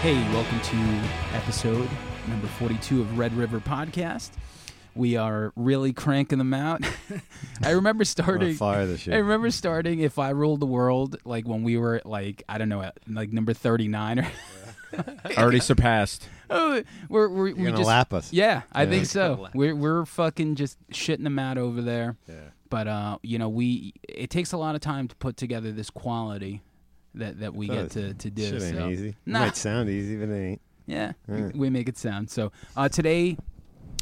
Hey, welcome to episode number 42 of Red River Podcast. We are really cranking them out. I remember starting. fire this shit. I remember starting "If I Ruled the World" like when we were at, like I don't know at, like number thirty nine or Already surpassed. oh, we're, we're we You're gonna just lap us. yeah I Yeah. think so. We're we're fucking just shitting them out over there. Yeah. But uh, you know we it takes a lot of time to put together this quality that that we Oh, get to to do. Shit ain't so. easy. Nah. Might sound easy, but it ain't. Yeah, we- we make it sound. So uh, today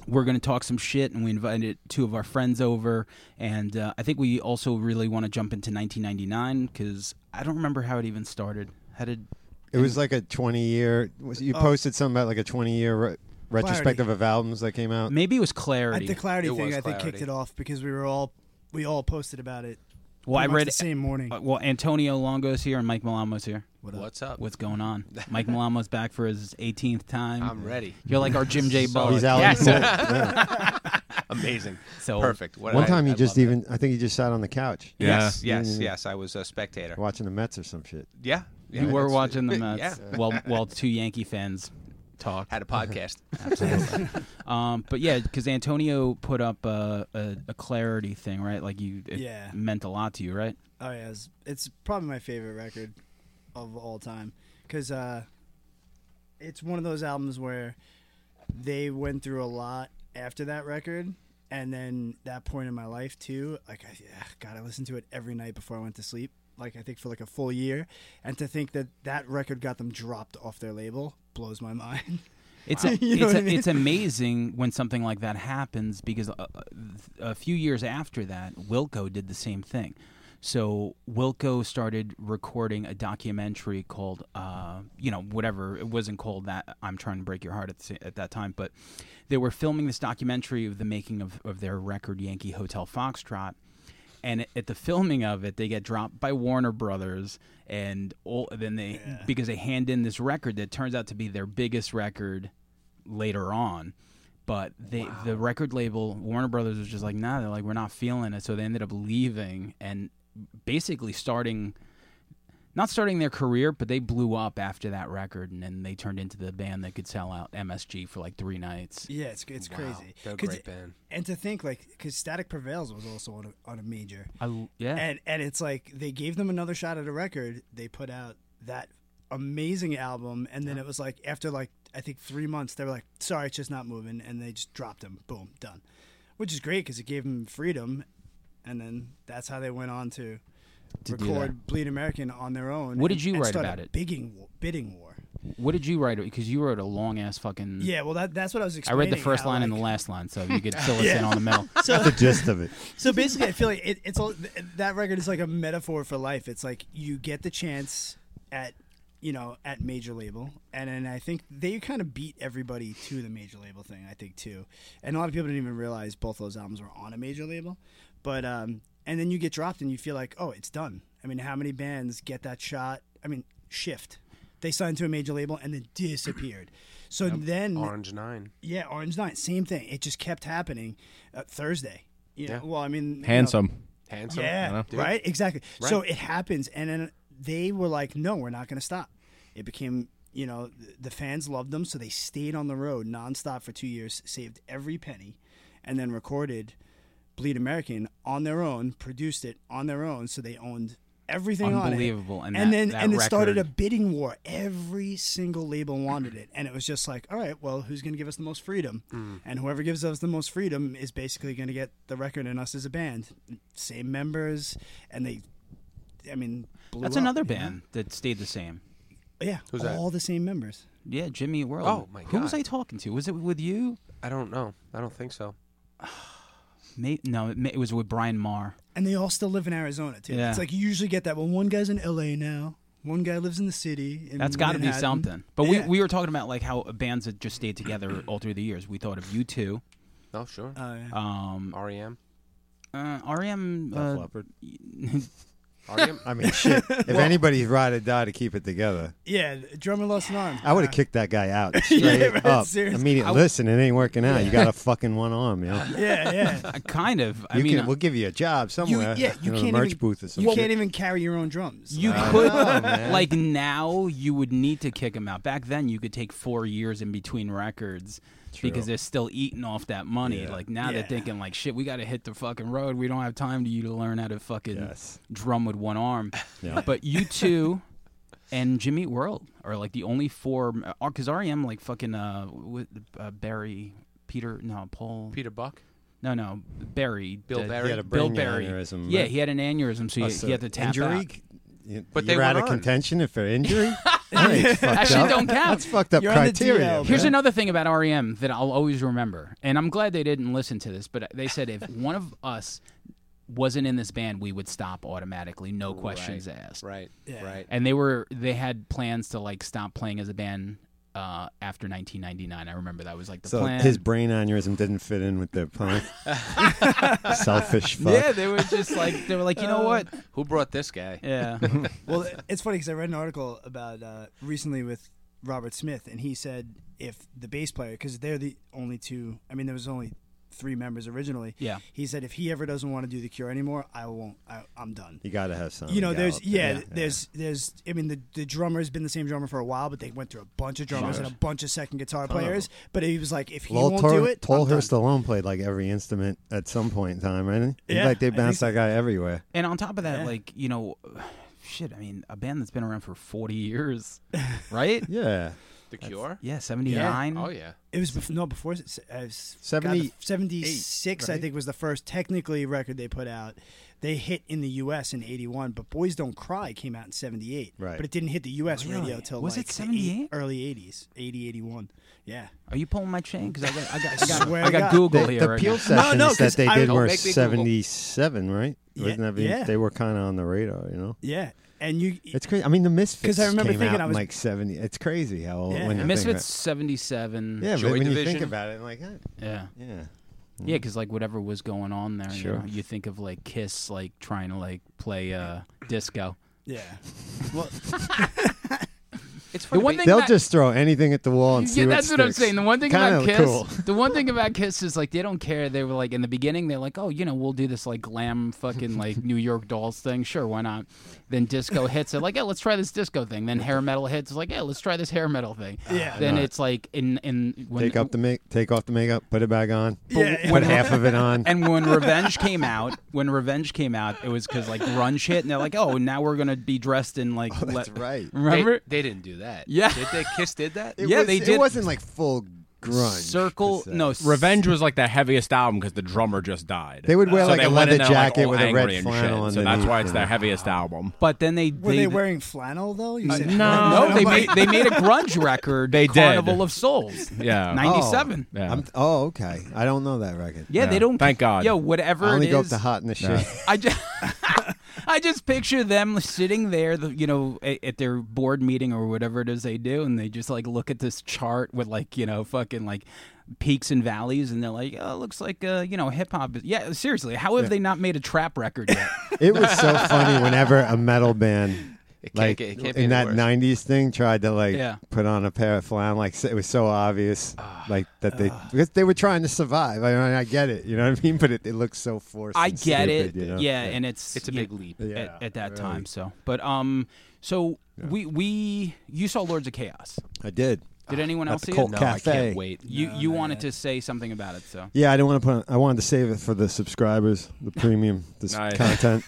we're going to talk some shit, and we invited two of our friends over. And uh, I think we also really want to jump into 1999 because I don't remember how it even started. How did? It was like a 20 year. Was, you posted something about like a 20 year re- retrospective of albums that came out. Maybe it was I, clarity. the clarity It thing, was I think, Clarity. kicked it off because we were all we all posted about it. well, I pretty much read. the same morning. uh, well, Antonio Longo's here and Mike Malamo's here. What's up? What's going on? Mike Malamo's back for his 18th time. I'm ready. You're like our Jim J. Butler. Oh, He's out. Yes. Yeah. Amazing. So- Perfect. What One I- time I you just love even. I think you just sat on the couch that. Yes, Yeah. yes, Yeah. yes. I was a spectator. watching the Mets or some shit. Yeah. yeah You were that's- watching the Mets. Yeah. Well, well, two Yankee fans talked. Had a podcast. Um, but yeah, because Antonio put up a, a, a clarity thing, right? Like you, it Yeah. meant a lot to you, right? Oh yeah, it's, it's probably my favorite record of all time because uh, it's one of those albums where they went through a lot after that record, and then that point in my life too. Like, I, ugh, God, I listened to it every night before I went to sleep. Like, I think for like a full year, and to think that that record got them dropped off their label blows my mind. It's a, You know it's, what a, I mean? it's amazing when something like that happens because a, a few years after that, Wilco did the same thing. So Wilco started recording a documentary called, uh, you know, whatever it wasn't called that. I'm trying to break your heart at, the, sa- at that time, but they were filming this documentary of the making of, of their record Yankee Hotel Foxtrot, and at the filming of it they get dropped by warner brothers and all, then they because they hand in this record that turns out to be their biggest record later on but they, the record label warner brothers was just like nah they're like we're not feeling it so they ended up leaving and basically starting not starting their career but they blew up after that record and then they turned into the band that could sell out msg for like three nights Yeah, it's it's crazy. they're a 'Cause- great band. And to think like because Static Prevails was also on a, on a major, I, yeah and and it's like they gave them another shot at a record. They put out that amazing album, and then it was like after like I think three months they were like, sorry, it's just not moving, and they just dropped them. Boom, done. Which is great because it gave them freedom, and then that's how they went on to, To do record Bleed American on their own. What did and- you and write start a about it? Hmm. Bidding war, bidding war. what did you write because you wrote a long ass fucking Yeah, well that that's what I was. I Explaining, read the first how, line and like- the last line, so you could fill us in on the middle. So The gist of it. So basically, I feel like it, it's all th- that record is like a metaphor for life. It's like you get the chance at you know at major label, and then I think they kind of beat everybody to the major label thing. I think too, and a lot of people didn't even realize both those albums were on a major label. But um, and then you get dropped, and you feel like, oh, it's done. I mean, how many bands get that shot? I mean, shift. They signed to a major label and then disappeared. So then Orange Nine. yeah, Orange Night, same thing. It just kept happening. Uh, Thursday, you know, Yeah. Well, I mean, you know- Handsome. Handsome. yeah, Dude. right, exactly. Right. So it happens, and then they were like, "No, we're not going to stop." It became, you know, th- the fans loved them, so they stayed on the road nonstop for two years, saved every penny, and then recorded "Bleed American" on their own, produced it on their own, so they owned everything on it. Unbelievable, and that- then that and it started a record- bidding war. Every single label wanted it, and it was just like, all right, well, who's going to give us the most freedom? Mm. And whoever gives us the most freedom is basically going to get the record and us as a band, same members, and they, I mean, blew That's up, another you know? band that stayed the same. Yeah, Who's that? all the same members. Yeah, Jimmy Eat World. Oh, my Who was God. I talking to? Was it with you? I don't know. I don't think so. May- no, it, may- it was with Brian Marr. And they all still live in Arizona too. Yeah. It's like you usually get that. Well, one guy's in L.A. now. One guy lives in the city. in That's got to be Manhattan. something. But Mm, Yeah. we, we were talking about like how bands that just stayed together all through the years. We thought of U two, No, sure. E Oh, yeah. um, REM. E uh, REM, uh, Leopard. Argument? I mean, shit. If anybody's ride or die to keep it together, Yeah, drummer lost an arm. I would have kicked that guy out straight right, up seriously. immediately. Listen, it ain't working out. You got a fucking one arm, you know. Yeah, yeah. Uh, kind of. I you mean, can, we'll give you a job You, somewhere. yeah, you in a can't merch even, booth or something. You can't even carry your own drums. You I could, know, man. like now, you would need to kick him out. Back then, you could take four years in between records because they're still eating off that money. Yeah. Like now, Yeah. they're thinking like, shit, we got to hit the fucking road. We don't have time to you to learn how to fucking Yes. drum with one arm. Yeah. But you two and Jimmy Eat World are like the only four. uh, Because REM E like fucking uh, with, uh Barry. Peter, no, Paul, Peter Buck. no, no, Barry, Bill did- Barry? He had a Bill brain Barry, aneurysm, yeah, right? he had an aneurysm, so he, Oh, he had to tap injury? out. You, But you're they out went of on. contention if for injury. that ain't fucked Actually, up. don't count. That's fucked up You're on the criteria. DL, man. Here's another thing about REM that I'll always remember, and I'm glad they didn't listen to this, but they said if one of us wasn't in this band, we would stop automatically, no questions asked. Right. Yeah. Right. And they were they had plans to like stop playing as a band uh, after 1999. I remember that was like the So plan. his brain aneurysm didn't fit in with their plan. Selfish fuck. yeah, they were just like they were like, you know what? Who brought this guy? Uh, Yeah, Well, it's funny because I read an article about uh, recently with Robert Smith, and he said if the bass player, because they're the only two, I mean, there was only three members originally. Yeah. He said if he ever doesn't want to do the Cure anymore, I won't. I, I'm done. You gotta have some. You know, there's yeah, there's there's. I mean, the the drummer's been the same drummer for a while, but they went through a bunch of drummers and a bunch of second guitar players. But he was like, if he Lowell won't Tor- do it, I'm done. Tolhurst alone played like every instrument at some point in time, right? Yeah, like I they think bounced so. that guy everywhere. and on top of that, like you know, shit. I mean, a band that's been around for 40 years, right? Yeah, The Cure. Yeah, 79. Oh yeah. It was bef- no before s- uh, s- God, the Seventy- f- 76 I right? think was the first technically record they put out. They hit in the US in 81, but Boys Don't Cry came out in 78. Right. But it didn't hit the US radio Really? till Was like it the 78? eight- early 80s, 80 81. Yeah. Are you pulling my chain? Because I got, I got, I got, swear I to got God. Google the, here. the right Peel now. sessions no, 'cause that they I- did Don't were make me Google. seventy-seven, right? Yeah, Wasn't that being- yeah. They were kind of on the radar, you know. Yeah. And you It's crazy. I mean, the Misfits 'Cause I remember came thinking out I in, was- like seventy. It's crazy how old. Yeah. When you think Misfits about- '77. Yeah, Joy but when you think Division. about it, like, eh, yeah, yeah, yeah, because like whatever was going on there, you, Sure. know, you think of like Kiss, like trying to like play uh, disco. yeah. It's funny. The one we- thing they'll about- just throw anything at the wall and see yeah, what that's what I'm sticks. saying. The one thing about Kinda Kiss, cool. the one thing about Kiss is like they don't care. They were like in the beginning, they're like, oh, you know, we'll do this like glam fucking like New York Dolls thing. Sure, why not? Then disco hits it, like, yeah, let's try this disco thing. Then hair metal hits, like, yeah, let's try this hair metal thing. Yeah. Then Right. it's like in in when Take up the make, take off the makeup, put it back on, Yeah. put half of it on. And when Revenge came out, when Revenge came out, it was because like grunge hit, and they're like, "Oh, now we're gonna be dressed in like." Oh, that's right. They, Remember? they didn't do that. Yeah. Did they? Kiss did that. It Yeah, was, they It did- wasn't like full grunge. Circle? per se. No. s- Revenge was like the heaviest album because the drummer just died. They would wear, So like, they a went leather in there, like, jacket all with a red angry and shit. flannel So that's underneath why it's and- their heaviest album. But then they Were they, they, wearing flannel though? You said no. no they made they made a grunge record. They did. Carnival of Souls. Yeah. Ninety-seven. Yeah. Oh. I'm, oh, okay. I don't know that record. Yeah, they Yeah. don't. Thank God. Yo, whatever I only it go up is, to hot in the shit. I just, I just picture them sitting there, the, you know, at, at their board meeting or whatever it is they do, and they just like look at this chart with like, you know, fucking like peaks and valleys, and they're like, oh, it looks like, uh, you know, hip hop. is- Yeah, seriously, how have they not made a trap record yet? It was so funny whenever a metal band. It can't Like get- it can't be in any that worse. '90s thing, tried to like Yeah. put on a pair of flannel. Like it was so obvious, like that they because they were trying to survive. I mean, I get it, you know what I mean. But it, it looks so forced. I and get stupid, it. you know? Yeah, and it's It's a you big know, leap. at, Yeah, at that really. time. So, but um, so we we you saw Lords of Chaos. I did. Did anyone else Ah, the see Colt it? No, I Cafe. Can't wait. You you wanted to say something about it, so Yeah, I didn't want to put. On, I wanted to save it for the subscribers, the premium, this Nice. content.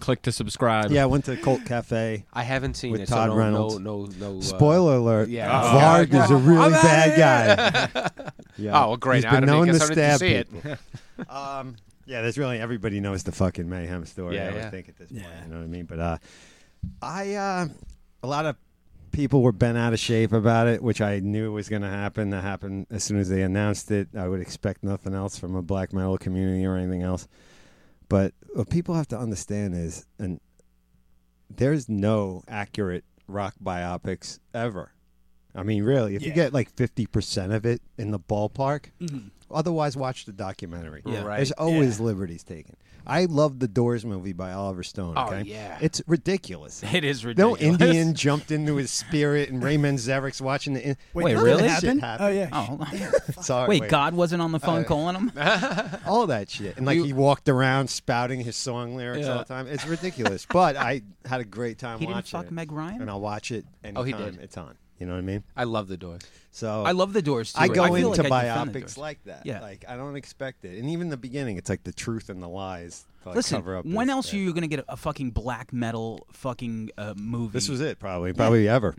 Click to subscribe. Yeah, I went to Colt Cafe. I haven't seen With it. Todd so no, Reynolds. No, no, no. uh, Spoiler alert: yeah. Varg is a really bad guy. yeah. Oh, well, He's great. I been didn't known guess to I didn't stab see it. people. um, yeah, there's really everybody knows the fucking mayhem story. Yeah, I would yeah. think at this point, Yeah. you know what I mean. But uh, I, uh, a lot of people were bent out of shape about it, which I knew was going to happen. That happened as soon as they announced it. I would expect nothing else from a black metal community or anything else. But what people have to understand is, and there's no accurate rock biopics ever. I mean, really, if you Yeah. get like 50% of it in the ballpark, otherwise watch the documentary. Yeah. Right. There's always liberties taken. I love the Doors movie by Oliver Stone. Oh, Okay? yeah. it's ridiculous. It is No ridiculous. Indian jumped into his spirit, and Raymond Zarek's watching the. In- Wait, none of really? that Happened? Shit Oh happened. yeah. Oh, hold on. Sorry. wait, God wasn't on the phone Uh, calling him. all that shit. And like he walked around spouting his song lyrics all the time. It's ridiculous. but I had a great time He didn't watching fuck it. Meg Ryan? And I'll watch it anytime he did. it's on. You know what I mean? I love the doors. So I love the Doors too. I go feel into like I defend The biopics Doors. like that. Yeah. Like I don't expect it. And even the beginning, it's like the truth and the lies. To, like, Listen, cover up when this- else are you gonna get a, a fucking black metal fucking uh, movie? This was it, probably, probably ever.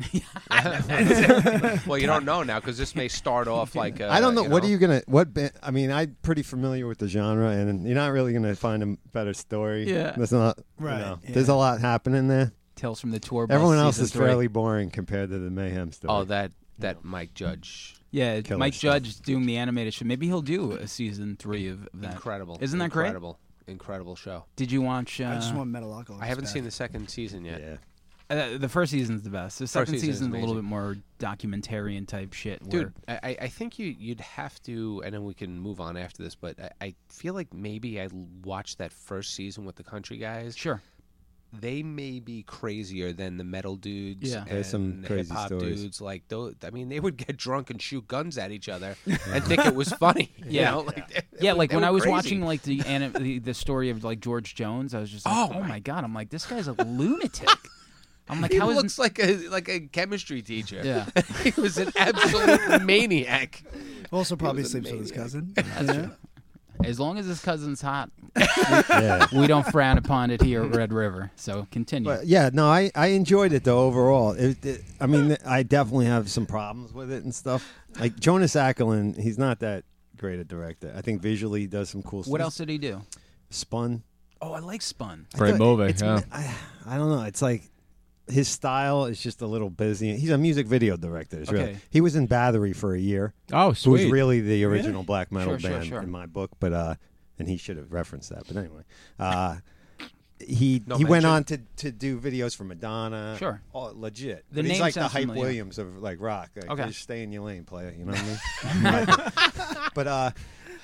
Well, you don't know now because this may start off like uh, I I don't know. what are you gonna? What? Ba- I mean, I'm pretty familiar with the genre, and you're not really gonna find a better story. Yeah. there's not. Right, You know, yeah. There's a lot happening there. Tales from the Tour. Bus Everyone else season is three. fairly boring compared to the mayhem story. Oh, that that Mike Judge. Yeah, killer Mike stuff. Judge doing the animated show. Maybe he'll do a season three of of that. Incredible. Isn't that great? incredible? Incredible show. Did you watch? Uh, I just want Metalocalypse. I haven't back. seen the second season yet. yeah. uh, the first season's the best. The second season's season's a little bit amazing. more documentarian type shit. Dude, where- I, I- I think you you'd have to, and then we can move on after this. But I, I feel like maybe I l- watched that first season with the country guys. sure. They may be crazier than the metal dudes. Yeah. There's some and the crazy hip-hop stories. dudes. Like those, I mean, they would get drunk and shoot guns at each other and think it was funny. You Yeah. know? like, they- Yeah, like they when were I was crazy. watching like the, anim- the the story of like George Jones, I was just like, oh, Oh, my. my- god, I'm like this guy's a lunatic. I'm like, He how is looks like a like a chemistry teacher. Yeah. he was an absolute maniac. Also, probably was a sleeps with his maniac. cousin. as long as his cousin's hot, yeah. we don't frown upon it here at Red River. So continue. But yeah, no, I, I enjoyed it though overall. It, it- I mean, I definitely have some problems with it and stuff. Like Jonas Ackerlund, he's not that great a director. I think visually he does some cool stuff. what else did he do? Spun. Oh, I like Spun. Great movie. It's, yeah. I, I don't know. It's like his style is just a little busy. He's a music video director. is Really. Okay. He was in Bathory for a year. oh, Who was sweet. really the original black metal Sure, sure, band sure. in my book, but uh, and he should have referenced that. But anyway, uh, he No he went mention. on to, to do videos for Madonna. Sure. oh, legit. The But name he's like the sounds hype familiar. Williams of like rock. Like, Okay. just stay in your lane, player. You know what I mean? Like, but uh,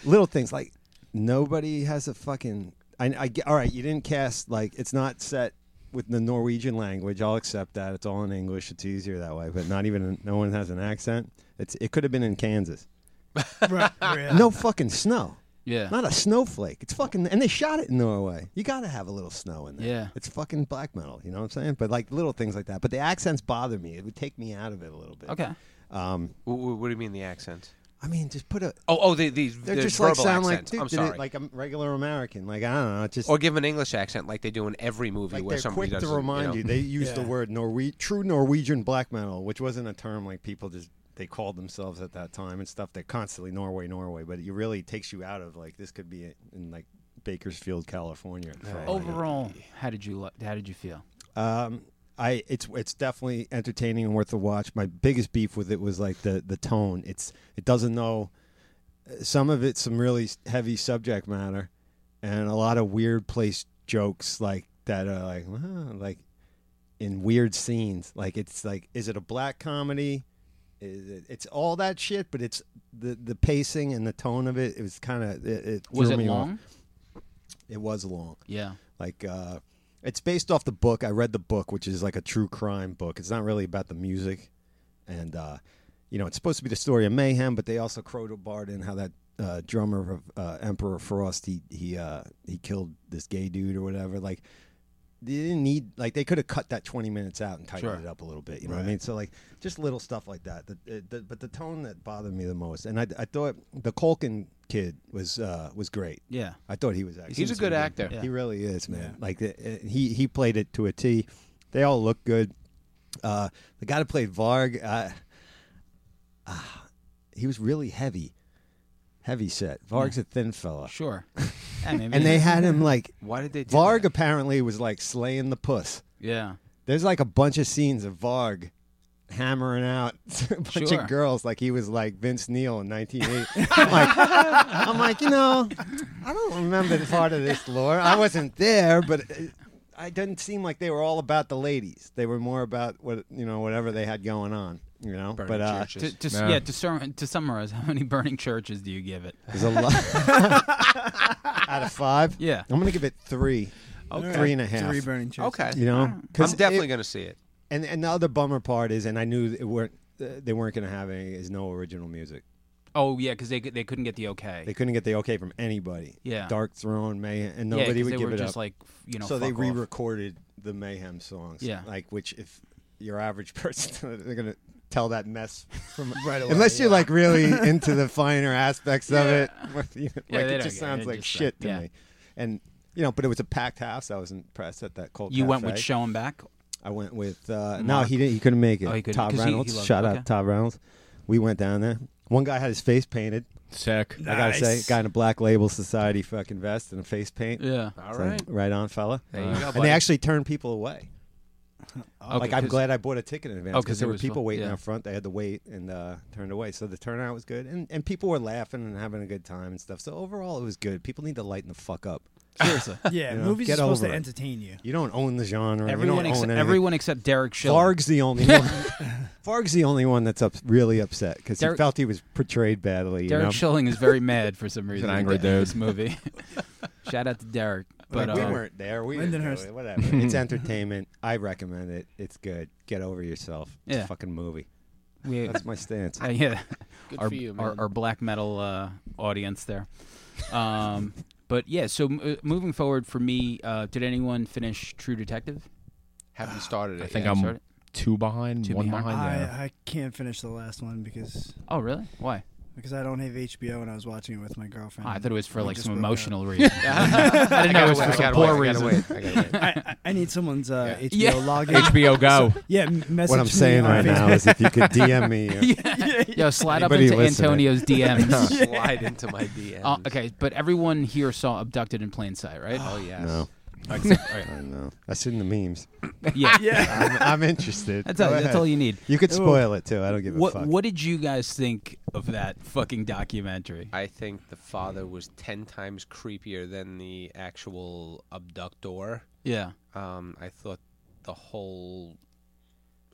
little things like nobody has a fucking. I, I get- all right. You didn't cast like it's not set. With the Norwegian language, I'll accept that. It's all in English. It's easier that way. But not even no one has an accent. It's it could have been in Kansas Right, right. no fucking snow. Yeah. Not a snowflake. It's fucking, and they shot it in Norway. You got to have a little snow in there. Yeah. It's fucking black metal. You know what I'm saying? But like little things like that. But the accents bother me. It would take me out of it a little bit. Okay. Um, What, do you mean the accent? I mean, just put a. Oh, oh, they, these They're the just like verbal sound like, accents. dude, I'm did it sorry, like a regular American. Like I don't know. It's Just or give an English accent like they do in every movie like where they're somebody quick does. to remind you. you. know. They use the Yeah. word Norwe- true Norwegian black metal, which wasn't a term like people just they called themselves at that time and stuff. They're constantly Norway, Norway, but it really takes you out of like this could be in like Bakersfield, California. for all I know. Overall, how did you li- how did you feel? Um, I it's it's definitely entertaining and worth a watch. My biggest beef with it was like the the tone. It's it doesn't know some of it's some really s- heavy subject matter, and a lot of weird place jokes like that are like "Huh," like in weird scenes. Like it's like is it a black comedy? Is it, it's all that shit, but it's the the pacing and the tone of it. It was kind of it, it Was threw it me off. long? It was long Yeah. like uh it's based off the book i read the book which is like a true crime book it's not really about the music and uh you know it's supposed to be the story of mayhem but they also crowbarred in how that uh, drummer of uh, emperor frost he he uh he killed this gay dude or whatever like they didn't need like they could have cut that 20 minutes out and tightened Sure. it up a little bit you know what i mean so like just little stuff like that the, the, the, but the tone that bothered me the most and i, I thought the colkin kid was uh was great Yeah. i thought he was actually He's a good actor. Yeah. he really is, man. Like uh, uh, he he played it to a T. They all look good. Uh, the guy that played Varg, uh, ah, he was really heavy, heavy set. Varg's a thin fella, Sure. Yeah, maybe. and they had him like Why did they do Varg that? apparently was like slaying the puss. yeah. There's like a bunch of scenes of Varg hammering out a bunch Sure. of girls like he was like Vince Neil in 1980. I'm like, I'm like, you know, I don't remember the part of this lore. I wasn't there, but it, I didn't seem like they were all about the ladies. They were more about what you know, whatever they had going on. You know, Burning but uh, churches. To, to, Yeah. yeah. To, sur- to summarize, how many burning churches do you give it? there's a lot. out of five. Yeah. I'm gonna give it three, three and a half. Three burning chairs. Okay. You know, I'm 'Cause definitely it- going to see it. And and the other bummer part is, and I knew it weren't uh, they weren't gonna have any is no original music. Oh yeah, because they c- they couldn't get the okay. They couldn't get the okay from anybody. Yeah. Dark Throne, Mayhem, and yeah, nobody 'cause would they give were it just up. like you know. so they fuck off. re-recorded the Mayhem songs. Yeah. like which if your average person they're gonna tell that mess from Right away, unless you're yeah. like really into the finer aspects of it. with you- Yeah, like they it don't just get it. sounds It like just, uh, shit to yeah. me. And you know, but it was a packed house. I was impressed at that cold. You went with Cafe. show him back. I went with uh, no, he didn't. He couldn't make it. Oh, he couldn't, Todd 'cause he- he Reynolds. loved- Shout okay. out Todd Reynolds. We went down there. One guy had his face painted. Sick. I gotta say, Nice. guy in a Black Label Society fucking vest and a face paint. Yeah. All It's right. like, right on, fella. There you go, and buddy. they actually turned people away. Okay, like I'm 'cause- glad I bought a ticket in advance Oh, 'cause because there it were was people full- waiting yeah. out front. They had to wait and uh, turned away. So the turnout was good, and and people were laughing and having a good time and stuff. So overall, it was good. People need to lighten the fuck up. Seriously, Yeah, You know, movies get are supposed over to it. entertain you. you don't own the genre. you Everyone don't own except anything. everyone except Derek Schiller. Farg's the only one. Farg's the only one that's up, really upset because he Derek- felt he was portrayed badly. You Derek know? Schilling is very mad for some reason. angry in This movie. Shout out to Derek. But Like, we uh, weren't there. We didn't do Lindenhurst. it. Whatever. it's entertainment. I recommend it. It's good. Get over yourself. It's Yeah. a fucking movie. we- That's my stance. Uh, yeah, Good our, for you, Our, man. our black metal uh, audience there. Um, but yeah, so m- uh, moving forward for me, uh, did anyone finish True Detective? Haven't started it. I think yet. I'm sorry. two behind, Two one behind. behind. yeah. I, I can't finish the last one because Oh, really? Why? because I don't have HBO and I was watching it with my girlfriend. Ah, I thought it was for We like just some broke up. emotional reason. I didn't know it gotta was for wait, some gotta poor wait, I reason. gotta wait, I gotta wait. I, I, I need someone's uh, HBO Yeah. login. HBO Go. yeah, m- message what I'm me saying on right now Facebook. is if you could DM me. uh, Yo, slide up Anybody into listening? Antonio's DMs. Slide into my DMs. Uh, okay, but everyone here saw Abducted in Plain Sight, right? Oh yes. No, I don't know. I've seen the memes. yeah. yeah. I'm, I'm interested. That's all, Go that's ahead. all you need. You could spoil it too. I don't give a What fuck. What did you guys think of that fucking documentary? I think the father was ten times creepier than the actual abductor. Yeah. Um, I thought the whole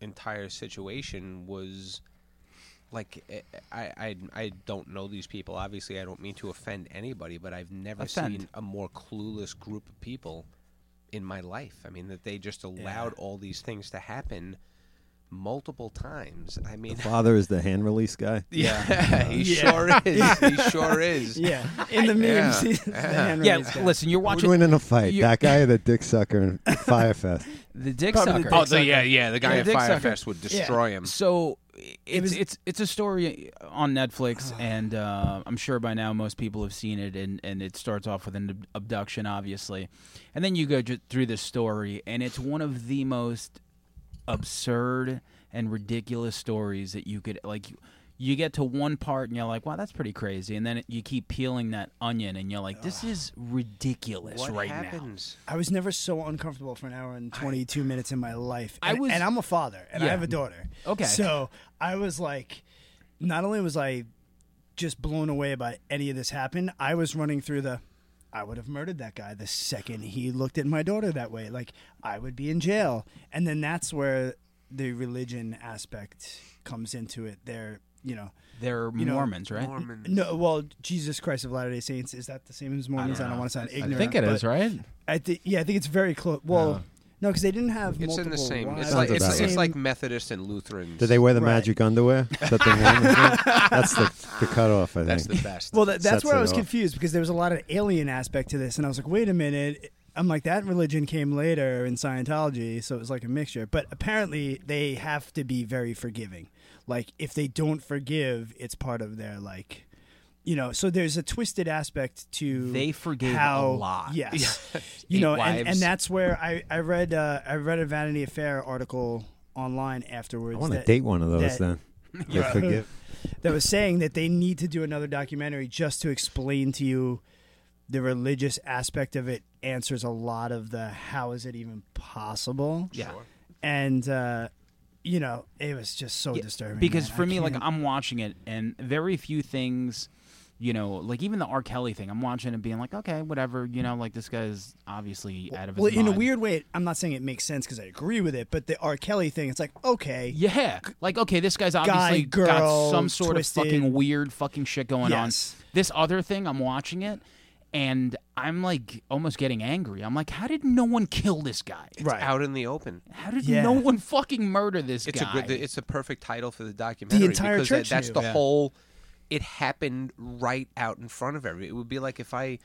entire situation was like eh, I, I I don't know these people. Obviously, I don't mean to offend anybody, but I've never Offend. seen a more clueless group of people in my life. I mean, that they just allowed all these things to happen multiple times. I mean, Father is the hand release guy. yeah, he sure is. He sure is. Yeah, in the Yeah. memes. he's the hand Yeah. raised guy. Listen, you're Who'd watching win in a fight? you- That guy or the dick sucker in Firefest? the Dick Probably the Sucker. dick Oh, the, yeah, yeah. The guy Yeah, at Dick Sucker. Firefest would destroy him. So it's was- it's it's a story on Netflix, and uh, I'm sure by now most people have seen it. And, and it starts off with an ab- abduction, obviously, and then you go ju- through the story, and it's one of the most absurd and ridiculous stories that you could like. You, you get to one part and you're like, "Wow, that's pretty crazy," and then it- you keep peeling that onion and you're like, "This is ridiculous What right now." happens? I was never so uncomfortable for an hour and 22 minutes in my life. I And, was- and I'm a father and I Yeah. have a daughter. Okay. So I was like, not only was I just blown away by any of this happen, I was running through the, I would have murdered that guy the second he looked at my daughter that way. Like, I would be in jail. And then that's where the religion aspect comes into it. They're, you know, They're know, Mormons, right? no, well, Jesus Christ of Latter day Saints, is that the same as Mormons? I don't, want to sound ignorant. I think it but- is, right? I think yeah, I think it's very close. Well, no, because they didn't have. It's multiple in the same. It's wives. like, Sounds it's, about it's Same- like Methodist and Lutherans. Did they wear the Right. magic underwear? Is that the one? That's the, the cutoff, I That's the think. best. Well, that, sets that's where I it was off. confused because there was a lot of alien aspect to this, and I was like, wait a minute. I'm like that religion came later in Scientology, so it was like a mixture. But apparently, they have to be very forgiving. Like if they don't forgive, it's part of their like, you know. So there's a twisted aspect to They forgave a how, lot. Yes, you know, and, and wives. that's where I I read uh, I read a Vanity Fair article online afterwards. I want to that- date one of those that- then. Yeah. I forgive. that was saying that they need to do another documentary just to explain to you the religious aspect of it answers a lot of the how is it even possible Yeah. and uh you know it was just so Yeah, disturbing Because man. for I me, like can't- I'm watching it, and very few things, you know, like even the R. Kelly thing, I'm watching and being like, okay, whatever, you know, like this guy's obviously out of his well in a mind. weird way it- i'm not saying it makes sense because i agree with it but the r kelly thing it's like okay Yeah, like okay, this guy's obviously got girl, some sort twisted. of fucking weird fucking shit going Yes. on. This other thing, I'm watching it, and I'm like almost getting angry. I'm like, how did no one kill this guy? Right. out in the open. How did Yeah. no one fucking murder this It's guy? a good. It's a perfect title for the documentary. entire because church that, that's knew. the Yeah. whole. It happened right out in front of everybody. It would be like if I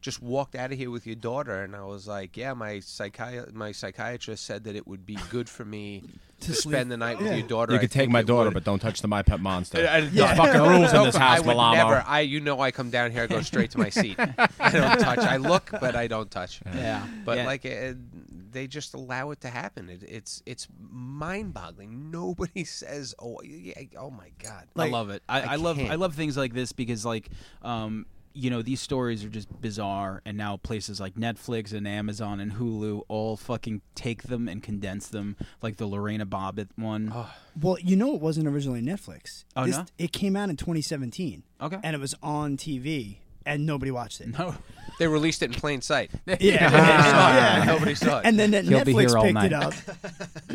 just walked out of here with your daughter and I was like, "Yeah, my psychi- my psychiatrist said that it would be good for me to, sleep. spend the night Yeah. with your daughter." You I could take think my it daughter, would." but don't touch the My Pet Monster. I- I- There's no, fucking rules in no, this house, I would Malamo. never. I, you know, I come down here, I go straight to my seat. I don't touch. I look, but I don't touch. Yeah. But Yeah. like, eh, they just allow it to happen. It, it's it's mind-boggling. Nobody says, "Oh, yeah, oh my god." I love it. I, I, I love I can't. love things like this because like um you know these stories are just bizarre and now places like Netflix and Amazon and Hulu all fucking take them and condense them like the Lorena Bobbitt one. Well, you know, it wasn't originally Netflix. Oh, no? It came out in 2017. Okay. And it was on TV, and nobody watched it. No. They released it in plain sight. Yeah. Yeah. Yeah. Nobody saw it. And then that He'll be Netflix here all picked night. it up.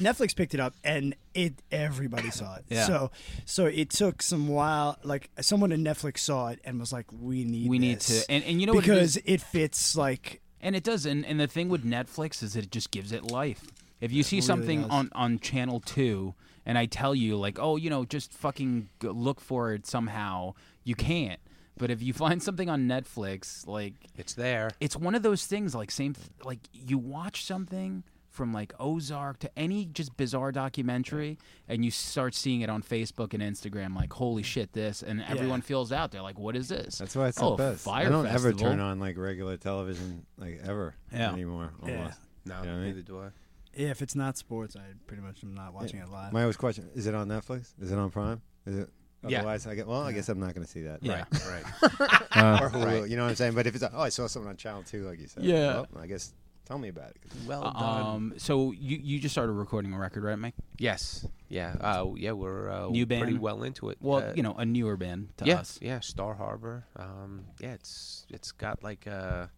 Netflix picked it up, and it everybody saw it. Yeah. So, so it took some while. Like someone at Netflix saw it and was like, "We need, We need this." to- and- and you know what it because it fits like And it does, and, and the thing with Netflix is it just gives it life. If you see something does. on, on channel two, and I tell you like, oh, you know, just fucking g- look for it somehow, you can't. But if you find something on Netflix, like It's there. it's one of those things like same th- like you watch something from like Ozark to any just bizarre documentary and you start seeing it on Facebook and Instagram like holy shit this and everyone feels out there like what is this That's why it's oh, the best. fire I don't festival. ever turn on like regular television like ever Yeah. anymore. Yeah. Almost. You know No, what I mean? neither do I. if it's not sports, I pretty much am not watching it live. My always question: Is it on Netflix? Is it on Prime? Is it? Yeah. Otherwise, I get. Well, I guess I'm not going to see that. yeah Right. Or Hulu. You know what I'm saying? But if it's like, oh, I saw something on Channel Two, like you said. Yeah. Well, I guess tell me about it. well done. um so you you just started recording a record right Mike yes. Yeah. Uh, yeah. We're uh, New pretty band? well into it. well Uh, you know a newer band to yeah, us Uh, Yeah, Star Harbor. Um, yeah, it's it's got like a.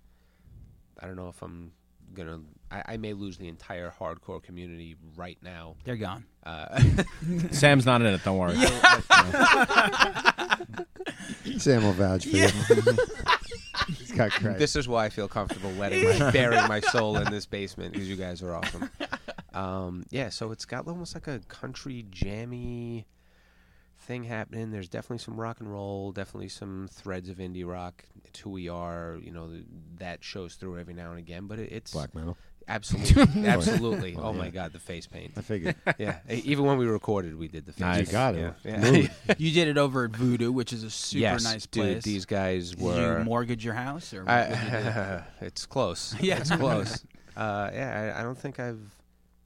I don't know if I'm gonna. I, I may lose the entire hardcore community right now. they're gone Uh, Sam's not in it. Don't worry. Sam will vouch for you. He's got crack. this is why I feel comfortable letting my, burying my soul in this basement because you guys are awesome. Um, yeah, so it's got almost like a country jammy thing happening. There's definitely some rock and roll, definitely some threads of indie rock. It's who we are. You know th- that shows through every now and again, but it, it's black metal. Absolutely, absolutely. oh my yeah. god, the face paint. I figured. Yeah, e- even when we recorded, we did the face. Nice. paint. You got Yeah. it. Yeah. you did it over at Voodoo which is a super yes, nice dude. place These guys did you were. mortgage your house or what did you do? I, it's close. Yeah. it's close. Uh, yeah, I, I don't think I've.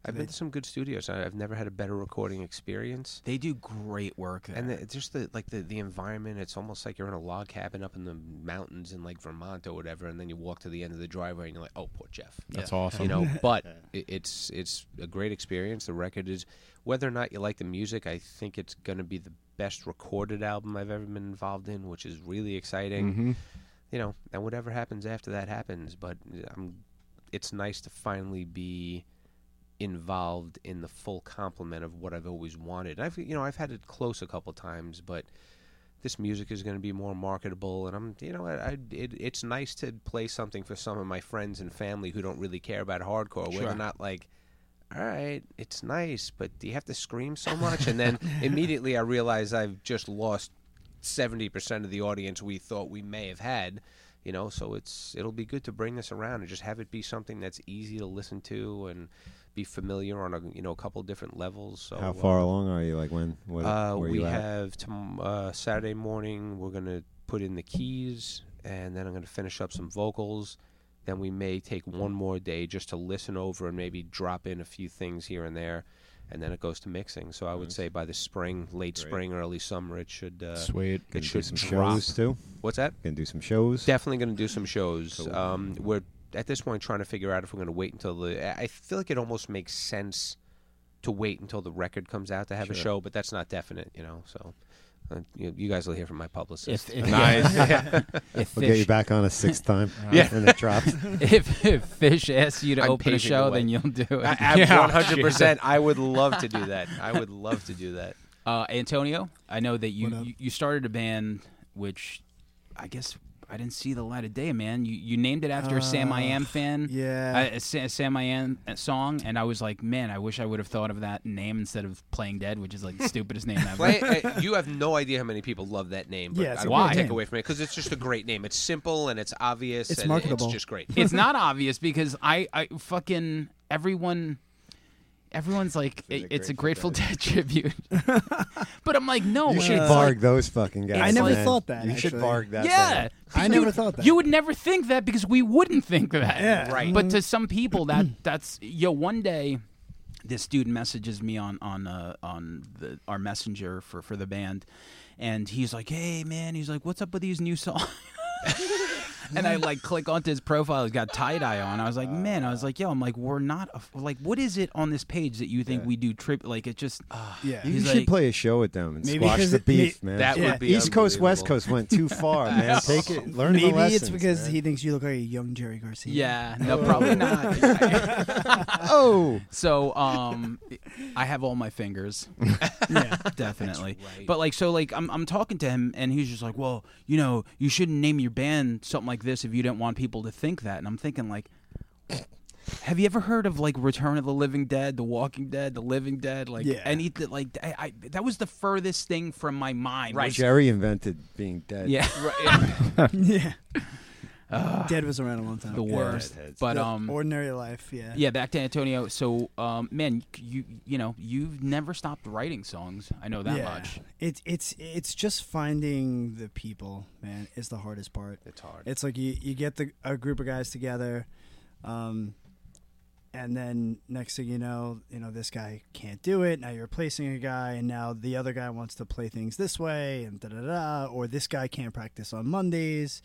I've been Good. to some good studios. I- I've never had a better recording experience. They do great work there. And the, it's just the like the, the environment. It's almost like you're in a log cabin up in the mountains in like Vermont or whatever, and then you walk to the end of the driveway and you're like, oh, poor Jeff. That's awesome. you know but i- it's it's a great experience the record is whether or not you like the music i think it's going to be the best recorded album i've ever been involved in which is really exciting Mm-hmm. you know and whatever happens after that happens but i'm it's nice to finally be involved in the full complement of what i've always wanted i've you know i've had it close a couple times but this music is going to be more marketable and i'm you know I, I, it, it's nice to play something for some of my friends and family who don't really care about hardcore where Sure. they're not like all right it's nice but do you have to scream so much and then immediately i realize i've just lost 70% of the audience we thought we may have had you know so it's it'll be good to bring this around and just have it be something that's easy to listen to and be familiar on a you know a couple different levels so How uh, far along are you? Like when? What, uh, where we you at? have tom- uh, Saturday morning. We're gonna put in the keys, and then I'm gonna finish up some vocals. Then we may take one more day just to listen over and maybe drop in a few things here and there, and then it goes to mixing. So I would say by the spring, late spring, early summer, it should uh, Sweet. it do should some drop. shows too. What's that? Gonna do some shows. Definitely going to do some shows. Um, we're at this point trying to figure out if we're going to wait until the. I I feel like it almost makes sense to wait until the record comes out to have a show, but that's not definite, you know. So, uh, you, you guys will hear from my publicist. if, if, Nice. if, We'll get you fish, back on a sixth time. Yeah. and it drops. if, if fish asks you to I'm open a paving show, the way. then you'll do it. Yeah. One hundred percent. I would love to do that. I would love to do that. Uh, Antonio, I know that you, What up? you you started a band, which I guess I didn't see the light of day, man. You you named it after a Sam I Am fan, yeah. uh, a Sa- Sam I Am uh, song, and I was like, man, I wish I would have thought of that name instead of Playing Dead, which is like the stupidest name ever. Play, uh, you have no idea how many people love that name. But Yeah, it's I a don't great want to name. take away from it because it's just a great name. It's simple and it's obvious. It's and marketable. It's just great. it's not obvious because I, I fucking everyone everyone's like This is it's a a grateful dead tribute but i'm like no You man, should it's barg like- those fucking guys. I never man. thought that, You should actually. barg that. yeah better. I You- never thought that. you would never think that because we wouldn't think that Yeah. Right. but to some people that that's yo one day this dude messages me on on uh, on the our messenger for for the band and he's like hey man he's like what's up with these new songs and I like click onto his profile. He's got tie dye on. I was like, man. I was like, yo. I'm like, we're not a, like, what is it on this page that you think we do trip? Like, it just yeah. You He's should like- play a show with them and Maybe squash 'cause the it- may- beef, man. That Yeah. would be East Coast, West unbelievable. Coast went too far, man. Take it, learn Maybe the lessons. it's because man. he thinks you look like a young Jerry Garcia. yeah, no, probably not. oh, so, um, I have all my fingers. yeah. definitely. right. But like, so like, I'm I'm talking to him, and he's just like, well, you know, you shouldn't name your band something like this if you didn't want people to think that. And I'm thinking like. Have you ever heard of like Return of the Living Dead, The Walking Dead, The Living Dead, like Yeah. any like I, I, that was the furthest thing from my mind. was- Jerry invented being dead. Yeah. Right, yeah. yeah. Dead was around a long time. the ago. worst. Deadheads. But The um, ordinary life. Yeah. yeah, back to Antonio. So, um, man, you you know, you've never stopped writing songs. I know that much. It's it's it's just finding the people, man. Is the hardest part. It's hard. It's like you you get the a group of guys together, um, and then next thing you know, you know this guy can't do it. Now you're replacing a guy, and now the other guy wants to play things this way, and da da da. Or this guy can't practice on Mondays.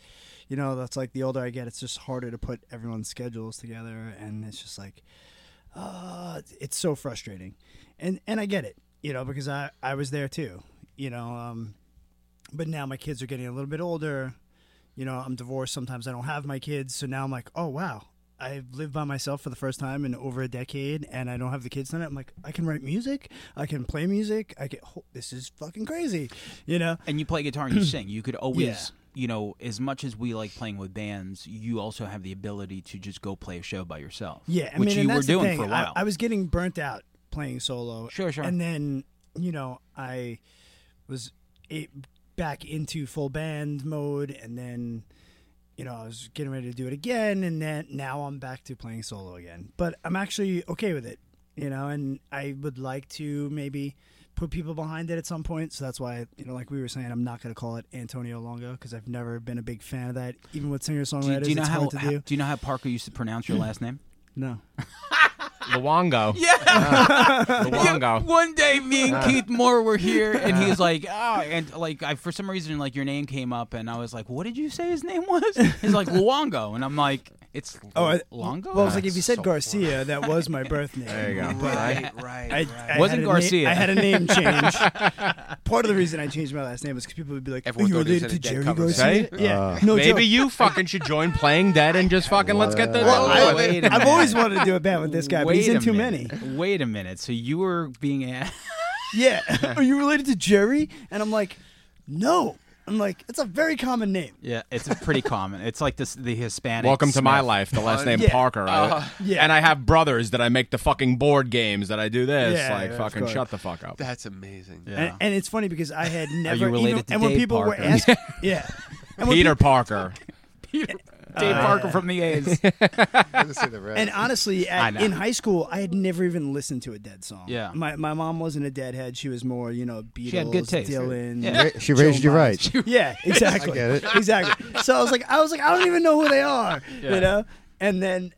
You know that's like the older I get, it's just harder to put everyone's schedules together, and it's just like uh, it's so frustrating, and and I get it, you know, because I I was there too, you know, um, but now my kids are getting a little bit older, you know, I'm divorced. Sometimes I don't have my kids, so now I'm like, oh wow, I've lived by myself for the first time in over a decade, and I don't have the kids tonight. I'm like, I can write music, I can play music, I can. Oh, this is fucking crazy, you know. And you play guitar and you sing. You could always, Yeah. you know, as much as we like playing with bands, you also have the ability to just go play a show by yourself. Yeah, I which mean, you and were that's the doing thing. for a while. I, I was getting burnt out playing solo. Sure, sure. And then you know I was it, back into full band mode, and then you know I was getting ready to do it again, and then now I'm back to playing solo again. But I'm actually okay with it, you know, and I would like to maybe put people behind it at some point. So that's why you know, like we were saying, I'm not going to call it Antonio Longo because I've never been a big fan of that, even with singer do, you- songwriters. do you know it's how, hard to how- do. do you know how Parker used to pronounce your last name? No. Luongo. Yeah. Uh, Luongo. One day, me and Keith Moore were here, and he's like, "Oh," and like, I for some reason, like your name came up, and I was like, "What did you say his name was?" He's like Luongo, and I'm like, "It's Oh, I- Longo." Well, I was like, if you said Garcia, that was my birth name. There you go. Right, right. I, I Wasn't had a na- Garcia. I had a name change. Part of the reason I changed my last name was because people would be like, Everyone "Are you thought he was related to in a dead Jerry cover Garcia?" band. Right? Yeah. Uh, no Maybe joke. you fucking should join playing dead and just fucking let's get the. Well, over I, with. Wait a have always minute. wanted to do a band with this guy, but he's in a too many. minute. Wait a minute. So you were being asked. Yeah. Are you related to Jerry? And I'm like, no. I'm like, it's a very common name. Yeah, it's pretty common. It's like this the Hispanic. Welcome to my Smith. life. The last name Yeah. Parker. right? yeah. And I have brothers that I make the fucking board games that I do this. Yeah, like yeah, of fucking course. shut the fuck up. That's amazing. Yeah. And, and it's funny because I had never. you related even, to And when Dave people Parker? were asking, yeah. And when Peter Parker. Dave Parker from the A's. And honestly, I at, know. in high school, I had never even listened to a Dead song. Yeah. my my mom wasn't a Deadhead; she was more, you know, Beatles, had good taste. Dylan. Yeah. Ra- she raised you right. Yeah, exactly. I get it. Exactly. So I was like, I was like, I don't even know who they are, you know. And then,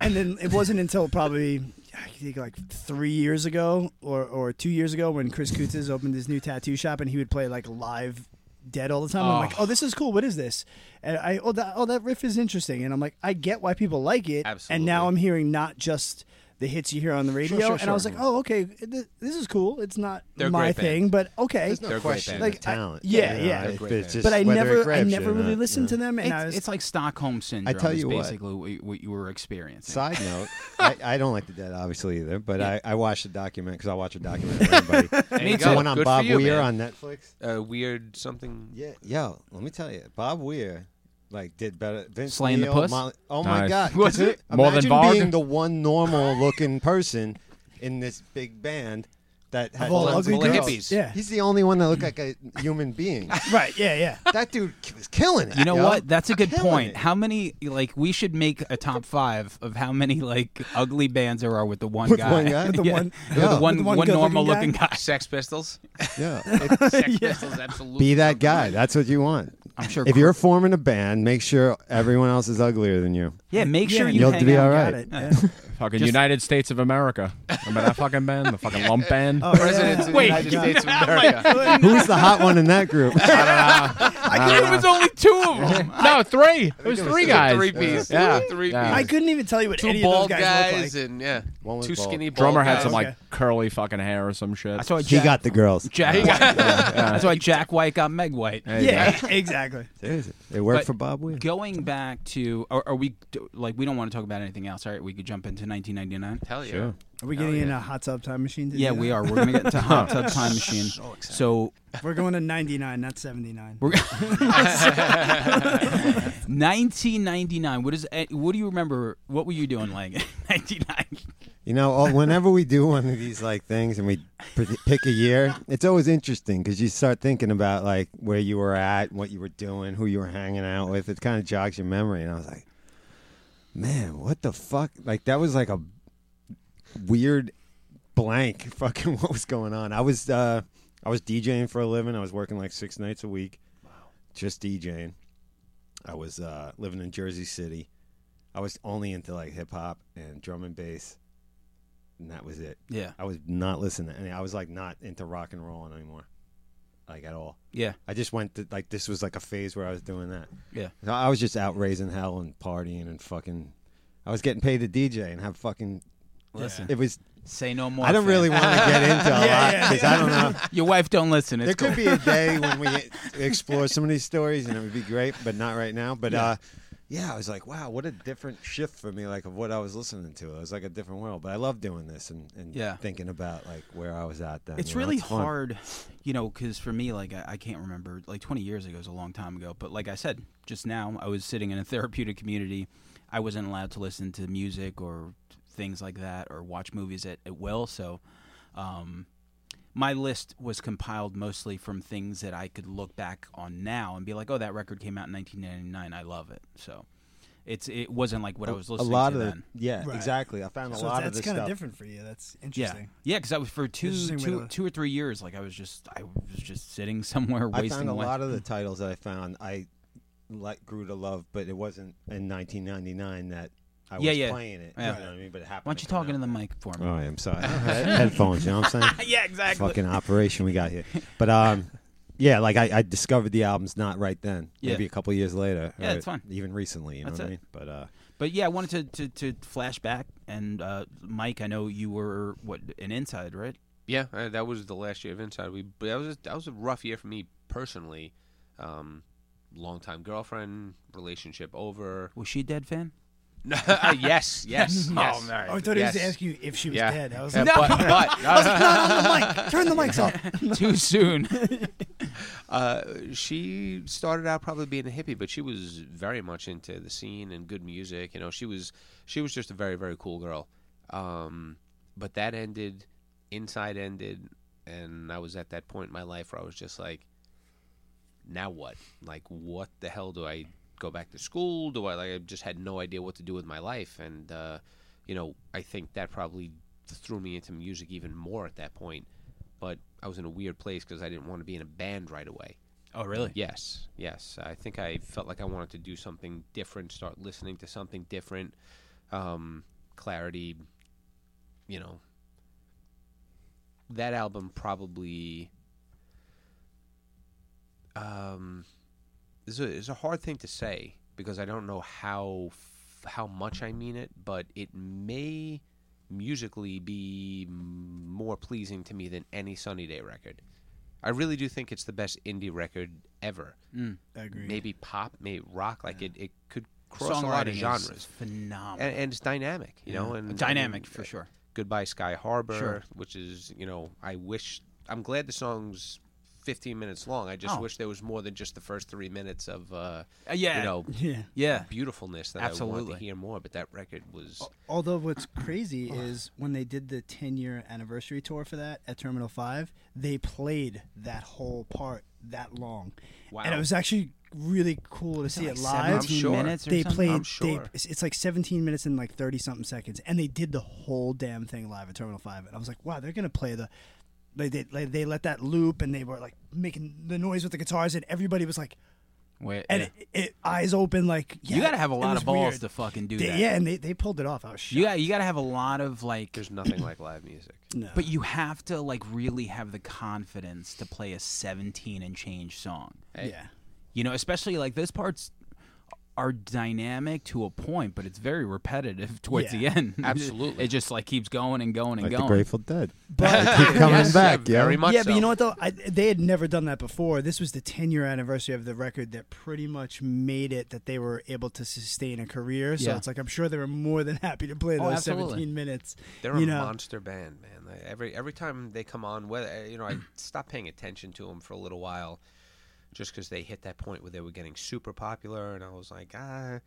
and then it wasn't until probably I think like three years ago or or two years ago when Chris Kutzes opened his new tattoo shop and he would play like live. Dead all the time. I'm like, oh, this is cool. What is this? And I, oh, that, oh, that riff is interesting. And I'm like, I get why people like it. And now Absolutely. I'm hearing not just the hits you hear on the radio. sure, And I was sure. like, oh, okay, th- this is cool. It's not They're a my great band. thing, but okay. There's no They're great question band. of Like, I- talent. yeah, you know, yeah. it- Great band. it's just but I whether it never, I grabs you never or really not, listened to them, and It's, I was, it's like Stockholm syndrome. tell is you what. basically what, you- what you were experiencing. Side note, I, I don't like the dead obviously either, but I, I watched a document because I watch a document. with Everybody. Me It's the too. one on Good for Bob you, Weir man. on Netflix. Uh, weird something. Yeah, yo, let me tell you, Bob Weir like did better. Vince Slaying the Neil, puss? Molly- oh my Nice. god, Was it? Imagine More than Varg? being the one normal looking person in this big band that had all tons ugly of girls. girls. Yeah. he's the only one that looked like a human being. Right. Yeah. Yeah. that dude k- was killing it. You know yo. what? That's a good Killing point. it. How many like we should make a top five of how many like ugly bands there are with the one With guy, one guy? With the Yeah. one- With Yeah. the With one, the one one good-looking normal looking guy. Sex Pistols. Yeah, It- Sex Pistols, absolutely. be that guy. That's what you want. I'm sure. If you're forming a band, make sure everyone else is uglier than you. yeah, make sure Yeah, you You'll hang be out. all right. Got it. Yeah. Fucking Just- United States of America. Remember that fucking band? The fucking lump band? Oh, yeah. Presidents of the Wait, United God. States of America. Who's the hot one in that group? I think it was only two of them. no, three. It was three guys. Three piece. Yeah. Three Yeah. I piece. couldn't even tell you what any Two of those bald guys, guys look like. and yeah, One was two bald. skinny bald Drummer had guys. some like Okay. curly fucking hair or some shit. That's why he Jack, got the girls. Jack White. That's why Jack White got Meg White. There you go. Yeah. Exactly. It worked But for Bob Weir. Going back to, are, are we do- like we don't want to talk about anything else? All right, we could jump into 1999. Hell yeah. Sure. Are we Oh, getting in a hot tub time machine? to do Yeah, we that? are. We're gonna get into Hot Tub Time Machine. So, We're going to 99, not 79. we're 1999. What is? eh, What do you remember? What were you doing like in 99? You know, all- whenever we do one of these like things and we pr- pick a year, it's always interesting because you start thinking about like where you were at, what you were doing, who you were hanging out with. It kind of jogs your memory, and I was like, man, what the fuck? Like that was like a weird blank. Fucking what was going on? I was uh I was DJing for a living. I was working like six nights a week, just DJing. I was uh living in Jersey City. I was only into like hip hop and drum and bass, and that was it. Yeah, I was not listening. to any I was like not into rock and roll anymore, like at all. yeah, I just went to like this was like a phase where I was doing that. yeah. So I was just out raising hell and partying and fucking. I was getting paid to DJ and have fucking. Listen, It was. say no more. I don't fam. really want to get into a lot yeah, because I don't know. Your wife don't listen. It's There cool. could be a day when we explore some of these stories, and it would be great, but not right now. But yeah. uh yeah, I was like, wow, what a different shift for me, like of what I was listening to. It was like a different world. But I love doing this and, and Yeah. thinking about like where I was at then. It's you know, really fun. hard, you know, because for me, like I, I can't remember. Like 20 years ago is a long time ago. But like I said just now, I was sitting in a therapeutic community. I wasn't allowed to listen to music or things like that or watch movies at, at will. So, um, my list was compiled mostly from things that I could look back on now and be like, "Oh, that record came out in 1999. I love it." So, it's it wasn't like what I was a listening lot to of then. The, yeah, Right. exactly. I found a so lot of that's this kind stuff. of different for you. That's Yeah, interesting. yeah, because I was for two, Interesting way two, to- two or three years. Like I was just, I was just sitting somewhere I wasting found a life. lot of the titles that I found I like grew to love, but it wasn't in 1999 that I was Yeah, yeah. playing it. Yeah. You know what I mean? But it happened. Why don't to you come talk into out. the mic for me? Oh, I'm sorry. Headphones, you know what I'm saying? yeah, exactly. fucking operation we got here. But um, yeah, like I, I discovered the album's not right then. Yeah. Maybe a couple years later. Yeah, or it's fine. Even recently, you know That's what I it. mean? But uh, But yeah, I wanted to to, to flash back and uh, Mike. I know you were what an inside, right? Yeah, uh, that was the last year of Inside. We but that was a, that was a rough year for me personally. Um, long time girlfriend, relationship over. Was she dead, fan? Uh, yes, yes, yes. Oh, Oh, I thought he was to ask you if she was Yeah. dead. I was Yeah, like, but, but I was like, not on the mic. Turn the mics off. Too soon. uh, she started out probably being a hippie, but she was very much into the scene and good music. You know, she was she was just a very very cool girl. Um, but that ended, inside ended, and I was at that point in my life where I was just like, now what? Like, what the hell do I go back to school? Do I like? I just had no idea what to do with my life, and uh, you know, I think that probably threw me into music even more at that point. But I was in a weird place because I didn't want to be in a band right away. oh, really? Yes, yes. I think I felt like I wanted to do something different, start listening to something different. Um, clarity, you know. That album probably um, is a is a hard thing to say because I don't know how f- how much I mean it, but it may musically be m- more pleasing to me than any Sunny Day record. I really do think it's the best indie record ever. I Mm. agree. Maybe pop, maybe rock. Like it, it could cross a lot of is genres, phenomenal. and, and it's dynamic. You know, and Dynamic and- uh, for sure. Goodbye Sky Harbor, Sure. which is you know I wish I'm glad the songs 15 minutes long. I just Oh. wish there was more than just the first three minutes of, uh, Uh, yeah. you know, Yeah. Yeah. beautifulness that I wanted Absolutely. to hear more. But that record was Although what's crazy is when they did the 10 year anniversary tour for that at Terminal 5, they played that whole part that long. Wow. And it was actually really cool to see like it live. 17 sure. minutes or They something? played I'm sure. they, it's, it's like 17 minutes and like 30 something seconds and they did the whole damn thing live at Terminal 5 and I was like, "Wow, they're going to play the they, they, like, they let that loop and they were like making the noise with the guitars and everybody was like Wait, and yeah. it, it, eyes open like yeah, you got to have a it lot was of balls weird. to fucking do They- that. yeah and they, they pulled it off I was shocked. You got you got to have a lot of like there's nothing like live music. No. But you have to like really have the confidence to play a 17 and change song. yeah. You know, especially like this parts are dynamic to a point, but it's very repetitive towards Yeah. the end. Absolutely. it just like keeps going and going and Like the going. Grateful Dead. But Keep coming Yes, back, yeah, yo. very much. yeah, but so. you know what though? I, they had never done that before. This was the 10 year anniversary of the record that pretty much made it that they were able to sustain a career. So Yeah. it's like I'm sure they were more than happy to play those absolutely. 17 minutes. They're you a know, monster band, man. Like, every every time they come on, whether eh, you know, I stopped paying attention to them for a little while, just because they hit that point where they were getting super popular, and I was like, ah,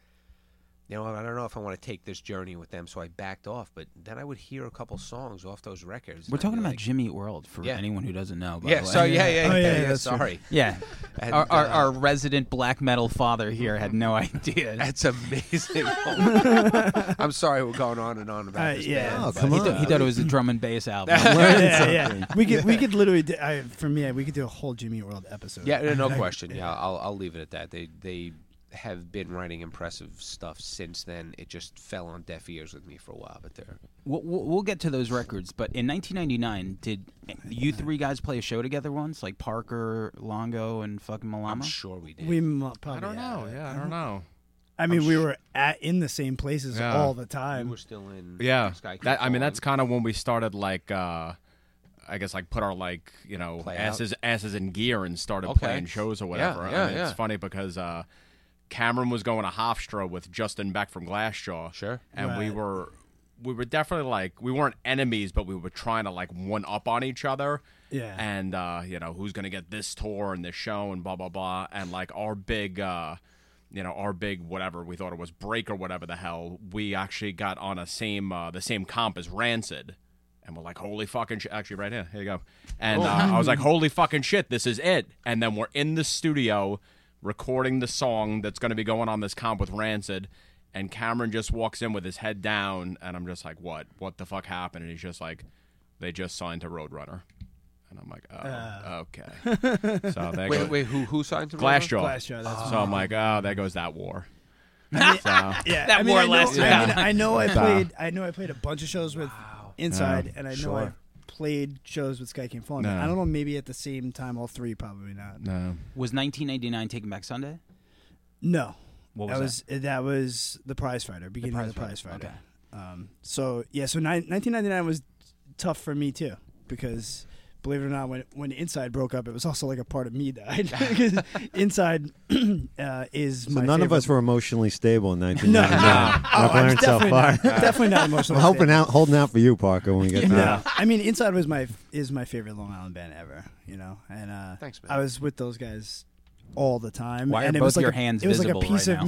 you know, I don't know if I want to take this journey with them, so I backed off. But then I would hear a couple songs off those records. and We're I'd talking be about like, Jimmy Eat World for Yeah. anyone who doesn't know. By yeah, the way. so yeah, yeah, Oh, yeah, yeah, yeah, that's sorry. yeah. And, our, our uh, our resident black metal father here had no idea. that's amazing. I'm sorry, we're going on and on Uh, about this yeah. band. Oh, but- come He, on. th- he thought it was a drum and bass album. yeah, yeah. We could we could literally do, I, for me we could do a whole Jimmy Eat World episode. Yeah, no, no question. Yeah, I'll I'll leave it at that. They they have been writing impressive stuff since then. It just fell on deaf ears with me for a while, but they're We'll, we'll we'll get to those records, but in 1999, did you three guys play a show together once, like Parker, Longo, and fucking I'm Malama? sure we did. we mu- probably. I don't know. have. Yeah, I don't know. I mean, we were at in the same places Yeah. all the we time. were still in Yeah, Sky Keeps that I mean Falling. that's kind of when we started like. uh I guess like put our like you know Play out. asses asses in gear and started Okay. playing shows or whatever. yeah, I mean, yeah. It's funny because uh, Cameron was going to Hofstra with Justin Beck from Glassjaw. Sure. and we Right. were we were definitely like we weren't enemies, but we were trying to like one up on each other. Yeah. and uh, you know who's gonna get this tour and this show and blah blah blah and like our big. uh you know our big whatever we thought it was break or whatever the hell we actually got on a same uh, the same comp as rancid and we're like holy fucking shit actually right here here you go and uh, i was like holy fucking shit this is it and then we're in the studio recording the song that's going to be going on this comp with rancid and cameron just walks in with his head down and i'm just like what what the fuck happened and he's just like they just signed to roadrunner and i'm like oh Uh. okay so they Wait, go- wait, who who signed to Glassjaw. Glassjaw, that's so I'm like, oh, there goes that war. Yeah, That I mean, war I know, lasted I, how mean, long? I know I played. I know I played a bunch of shows with Inside, and I know I sure. played shows with Sky Came Falling. I don't know. Maybe at the same time, all three probably not. No, Was 1999 Taking Back Sunday? What that was was that? was the Prize Fighter, beginning of the Prize Prize Fighter. Fighter, Um, so yeah, so nine, 1999 was tough for me too because. Believe it or not, when when Inside broke up, it was also like a part of me died. 'Cause Inside uh, is So my none of favorite- us were emotionally stable in No, 1999. Oh, I've I'm learned so definitely far. not- definitely not emotional. I'm hoping out, holding out for you, Parker, when we get No, there. I mean, Inside was my is my favorite Long Island band ever. You know, and uh, Thanks, man. I was with those guys all the time. Why are and it both was like your a, hands It was visible like a piece right now? of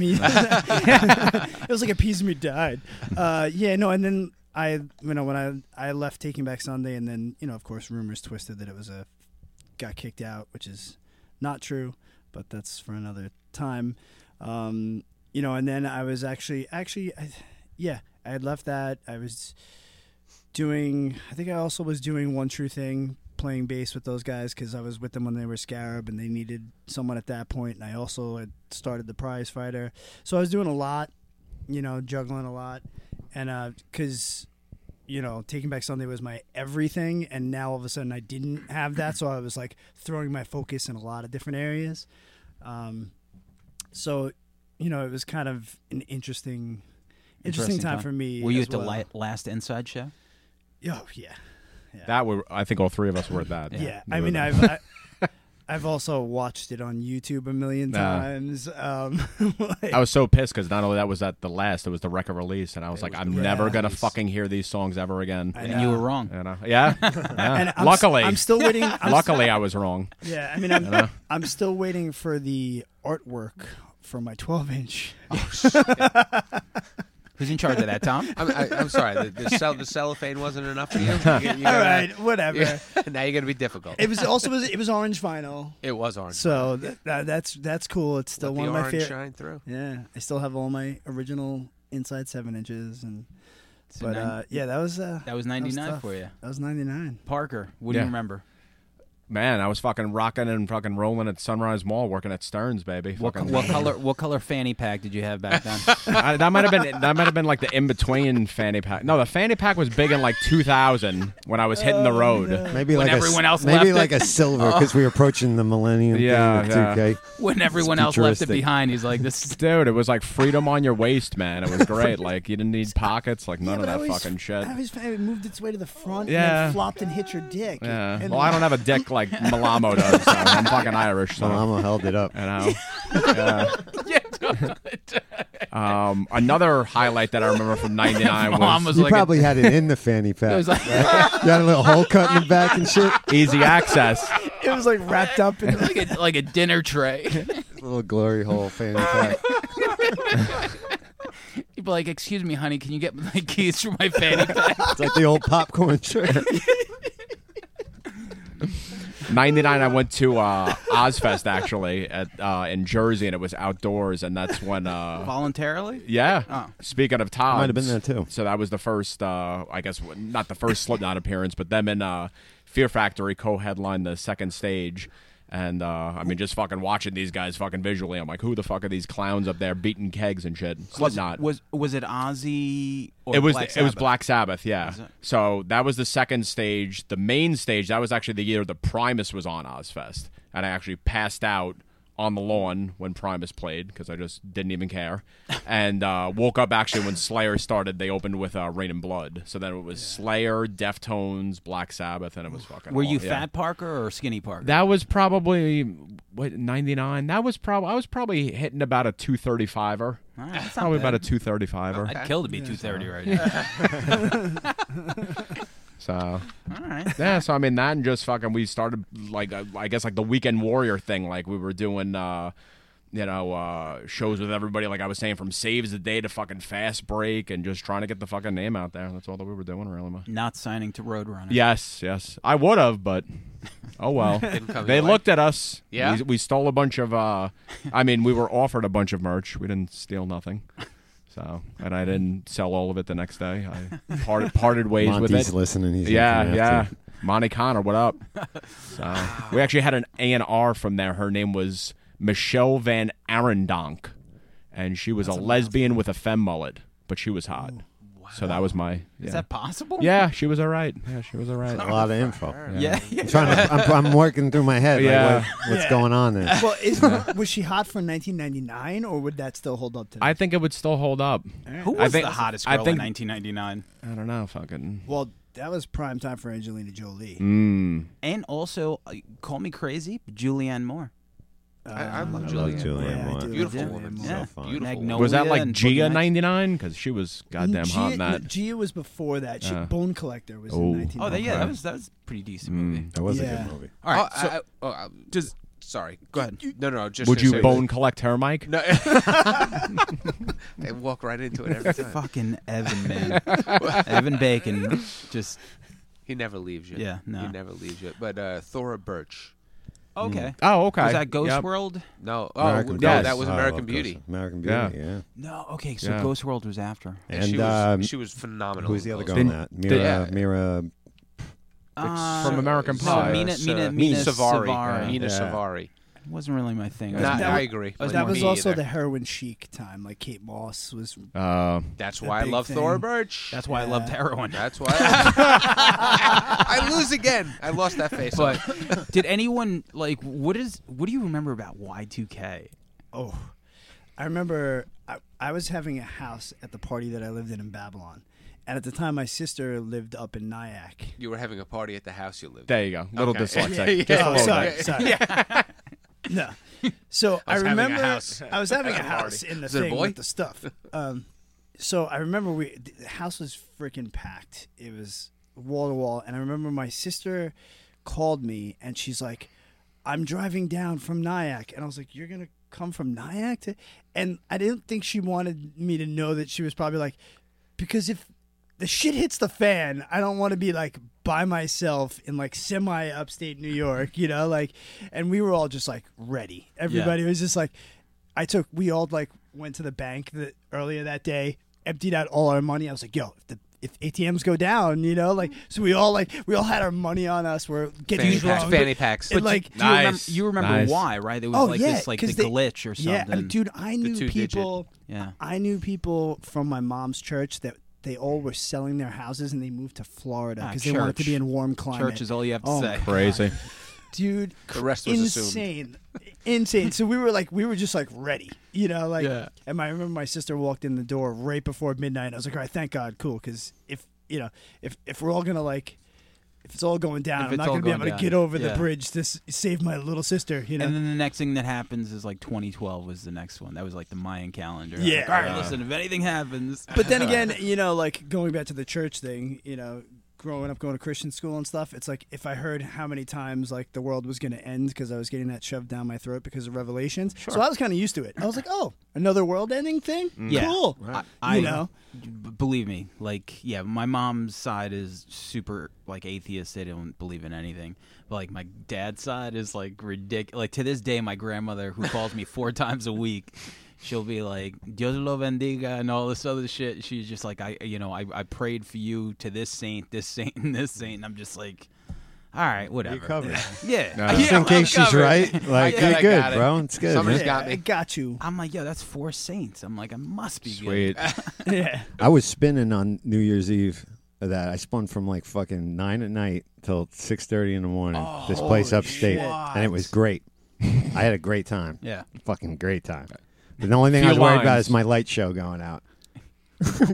me. it was like a piece of me died. Uh, yeah, no, and then I, you know, when I I left Taking Back Sunday, and then you know, of course, rumors twisted that it was a got kicked out, which is not true, but that's for another time. Um, you know, and then I was actually actually, I, yeah, I had left that. I was doing i think i also was doing one true thing playing bass with those guys because i was with them when they were scarab and they needed someone at that point and i also had started the prize fighter so i was doing a lot you know juggling a lot and because you know taking back sunday was my everything and now all of a sudden i didn't have that so i was like throwing my focus in a lot of different areas um, so you know it was kind of an interesting interesting, time, for me Were you as at the well. li- last Inside show? oh yeah That were, I think all three of us were at that. Yeah, I mean, I've I, I've also watched it on YouTube a million Nah. times. Um, like- I was so pissed because not only that was at the last, it was the record release, and I was like, I'm never gonna release. fucking hear these songs ever again. I You and you were wrong. know? Yeah. uh, and yeah. I'm s- luckily, I'm still waiting. I'm s- luckily I was wrong. yeah, I mean, I'm, I'm still waiting for the artwork for my 12 inch. Who's in charge of that, Tom? I'm, I, I'm sorry. The, the, cell, the cellophane wasn't enough for you. You got- you All gotta- right, whatever. now you're gonna be difficult. Uh, It was also it was orange vinyl, It was orange. so th- that, that's that's cool. It's still Let one the of my orange favorite. shine through. Yeah, I still have all my original inside seven inches, and So but nine- uh, yeah, that was uh, that was was 99 tough. for you. that was ninety nine. Parker, what do Yeah. you remember? Man, I was fucking rocking and fucking rolling at Sunrise Mall, working at Stearns, baby. What, co- Fucking- what color what color fanny pack did you have back then? I- that might have been that might have been like the in between fanny pack. No, the fanny pack was big in like 2000 when I was hitting Oh, the road. Maybe like everyone a, else maybe left like a silver because we were approaching the millennium. Yeah, thing yeah. of 2K. when everyone else left it futuristic. behind, he's like, "This is Dude, it was like freedom on your waist, man. It was great. Like you didn't need pockets, like none of yeah, but I that always- fucking shit. I always found it moved its way to the front, and Yeah. then flopped and hit your dick. Yeah. And- Well, I don't have a dick like Malamo does. So I'm fucking Irish, so. Malama held it up. You know. Yeah. um, another highlight that I remember from '99 Mom was, was You like, probably had it in the fanny pack. it was like you had a little hole cut in the back and shit. easy access. It was like wrapped up in. like a like a dinner tray." little glory hole fanny pack. You'd be like, "Excuse me, honey, can you get my keys for my fanny pack?" It's like the old popcorn trick. '99, I went to uh, Ozfest actually at uh, in Jersey, and it was outdoors, and that's when. Uh, Voluntarily? yeah. Oh. Speaking of Todd, might have been there, too. So that was the first, uh, I guess, w- not the first Slipknot appearance, but them and uh, Fear Factory co-headlined the second stage. And uh, I mean, just fucking watching these guys fucking visually, I'm like, who the fuck are these clowns up there beating kegs and shit? Slipknot. Was was it Ozzy? Or it was Black it was Sabbath? Black Sabbath, yeah. it? So that was the second stage. The main stage that was actually the year the Primus was on Ozfest, and I actually passed out on the lawn when Primus played because I just didn't even care, and uh, woke up actually when Slayer started. They opened with uh, Rain and Blood, so then it was Slayer, Deftones, Black Sabbath, and it was fucking. Were you all- yeah. Fat Parker or Skinny Parker? That was probably what ninety nine. That was probably I was probably hitting about a two thirty five er. All right, that's not Probably bad. about a two thirty five er. I'd kill to be 230 right now. So All right. Yeah, so I mean that, and just fucking, we started like uh, I guess like the weekend warrior thing. Like we were doing, uh, you know, uh, shows with everybody. Like I was saying, from saves the day to fucking fast break, and just trying to get the fucking name out there. That's all that we were doing, really. Ma. Not signing to Roadrunner. Yes, yes, I would have, but oh well. come they your way. looked at us. Yeah? we, we stole a bunch of. Uh, I mean, we were offered a bunch of merch. We didn't steal nothing. So, and I didn't sell all of it the next day. I parted, parted ways with it. Monty's listening. He's Yeah, looking yeah. after you. Monty Connor, what up? So, we actually had an A and R from there. Her name was Michelle Van Arendonk, and she was a, lesbian with a femme mullet, but she was hot. So that was my. Yeah. Is that possible? yeah, she was all right. Yeah, she was all right. A lot of info. Yeah. I'm trying to. I'm, I'm working through my head. Yeah. Like, what, what's Yeah. going on there? Well, is, was she hot for 1999, or would that still hold up today? I think it would still hold up. Who I was think- the hottest I girl think- in 1999? I don't know, fucking. well, that was prime time for Angelina Jolie. Mm. And also, uh, call me crazy, but Julianne Moore. I, I love I Julianne. love Julianne Yeah, I Moore. do. Beautiful Yeah. woman. Yeah. So fun. Beautiful. Magnolia. woman. Was that like and Gia Boogie Nights. ninety nine? Because she was goddamn Gia, hot in no, that. Gia was before that. She, Uh. Bone Collector was Oh. in 1999. Oh, that, yeah, that Okay. was that was a pretty decent movie. Mm. That was a Yeah. good movie. All right, Oh, so I, I- oh, I'm- does sorry. go ahead. No, no. Just Would gonna you say- bone collect her, Mike? No. they walk right into it every time. Fucking Evan, man. Evan Bacon, just He never leaves you. Yeah, no. He never leaves you. But uh, Thora Birch. okay. Oh, okay. Was that Ghost Yep. World? No. Oh, American no. Yes. That was Oh, I American love Beauty. Ghost- American Yeah. Beauty. Yeah. No. Okay, so Yeah. Ghost World was after. And, she, And was, um, she was phenomenal. who's the in other those. girl in that? Mira. yeah. Mira. Uh, From American no, Pie. Mina, Sa- Mina, Mina, Savari. Savari. Mina Yeah. Savari. wasn't really my thing. Not- that I was- agree. that that Wouldn't was be also either. the heroin chic time. Like Kate Moss was. Uh, That's the why I big love thing. Thora Birch. That's why I loved heroin. That's why. I, I lose again. I lost that face. But did anyone like what is what do you remember about Y2K? Oh, I remember I, I was having a house at the party that I lived in in Babylon, And at the time, my sister lived up in Nyack. You were having a party at the house you lived. in. There you go. Little Okay. dyslexic. Just a Oh, little sorry, bit. sorry. No. So I, was having a remember house. I was having a At a house party. in the Is it a thing boy? with the stuff. Um, so I remember we the house was freaking packed. It was wall to wall, and I remember my sister called me and she's like, "I'm driving down from Nyack," and I was like, "You're gonna come from Nyack?" To... And I didn't think she wanted me to know that she was probably like, because if the shit hits the fan, I don't want to be like by myself in like semi upstate New York, you know, like and we were all just like ready. Everybody was just like I took we all like went to the bank that earlier that day, emptied out all our money. I was like, yo, if the if ATMs go down, you know, like so we all like we all had our money on us. We're getting Fanny packs. drunk. Fanny packs. It, like Do you remem- Nice. you remember, Nice. why, right? There was Oh like yeah, this, like the 'cause they- glitch or something. Yeah, I mean, dude, I knew two-digit. people. Yeah. I knew people from my mom's church that they all were selling their houses and they moved to Florida Ah, because they wanted to church. be in warm climate. Church is all you have to Oh, say. Crazy. dude, The rest was assumed. insane, insane. So we were like, we were just like ready, you know, like. Yeah. And my, I remember my sister walked in the door right before midnight. I was like, all right, thank God, cool, because if you know, if if we're all gonna like. If it's all going down, If I'm it's not all gonna be going able down, to get over yeah. the bridge to s- save my little sister. You know, And then the next thing that happens is like 2012 was the next one. That was like the Mayan calendar. Yeah. Like, All right, Yeah. listen, if anything happens. But then again, you know, like going back to the church thing, you know, growing up going to Christian school and stuff, it's like if I heard how many times like the world was going to end because I was getting that shoved down my throat because of Revelations, so I was kind of used to it. I was like, oh, another world ending thing, Yeah. cool. Mm. I, you know, b- believe me, like, yeah, my mom's side is super like atheist. They don't believe in anything. But like my dad's side is like ridiculous. Like to this day, my grandmother who calls me four times a week. She'll be like Dios lo bendiga and all this other shit. She's just like I, you know, I, I prayed for you to this saint, this saint, and this saint. And I'm just like, all right, whatever. covered. Yeah, No. Yeah, uh, Just I'm in case she's covered. right, like I got you're it, good, got it. bro. It's good. Somebody's man. got I me. got you. I'm like, yo, that's four saints. I'm like, I must be good. Sweet. yeah, I was spinning on New Year's Eve. of That I spun from like fucking nine at night till six thirty in the morning. this place holy upstate, shit. and it was great. I had a great time. Yeah. fucking great time. But the only thing Few I was worried about lines. is my light show going out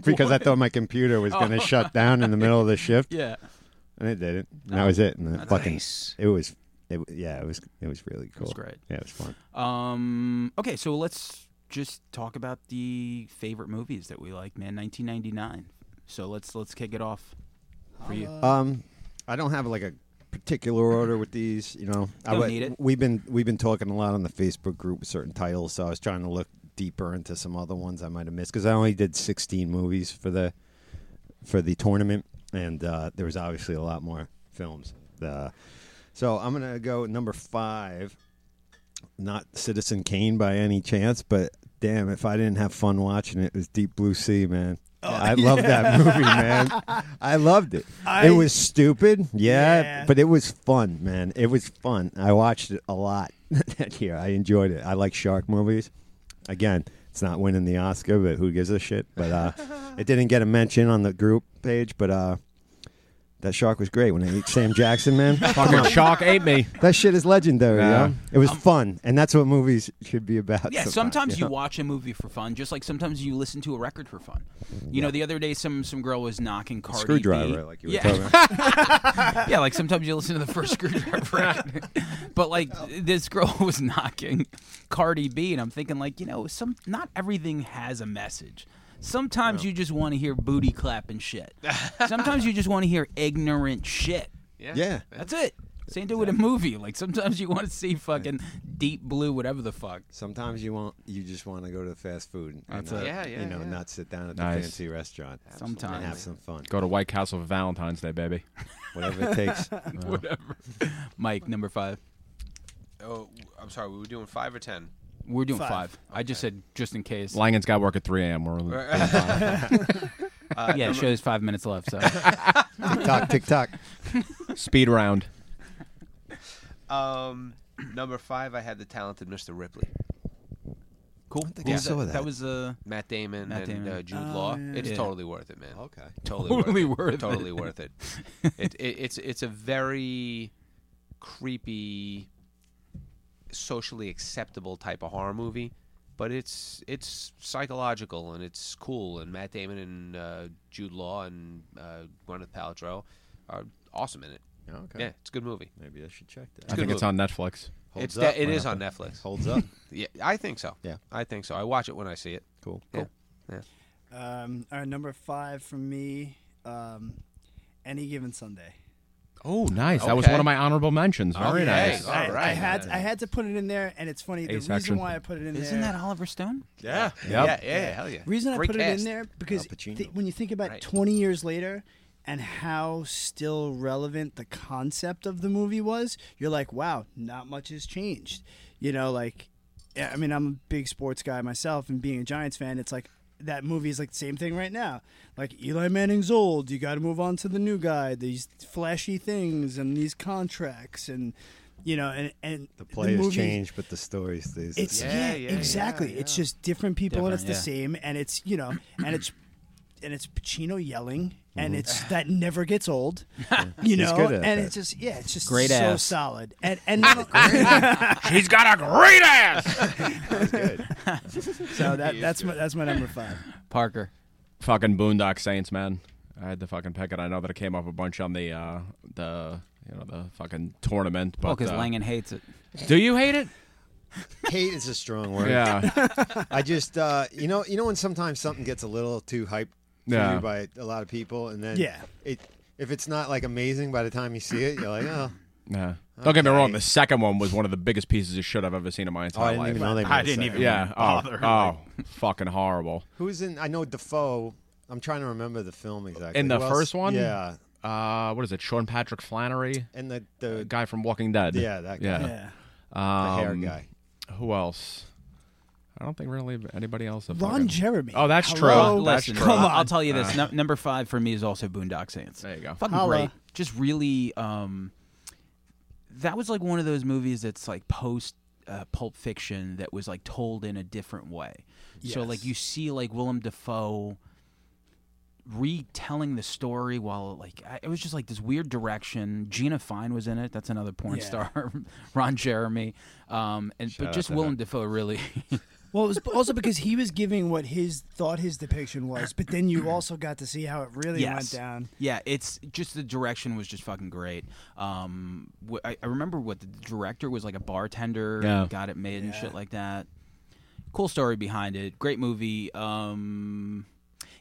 because I thought my computer was going to shut down in the middle of the shift, Yeah. and it didn't. And that was it. And it fucking, Nice. it was, it w- yeah, it was, it was really cool. great. Yeah, it was fun. Um. Okay, so let's just talk about the favorite movies that we like, man. 1999. So let's let's kick it off for you. Um, I don't have like a particular order with these. You know, I Don't would- need it. We've been we've been talking a lot on the Facebook group with certain titles, so I was trying to look deeper into some other ones I might have missed because I only did 16 movies for the for the tournament, and uh, there was obviously a lot more films. Uh, so I'm gonna go number five. Not Citizen Kane by any chance, but damn, if I didn't have fun watching it, it was Deep Blue Sea, man. Oh, I love that movie, man. I loved it. I- it was stupid, yeah, Yeah. but it was fun, man. It was fun. I watched it a lot that year. I enjoyed it. I like shark movies. Again, it's not winning the Oscar, but who gives a shit? But uh, it didn't get a mention on the group page, but uh, that shark was great when I ate Sam Jackson, man. Come Fucking on. shock ate me. That shit is legendary, Nah. yo. It was fun, and that's what movies should be about. Yeah, sometimes you know? watch a movie for fun, just like sometimes you listen to a record for fun. You know, the other day, some some girl was knocking Cardi B. Screwdriver, like you were yeah. talking about. yeah, like sometimes you listen to the first screwdriver. record. but like this girl was knocking Cardi B, and I'm thinking like, you know, some not everything has a message. Sometimes you just want to hear booty clapping shit. sometimes you just want to hear ignorant shit. Yeah. That's it. Same thing with a movie. Like sometimes you want to see fucking deep blue, whatever the fuck. Sometimes you want you just want to go to the fast food and That's not, it. Yeah, yeah, you know, yeah. not sit down at the Nice. fancy restaurant and have Sometimes, some fun. Go to White Castle for Valentine's Day, baby. Whatever it takes. whatever. Mike number five. Oh, I'm sorry. We were doing five or ten. We're doing five. Five. I just said just in case. Langen's got work at 3 a.m. We're yeah, it shows five minutes left. So tick tock, tick tock. speed round. Um, number five, I had the talented Mr. Ripley, cool. think I Yeah. saw that. That was uh, Matt Damon, Matt and Damon. Uh, Jude Oh, Law. yeah. It's Yeah. totally worth it, man. Okay. Totally, Totally worth, worth it. it. Totally worth it. it, it. It's it's a very creepy, socially acceptable type of horror movie, but it's it's psychological and it's cool. And Matt Damon and uh, Jude Law and uh, Gwyneth Paltrow are awesome in it. Okay. Yeah, it's a good movie. Maybe I should check that. I think it's on Netflix. Holds it's up de- it when is I- on Netflix. Holds up. Yeah, I think so. Yeah. I think so. I watch it when I see it. Cool. Yeah. Cool. Um, all right, number five from me. Um, any given Sunday. Oh, nice. Oh, That was Okay. one of my honorable mentions. Very Okay. nice. All I, I right. had I had to put it in there, and it's funny. the Ace reason action. why I put it in there. Isn't that Oliver Stone? Yeah. Yep. Yeah, yeah, hell yeah. reason Great I put it cast. in there because Al Pacino. thi- when you think about Right. 20 years later and how still relevant the concept of the movie was, you're like, wow, not much has changed. You know, like, yeah, I mean, I'm a big sports guy myself, and being a Giants fan, it's like that movie is like the same thing right now. Like Eli Manning's old, you got to move on to the new guy. These flashy things and these contracts and. You know, and and The players movie- change, but the story stays. the it's same. yeah, Yeah, yeah, exactly. yeah, It's just different people, and it's Different, the same, and it's you know, and it's and it's Pacino yelling, and it's that never gets old, you know, Mm-hmm. good at and that. it's just yeah, it's just Great so ass. solid, and and She's got a great ass. so that that's my that's my number five. Parker. fucking Boondock Saints, man. I had to fucking pick it. I know that it came up a bunch on the uh the you know the fucking tournament, but Oh, because uh, Langan hates it. do you hate it? Hate is a strong word. Yeah, I just uh, you know you know when sometimes something gets a little too hyped for Yeah. you by a lot of people, and then Yeah. it if it's not like amazing by the time you see it, you're like, oh, yeah. Don't get me wrong. The second one was one of the biggest pieces of shit I've ever seen in my oh I entire didn't life. even know they. Made I a didn't second even- one." yeah. Bother, Oh, oh, fucking horrible. Who's in? I know Defoe. I'm trying to remember the film exactly. In the Who else- first one? yeah, Uh, what is it? Sean Patrick Flannery, and the the the, guy from Walking Dead. Yeah, that guy. Yeah. Yeah, the Um, hair guy. Who else? I don't think really anybody else. have Ron fucking- Jeremy. Oh, that's Hello? true. That's Listen, true. I'll, I'll tell you this. Num number five for me is also Boondock Saints. There you go. Fucking Holla. great. Just really. Um, that was like one of those movies that's like post uh, Pulp Fiction that was like told in a different way. So like Yes. you see like Willem Dafoe retelling the story while like I, it was just like this weird direction. Gina Fine was in it. That's another porn Yeah. star. Ron Jeremy. Um, and but out just to Willem Dafoe really. Well, it was also because he was giving what his thought his depiction was, but then Mm-hmm. you also got to see how it really went Yes. down. Yeah, it's just the direction was just fucking great. Um, wh- I, I remember what the director was like a bartender, Yeah. and got it made and Yeah. shit like that. Cool story behind it. Great movie. Um,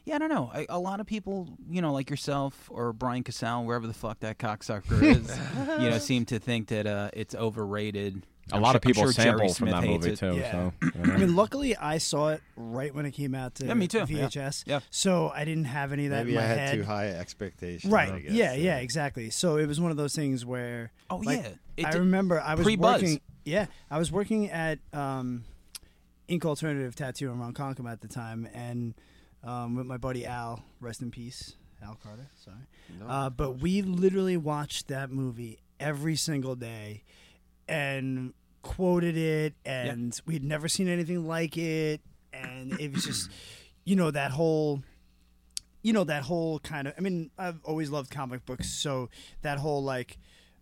yeah, I don't know. I, a lot of people, you know, like yourself or Brian Cassell, wherever the fuck that cocksucker is, you know, seem to think that uh, it's overrated. A I'm lot su- of people I'm sure Jerry sample from Smith that hates movie it. too. Yeah. So I mean, luckily I saw it right when it came out to Yeah, me too. Yeah. VHS. Yeah. So I didn't have any of that Maybe in my I had head. too high expectations. I Right. guess, yeah, yeah, exactly. So it was one of those things where Oh, like, yeah. It I did- remember I was pre-buzz. working Yeah, I was working at um Ink Alternative Tattoo in Ronkonkoma at the time and um, with my buddy Al, rest in peace, Al Carter, sorry. Uh, but we literally watched that movie every single day and quoted it and we'd never seen anything like it and it was just you know that whole you know that whole kind of i mean i've always loved comic books so that whole like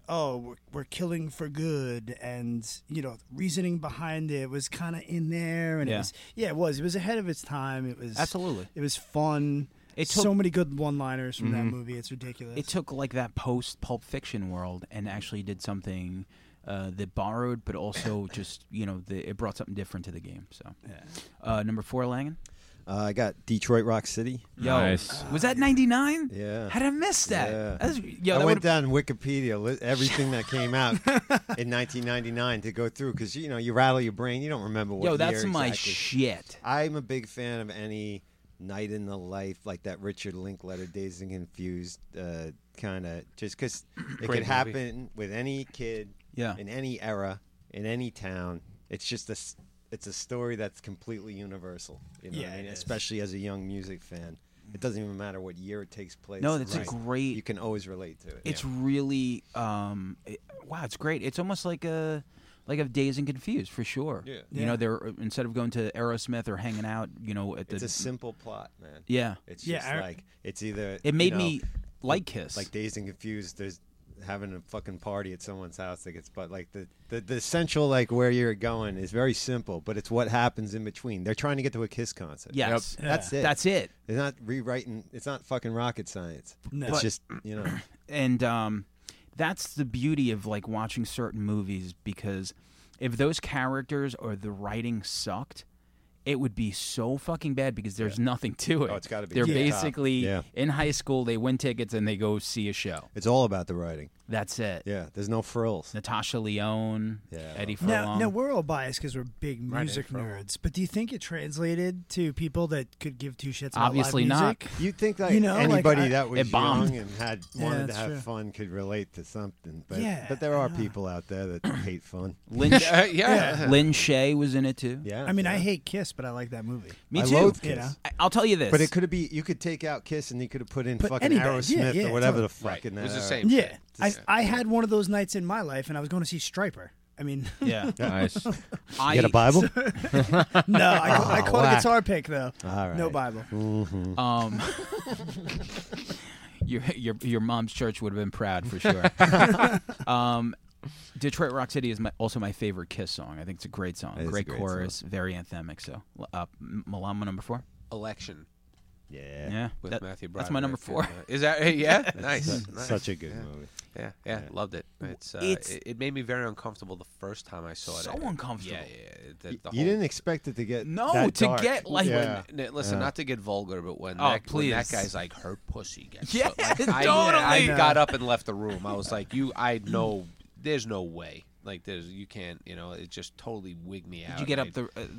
oh we're, we're killing for good and you know reasoning behind it was kind of in there and Yeah. it was yeah it was it was ahead of its time it was Absolutely. it was fun It so took- Mm-hmm. many good one-liners from that movie. It's ridiculous. it took like that post Pulp Fiction world and actually did something uh, that borrowed, but also just you know the, it brought something different to the game. So uh, number four, Langen. Uh, I got Detroit Rock City. Yo, Nice. was that ninety nine? Yeah. How'd I miss that? Yeah. That's, yo, I that would've- went down Wikipedia, li- everything that came out in 1999 to go through because you know you rattle your brain, you don't remember what. yo, that's year my exactly. shit. I'm a big fan of any night in the life like that Richard Linkletter Dazed and Confused uh, kind of just because it could movie. happen with any kid Yeah. in any era in any town. It's just a s- it's a story that's completely universal. You know what Yeah, I mean? it is. especially as a young music fan. It doesn't even matter what year it takes place. No, that's a Right. great- You can always relate to it. It's really um, it- wow, it's great. It's almost like a like a Days and Confused for sure. Yeah. You know, they're uh, instead of going to Aerosmith or hanging out, you know, at the It's a simple plot, man. yeah, It's Yeah, just I- like it's either it you made know, me like Kiss. like dazed and confused. There's having a fucking party at someone's house that gets but like the, the the essential like where you're going is very simple, but it's what happens in between. They're trying to get to a Kiss concert. Yes. That's it. That's it. They're not rewriting. It's not fucking rocket science. No. It's But- just you know. and um, that's the beauty of like watching certain movies because if those characters or the writing sucked it would be so fucking bad because there's nothing to it Oh, it's gotta be they're over the top. basically Yeah. in high school they win tickets and they go see a show It's all about the writing. that's it Yeah, there's no frills. natasha leone Yeah. eddie Now, furlong now we're all biased because we're big Right, music April. nerds, but do you think it translated to people that could give two shits? About obviously live not music? You'd think that You know, like, anybody I- that was It bombed. young and had wanted to that's have true. fun could relate to something. But Yeah, but there are yeah. people out there that hate fun. lynn, Uh, yeah. lynn shay was in it too Yeah, I mean, yeah. I hate Kiss, but I like that movie. me I too loathe You Kiss. know? I- i'll tell you this But it could be you could take out Kiss and you could have put in Put fucking anybody, Aerosmith yeah, yeah, or whatever totally. the fuck Right. in It that. was the era. same. Yeah, I, Yeah. I had one of those nights in my life, and I was going to see Striper. I mean, yeah Nice. I, You got a Bible? no, I, I caught a whack. guitar pick though. All right. No Bible. Um, your your your mom's church would have been proud for sure. um, Detroit Rock City is my, also my favorite Kiss song. I think it's a great song, It is a great, great chorus, very anthemic. So, uh, M- Malama number four. Election Yeah. Yeah, with that- Matthew Broderick. That's my number four. and, uh, is that yeah? nice. Su- nice. Such a good movie. Yeah, yeah, loved it. It's, uh, it's- it, it made me very uncomfortable the first time I saw it. So I- uncomfortable. Yeah, yeah. The, the You whole- didn't expect it to get No, that to dark. get, like- yeah. N- n- listen, not to get vulgar, but when, Oh, that, when that please. guy's like, her pussy gets Yeah, so-" like, I, totally. I got up and left the room. I was like, you, I know, there's no way. Like, there's, you can't, you know, it just totally wigged me out. Did you get and up the? Uh,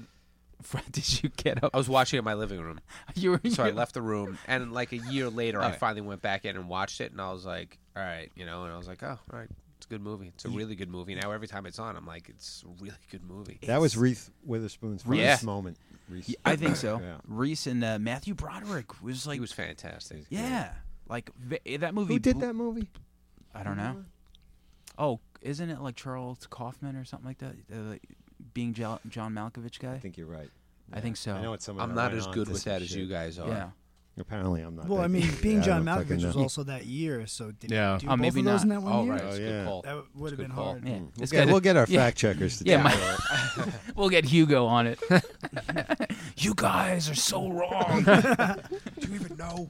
Fred, did you get up? Oh, I, I was watching in my living room. You were. So I you- left the room, and like a year later, I Alright. finally went back in and watched it, and I was like, "All right, you know," and I was like, "Oh, all right, it's a good movie. It's a really good movie." Now every time it's on, I'm like, "It's a really good movie." That was Reese Witherspoon's first Yeah. moment. Reese. I think so. Yeah. Reese and uh, Matthew Broderick was like, He was fantastic. yeah, like v- that movie. Who did blew- that movie? I don't know. Oh, isn't it like Charles Kaufman or something like that? Uh, like, being jo- John Malkovich guy? I think you're right. I think so. I know it's someone. that I'm not went as on good to with some that as shit. you guys are. yeah. Apparently, I'm not. Well, that I mean, good. being Yeah, I John don't fucking Malkovich was know. also that year, so did Yeah. yeah. do Oh, both maybe of those in not. that one Oh year? right, it's a yeah. good call. That w- would have Good been call. hard. Yeah. We'll This get, guy- we'll get our yeah, fact checkers to Yeah, do my- it. We'll get Hugo on it. you guys are so wrong. Do you even know?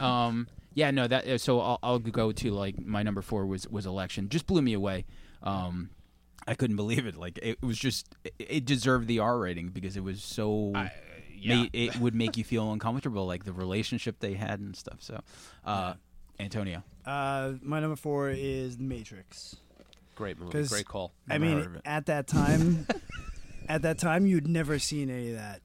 um, yeah, no, that. uh, So I'll, I'll go to like my number four was was election. Just blew me away. Um, I couldn't believe it. Like it was just it, it deserved the R rating because it was so. uh, ma- it would make you feel uncomfortable, like the relationship they had and stuff. So, uh, Antonio, Uh, my number four is The Matrix. Great movie. 'Cause- Great call. I Never heard of mean, it. at that time, at that time, you'd never seen any of that,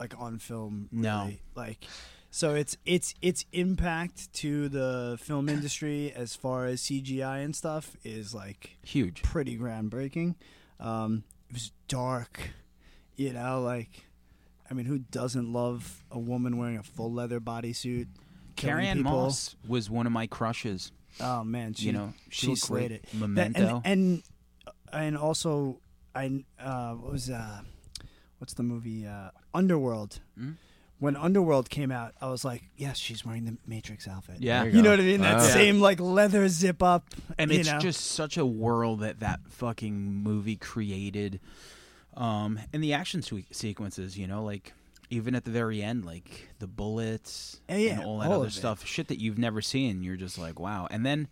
like on film. Really. No. like so it's it's its impact to the film industry as far as CGI and stuff is like huge. pretty groundbreaking. Um, it was dark, you know, like I mean, who doesn't love a woman wearing a full leather bodysuit? killing Carrie Ann people? Moss was one of my crushes. Oh man, she you know, she, she looked great. slayed it. That- Memento. and, and and also I uh, what was uh, what's the movie uh, Underworld? Mm. When Underworld came out, I was like, yes, she's wearing the Matrix outfit. yeah, There You know what I mean? That Wow. Yeah. same like leather zip up, and you it's know? just such a world that that fucking movie created. Um, and the action se- sequences, you know, like even at the very end, like the bullets Yeah, yeah, and all that all other of it. stuff, shit that you've never seen. You're just like, wow. And then,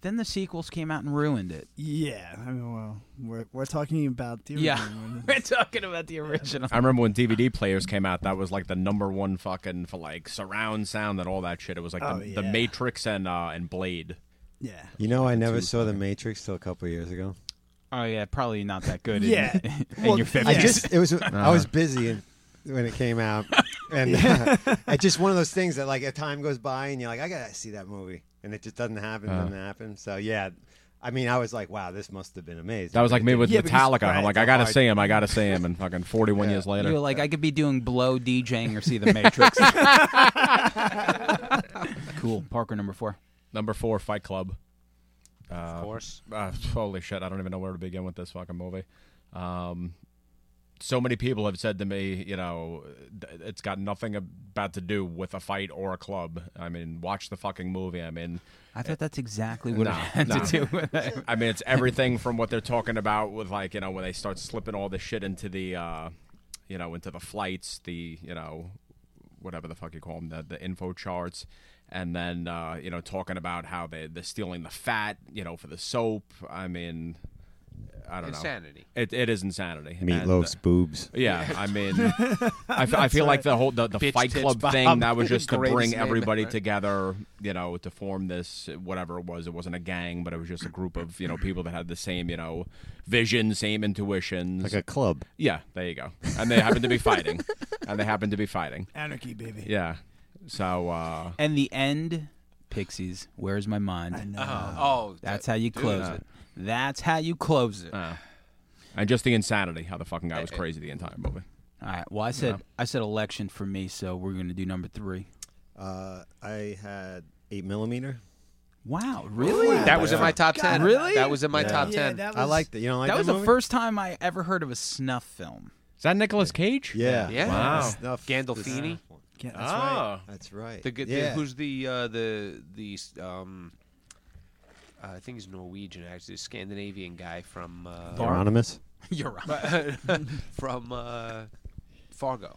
then the sequels came out and ruined it. yeah. I mean, well, we're we're talking about the Yeah, original. we're talking about the original. I remember when DVD players came out, that was like the number one fucking for like surround sound and all that shit. It was like Oh, the, the yeah. Matrix and uh, and Blade. yeah. You know, I never saw The Matrix till a couple of years ago. Oh yeah, probably not that good. in- Yeah. in, Well, your yeah. fifties. I just it was I was busy and, when it came out, and uh, it's just one of those things that like a time goes by and you're like, I gotta see that movie, and it just doesn't happen, doesn't happen. So yeah, I mean, I was like, wow, this must have been amazing. That was like me with Yeah, because- Metallica. I'm right, like, it's I gotta hard. see him. I gotta see him. And fucking 41 years later, You're like, I could be doing blow, DJing, or see the Matrix. cool. Parker number four. number four, Fight Club. Of course. Uh, holy shit! I don't even know where to begin with this fucking movie. Um, so many people have said to me, you know, th- it's got nothing about to do with a fight or a club. I mean, watch the fucking movie. I mean, I thought that's exactly what No, it had no. to do with it. I mean, it's everything from what they're talking about with like you know when they start slipping all this shit into the, uh, you know, into the flights, the you know, whatever the fuck you call them, the, the info charts, and then uh, you know talking about how they they're stealing the fat, you know, for the soap. I mean, I don't Insanity. know. It it is insanity. And, Meatloaf's uh, boobs. yeah, I mean, I, f- I feel like the whole the, the Bitch Fight tits Club Bob. thing that was just to Greatest bring name everybody ever. together, you know, to form this whatever it was. It wasn't a gang, but it was just a group of you know people that had the same you know vision, same intuitions. Like a club. yeah, there you go. And they happened to be fighting, and they happened to be fighting. Anarchy, baby. Yeah, so uh, And the end, Pixies. Where's my mind? oh, That's how you close it. That's how you close Uh, it. and just the insanity, how the fucking guy was crazy the entire movie. All right. Well, I said I said election for me, so we're gonna do number three. Uh, I had eight millimeter. Wow, really? That was in my top ten. Really? That was in my Yeah. top Yeah, ten. that was, I liked it. You know, like That was the movie? first time I ever heard of a snuff film. Is that Nicolas Cage? Yeah. Yeah. Wow. The Snuff, the Gandolfini? snuff one. Yeah, that's right. Oh, That's right. The, g- the yeah. who's the uh, the the um, uh, I think he's Norwegian actually, Scandinavian guy from uh, Anonymous? You're right. from uh, Fargo.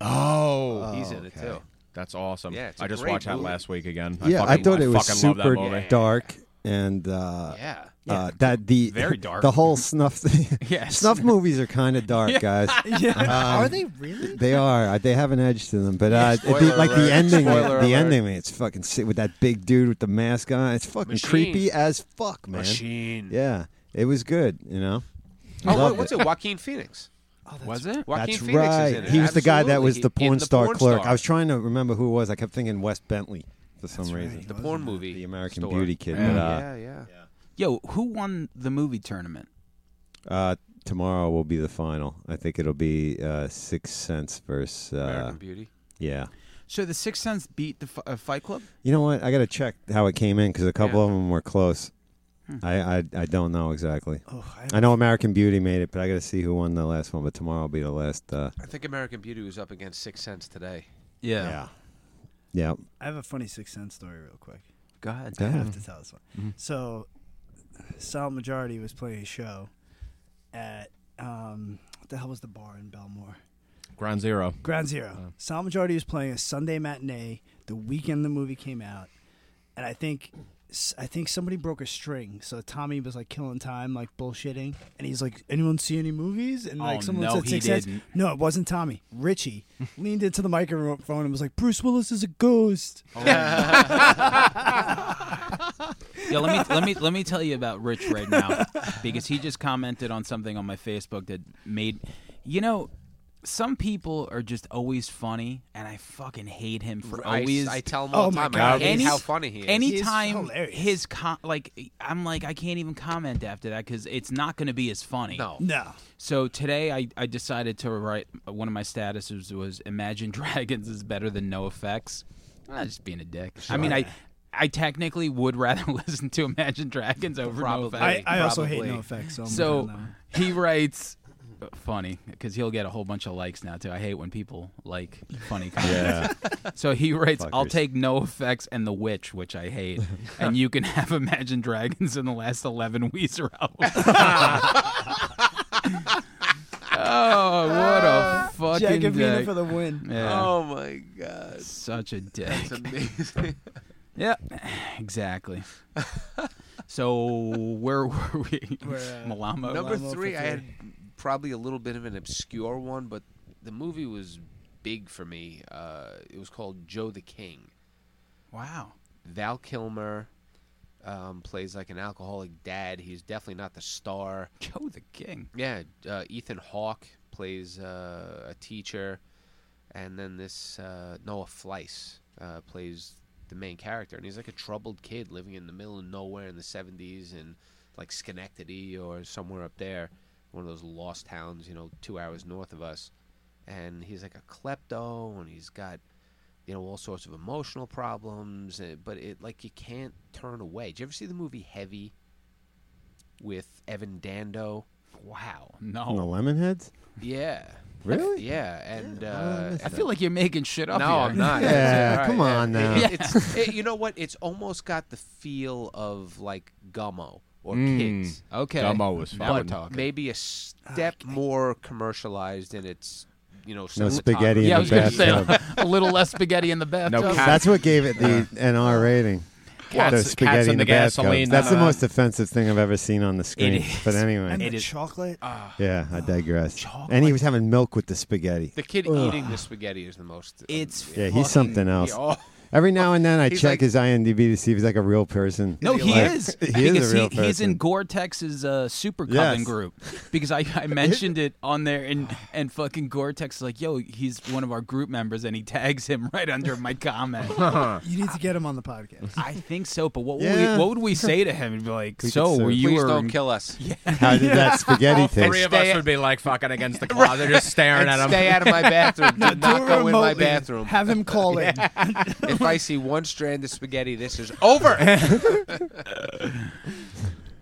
oh, he's in it okay. too. that's awesome. Yeah, it's a I just great watched that movie. last week again. yeah, I fucking- thought it was fucking super love that movie. dark and uh, Yeah. uh, that the Very dark. The whole snuff thing. Yes. snuff movies are kind of dark, guys. Um, Yeah. Are they really? They are. Uh, They have an edge to them, but uh, it'd be Spoiler like alert. the ending. Spoiler the alert. ending. It's fucking sick with that big dude with the mask on. It's fucking Machine. creepy as fuck, man. Machine. Yeah, it was good. You know. I Oh, loved wait, what's it? Joaquin Phoenix. was it? Joaquin Oh, That's Phoenix right. is in it. He was the guy that Absolutely. was He- the porn in star porn clerk. star. I was trying to remember who it was. I kept thinking Wes Bentley for some reason. the porn movie. The American store. Beauty kid. Yeah. But, uh, Yeah, yeah. Yo, who won the movie tournament? Uh, tomorrow will be the final. I think it'll be uh, Six Sense versus uh, American Beauty. yeah. So the Sixth Sense beat the F- uh, Fight Club. You know what? I gotta check how it came in because a couple Yeah. of them were close. I, I I don't know exactly. Oh, I, I know American Beauty made it, but I gotta see who won the last one. But tomorrow will be the last. Uh, I think American Beauty was up against Six Sense today. yeah. Yeah. I have a funny Sixth Sense story, real quick. Go ahead. I Yeah. have to tell this one. Mm-hmm. So, Solid Majority was playing a show at um, what the hell was the bar in Belmore? Ground Zero. Ground Zero. Solid Majority was playing a Sunday matinee the weekend the movie came out, and I think I think somebody broke a string. So Tommy was like killing time, like bullshitting, and he's like, "Anyone see any movies?" And like Oh, someone no, said he Sixth Sense. didn't. No, it wasn't Tommy. Richie leaned into the microphone and was like, "Bruce Willis is a ghost." Oh. Yo, let me let me let me tell you about Rich right now because he just commented on something on my Facebook that made you know some people are just always funny and I fucking hate him for I, always I tell him all Oh the my time. I God. hate Any- how funny he is. anytime hilarious. his com- like I'm like I can't even comment after that cuz it's not going to be as funny. no. No. So today I, I decided to write uh, one of my statuses was Imagine Dragons is better than No Effects. I'm just being a dick. I mean I I technically would rather listen to Imagine Dragons over No Probably. Effects. I, I also hate Probably. no effects. So, I'm with So you on that one. he writes funny because he'll get a whole bunch of likes now too. I hate when people like funny comments. So he writes, "I'll Fuckers. take no effects and the witch, which I hate, and you can have Imagine Dragons in the last eleven Weezer albums." oh, what a fucking Jacob Mina dick. for the win. Yeah, Oh my god. such a dick. It's amazing. Yeah, exactly. so where were we? We're, uh, Malamo. Number Lionel three, I had Fifty. probably a little bit of an obscure one, but the movie was big for me. Uh, it was called Joe the King. wow. Val Kilmer um, plays like an alcoholic dad. He's definitely not the star. Joe the King. Yeah, uh, Ethan Hawke plays uh, a teacher, and then this uh, Noah Fleiss uh, plays the main character, and he's like a troubled kid living in the middle of nowhere in the '70s in like Schenectady or somewhere up there, one of those lost towns, you know, two hours north of us. And he's like a klepto, and he's got you know all sorts of emotional problems, eh, but it like you can't turn away. Did you ever see the movie Heavy with Evan Dando? Wow. On the No. Lemonheads? Yeah. Really? Yeah, and I uh, missed I feel like you're making shit up. no, here. I'm not. Yeah, It's- come alright, on it- now. it- it's, it- you know what? It's almost got the feel of like Gummo or Mm. Kids. Okay. Gummo was fun. Now we're talking. Maybe a step more commercialized in its, you know, No cinematography. spaghetti in yeah, I the was gonna say bathtub. a little less spaghetti in the bathtub. cat- That's what gave it the NR rating. Cats- the cats spaghetti in in the the bathtub. gasoline, uh, That's the none of most offensive thing I've ever seen on the screen. is. uh, But And anyway, the chocolate. yeah, I digress. And he was having milk with the spaghetti. The kid eating the spaghetti is the most. um, It's Yeah, he's something else. Yeah, oh. Every now and then I He's check like- his IMDb to see if he's like a real person. No, Like, he is. He because is a real he, he's in person. Gore-Tex's uh, super Yes. coven group because I, I mentioned it on there and and fucking Gore-Tex is like, yo, he's one of our group members and he tags him right under my comment. You need to get him on the podcast. I think so, but what would Yeah. we, what would we say to him? He'd be like, We so could say, were you please were don't kill us. How did that spaghetti Three taste? of us would be like fucking against the closet, just staring at And him. stay out of my bathroom. Do Do not it go in my remotely. bathroom. Have him call in. if I see one strand of spaghetti, this is over.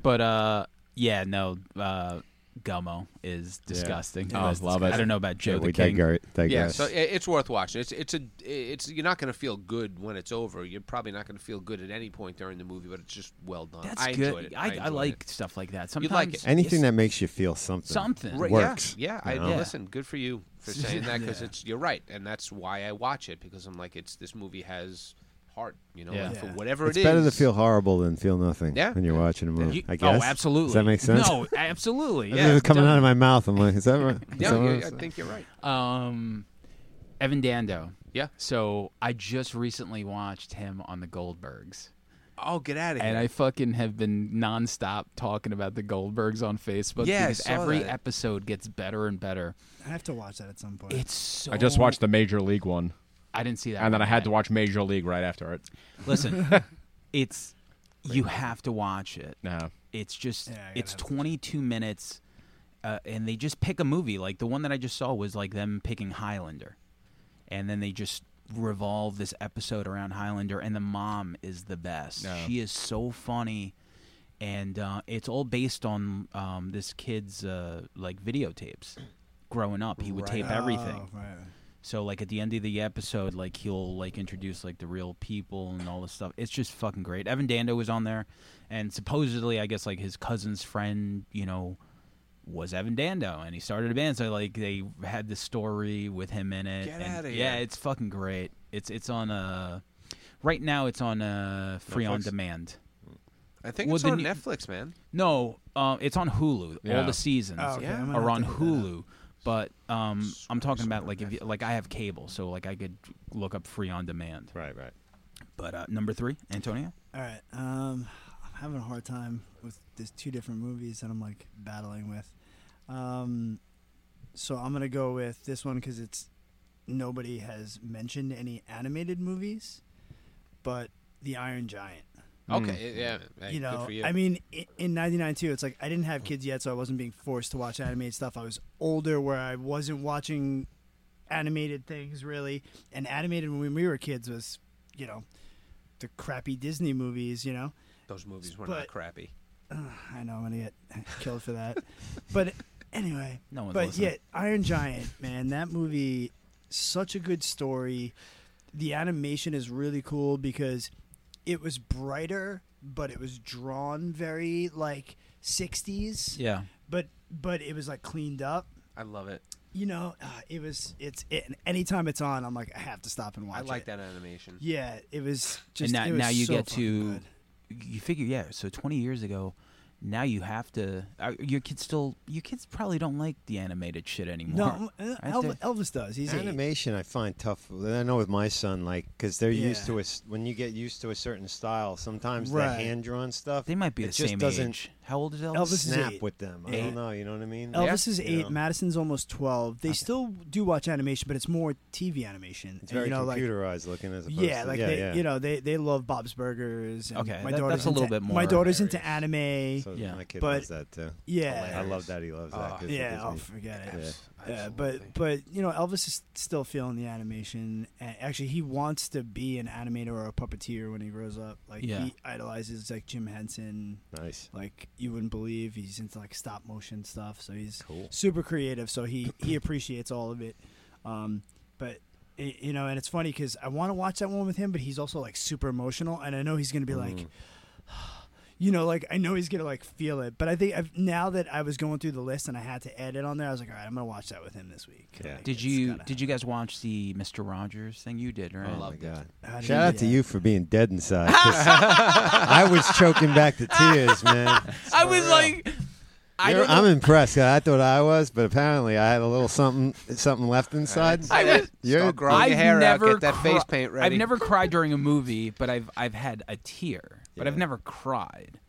But uh, yeah, no, uh, Gummo is disgusting. Oh, That's- love it. I don't know about Joe Yeah, the we King. digre- digress. yeah, so i- it's worth watching. It's it's a it's you're not going to feel good when it's over. You're probably not going to feel good at any point during the movie, but it's just well done. That's I good. enjoyed it. I, I, enjoyed like it. stuff like that. You Sometimes like it. Anything it's that makes you feel something. something. Right, works, Yeah, yeah. I, you know? Listen, good for you for saying that because it's you're right, and that's why I watch it because I'm like, it's this movie has heart. You know, Yeah. like, for Yeah. whatever It's it better to is. feel horrible than feel nothing Yeah. when you're watching a movie. You- I Oh, guess. absolutely. Does that make sense? No, absolutely. This yeah. is coming Don't- out of my mouth. I'm like, is that right? Is Yeah, that what yeah, I'm I saying? think you're right. Um, Evan Dando. Yeah. So I just recently watched him on the Goldbergs, Oh, get out of here! and I fucking have been nonstop talking about the Goldbergs on Facebook Yeah, I because saw every that. episode gets better and better. I have to watch that at some point. It's so. I just watched the Major League one, I didn't see that. and then I one had to yet. watch Major League right after it. Listen, it's you have to watch it. Yeah. It's just Yeah, I gotta it's have to 22 minutes, uh, and they just pick a movie. Like the one that I just saw was like them picking Highlander, and then they just revolve this episode around Highlander. And the mom is the best. Yeah. She is so funny, and uh, it's all based on um, this kid's uh, like videotapes. Growing up, he would tape everything. Oh, right. So like at the end of the episode, like he'll like introduce like the real people and all this stuff. It's just fucking great. Evan Dando was on there, and supposedly I guess like his cousin's friend, you know, was Evan Dando, and he started a band. So like they had this story with him in it. Get and- outta Yeah, here. it's fucking great. It's it's on uh right now it's on uh free on Netflix? demand. I think Well, it's the on new- Netflix, man. No, uh, it's on Hulu. Yeah. All the seasons Oh, okay, Yeah. I'm gonna are have on to look that up. Hulu, but um, I'm talking about like if you, like I have cable, so like I could look up free on demand. Right, right. But uh, number three, Antonio. All right. Um, I'm having a hard time with these two different movies that I'm like battling with. Um, so I'm gonna go with this one because it's nobody has mentioned any animated movies, but The Iron Giant. Okay, yeah, hey, you know, good for you. I mean, i- in '99 too, it's like I didn't have kids yet, so I wasn't being forced to watch animated stuff. I was older, where I wasn't watching animated things really, and animated when we were kids was, you know, the crappy Disney movies. You know, those movies were not but- crappy. I know I'm gonna get killed for that, but anyway, No one's but listening. yet, Iron Giant, man, that movie, such a good story. The animation is really cool because it was brighter, but it was drawn very like '60s. Yeah, But but it was like cleaned up. I love it. You know, uh, it was it's it. And anytime it's on, I'm like, I have to stop and watch. I like it. that animation. Yeah, it was and just. now, it was now you so get fucking to good. you figure yeah. So 20 years ago, now you have to. Uh, your kids still your kids probably don't like the animated shit anymore. No, uh, Right Elvis, Elvis does. He's eight. Animation, I find tough. I know with my son, like, because they're used Yeah. to a s When you get used to a certain style, sometimes Right. the hand drawn stuff they might be it the just same doesn't age. How old is Elvis? Elvis is snap eight. with them. I Eight. don't know. You know what I mean? Elvis is You eight. know. Madison's almost twelve. They still do watch animation, but it's more TV animation. It's And, very you know, like- computerized looking as opposed yeah, to like yeah, they, yeah. you know, they, they love Bob's Burgers. and Okay, my that- daughter's that's a little into- bit more My daughter's into various. anime. So oh, Yeah. my kid But- loves that too. yeah, I love that he loves that. Ah. 'cause it yeah. gives Oh, me- forget it. Yeah. Yeah, but but you know Elvis is still feeling the animation. And actually, he wants to be an animator or a puppeteer when he grows up. Like Yeah. he idolizes like Jim Henson, nice. like you wouldn't believe. He's into like stop motion stuff, so he's Cool. super creative. So he he appreciates all of it. Um, but i you know, and it's funny because I want to watch that one with him, but he's also like super emotional, and I know he's gonna be Mm. like. You know, like I know he's gonna like feel it, but I think I've, now that I was going through the list and I had to edit on there, I was like, all right, I'm gonna watch that with him this week. Yeah. Like, Did it's you gotta did you guys watch the Mister Rogers thing? You did, right? I love Oh, my God. happen. Shout out to Yeah. you for being dead inside. 'cause I was choking back the tears, man. I was like, I You're- don't know. I'm impressed. I thought I was, but apparently I had a little something something left inside. I was. You're, Stop growing your hair out. Get that cri- face paint ready. I've never cried during a movie, but I've I've had a tear, but I've Yeah. never cried.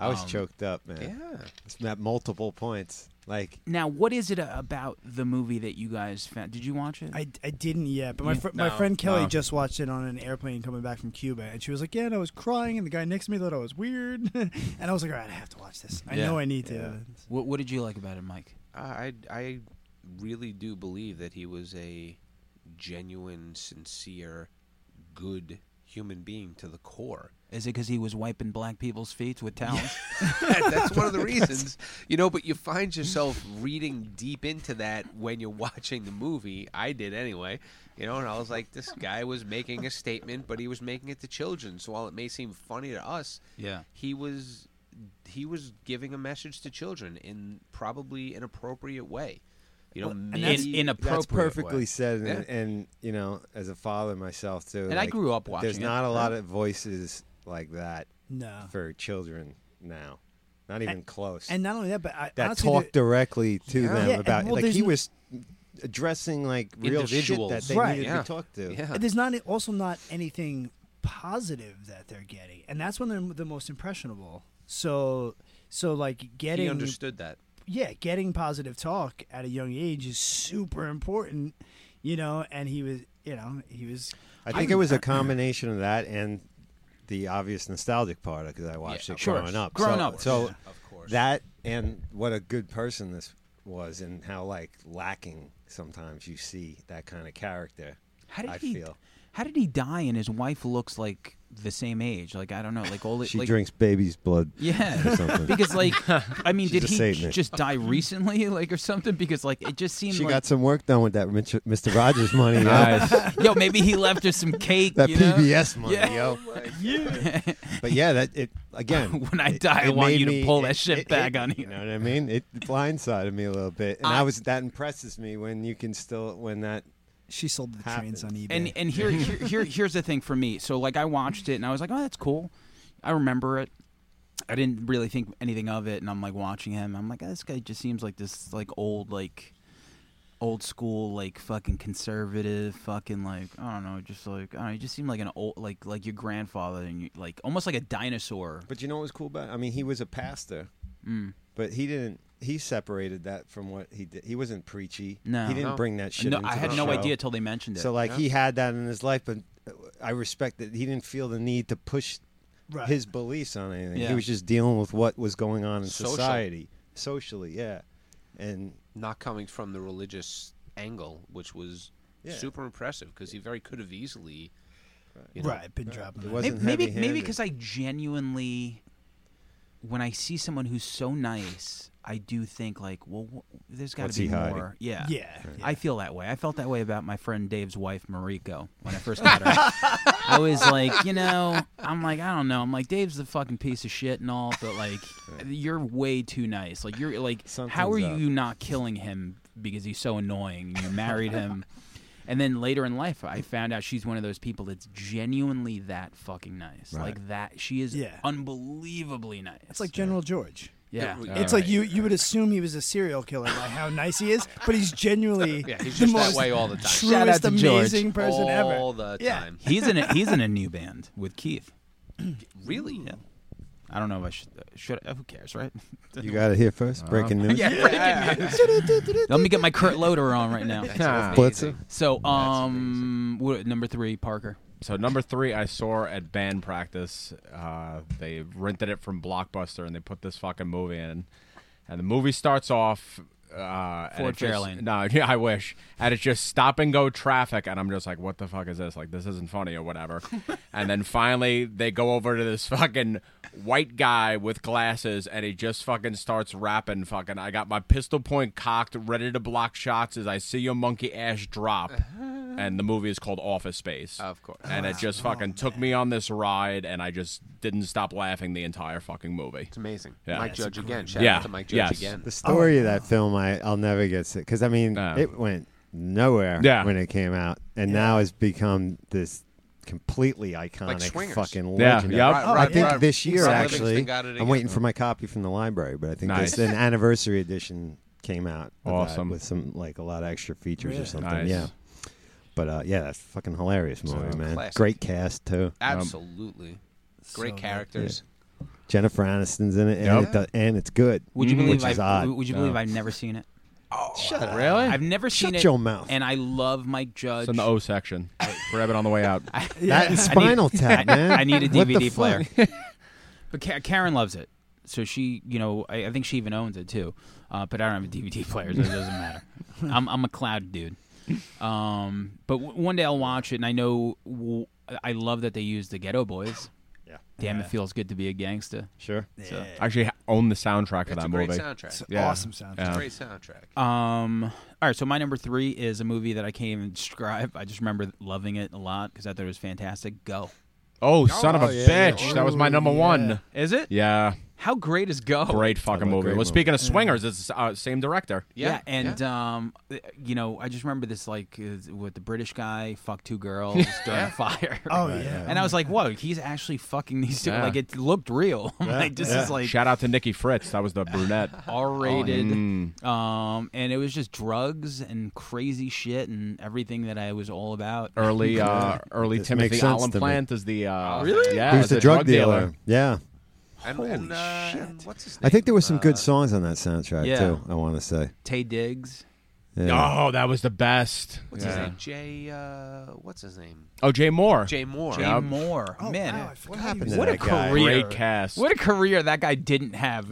I was Um, choked up, man. Yeah. It's at multiple points. Like Now, what is it about the movie that you guys found? Did you watch it? I, I didn't yet, but my You- fr- my No, friend Kelly no. just watched it on an airplane coming back from Cuba, and she was like, "Yeah," and I was crying, and the guy next to me thought I was weird, and I was like, "All right, I have to watch this. I Yeah. know I need to." what What did you like about it, Mike? I I really do believe that he was a genuine, sincere, good human being to the core. Is it because he was wiping black people's feet with towels? That's one of the reasons, you know. But you find yourself reading deep into that when you're watching the movie. I did anyway, you know. And I was like, this guy was making a statement, but he was making it to children. So while it may seem funny to us, Yeah. he was he was giving a message to children in probably an appropriate way. You know, In in maybe- inappropriate. that's perfectly way. said, and, Yeah. and you know, as a father myself too. And I grew up watching There's it. not a lot of voices like that No, for children now, not even close. and not only that, but I, that honestly, talk the- directly to Yeah. them Yeah, about well, like there's he n- was addressing like real shit that Individuals. they Right. needed Yeah. to talk to. yeah. there's not also not anything positive that they're getting, and that's when they're the most impressionable. So so like getting he understood that. yeah, getting positive talk at a young age is super important, you know. And he was, you know, he was. I think it was a combination of that and the obvious nostalgic part because I watched Yeah, it of course. growing up. Growing so, up. so Of course. that and what a good person this was, and how like lacking sometimes you see that kind of character. How did I he? feel How did he die? And his wife looks like the same age. Like I don't know. Like all she like, drinks baby's blood. Yeah. or something. Because like, I mean, She's did a he saint, j- man. just die recently, like or something? Because like it just seemed She like, got some work done with that Mitch- Mr. Rogers money, yo. yo, maybe he left her some cake. that you know? PBS money, Yeah. yo. But yeah, that it again. When I it- die, I it want made you to me- pull that it- shit it back hit on me, you. You know what I mean? It blindsided me a little bit, and I- I was that impresses me when you can still when that She sold the trains Happens. on eBay. And and here, here here here's the thing for me. So like I watched it and I was like, oh, that's cool. I remember it. I didn't really think anything of it, and I'm like watching him. I'm like, "Oh, this guy just seems like this like old like old school like fucking conservative fucking like I don't know, just like I don't know, he just seemed like an old like like your grandfather and you, like almost like a dinosaur. But you know what was cool about? It? I mean, he was a pastor, Mm. but he didn't. He separated that from what he did. He wasn't preachy. No. he didn't No. bring that shit. No, into I had the no show. idea till they mentioned it. So like he had that in his life, but uh, I respect that he didn't feel the need to push Right. his beliefs on anything. Yeah. He was just dealing with what was going on in Social. society, socially, yeah, and not coming from the religious angle, which was Yeah. super impressive because he very could have easily. you know, right, been dropping. it that. wasn't maybe maybe, heavy-handed. because I genuinely, when I see someone who's so nice, I do think like, well, wh- there's got What's to be he hiding? more. Yeah. Yeah, yeah. I feel that way. I felt that way about my friend Dave's wife, Mariko, when I first met her. I was like, you know, I'm like, I don't know. I'm like, Dave's the fucking piece of shit and all, but like, you're way too nice. Like, you're like, how are Something's up. you not killing him because he's so annoying? You married him. And then later in life, I found out she's one of those people that's genuinely that fucking nice. Right. Like that, she is Yeah. unbelievably nice. It's like General George. yeah, Yeah. It's like you you would assume he was a serial killer by how nice he is, but he's genuinely Yeah, he's the just that most way all the time. Shout out truest, to George. amazing person all ever. the Yeah. time. he's in a, he's in a new band with Keith. Really? Yeah. I don't know if I should. uh, Should I, who cares, right? you got it here first. Breaking news. Let me get my Kurt Loder on right now. Blitzer. So, um, what, number three, Parker. So number three, I saw at band practice. Uh, they rented it from Blockbuster, and they put this fucking movie in. And the movie starts off uh, and Ford it just- Fairlane. No, yeah, I wish. And it's just stop and go traffic, and I'm just like, what the fuck is this? Like, this isn't funny or whatever. and then finally, they go over to this fucking white guy with glasses, and he just fucking starts rapping. Fucking, I got my pistol point cocked, ready to block shots as I see your monkey ass drop. And the movie is called Office Space. Of course. Oh, And it just fucking took me on this ride, and I just didn't stop laughing the entire fucking movie. It's amazing. Yeah. Mike That's Judge again. Shout Yeah. out to Mike Judge Yes. again. The story of that film, I I'll never get sick because I mean No. it went nowhere Yeah. when it came out, and now it's become this completely iconic Swingers. fucking Yeah, legend. yep. Oh, I Right, think right. this year Rob actually, Livingston got it I'm again. waiting for my copy from the library, but I think Nice. this an anniversary edition came out. of that Awesome. with some like a lot of extra features or Really? something. Nice. Yeah. But uh, yeah, that's a fucking hilarious movie, man. classic. Great cast too. Um, Absolutely. Great So good. characters. Jennifer Aniston's in it, and, Yep. it does, and it's good. Would you Mm, which believe is I? odd. Would you believe I've never seen it? Shut up. Really? I've never Shut seen it. your mouth. And I love Mike Judge. It's in the O section. Grab it on the way out. That and Spinal Tap, man. I need a What the DVD player. fuck? but Ka- Karen loves it, so she, you know, I, I think she even owns it too. Uh, but I don't have a DVD player, so it doesn't matter. I'm I'm a cloud dude. Um, but w- one day I'll watch it, and I know w- I love that they use the Ghetto Boys. Yeah. Damn, Yeah. it feels good to be a gangster. Sure. So- I actually ha- own the soundtrack for It's a that great movie. It's soundtrack. an Yeah. awesome soundtrack. Yeah. Great soundtrack. Um, all right, so my number three is a movie that I can't even describe. I just remember loving it a lot because I thought it was fantastic. Go. Oh, son of a yeah, yeah. bitch! That was my number one. Is it? Yeah, How great is Go? great fucking Another movie. great well, movie. speaking of swingers, it's uh, same director. Yeah, Yeah, and um, th- you know, I just remember this like uh, with the British guy fuck two girls during a fire. Oh yeah. and I was like, whoa, he's actually fucking these two. Yeah. Like it looked real. I'm like this is like Shout out to Nikki Fritz. That was the brunette. R-rated, Oh, mm. um, and it was just drugs and crazy shit and everything that I was all about. Early, uh, early This Timothy makes sense Allen to me. Plant is the uh, Really? Yeah, He was as the a drug dealer. Yeah. And, and, uh, and what's his name? I think there were some Uh, good songs on that soundtrack yeah. too. I want to say. Tay Diggs. Yeah. Oh, that was the best. What's yeah. his name? Jay. Uh, what's his name? Oh, Jay Moore. Jay Moore. Jay Yep. Moore. Oh, Man, wow, I forgot he happened was to in what a that guy. career. Great cast. What a career that guy didn't have.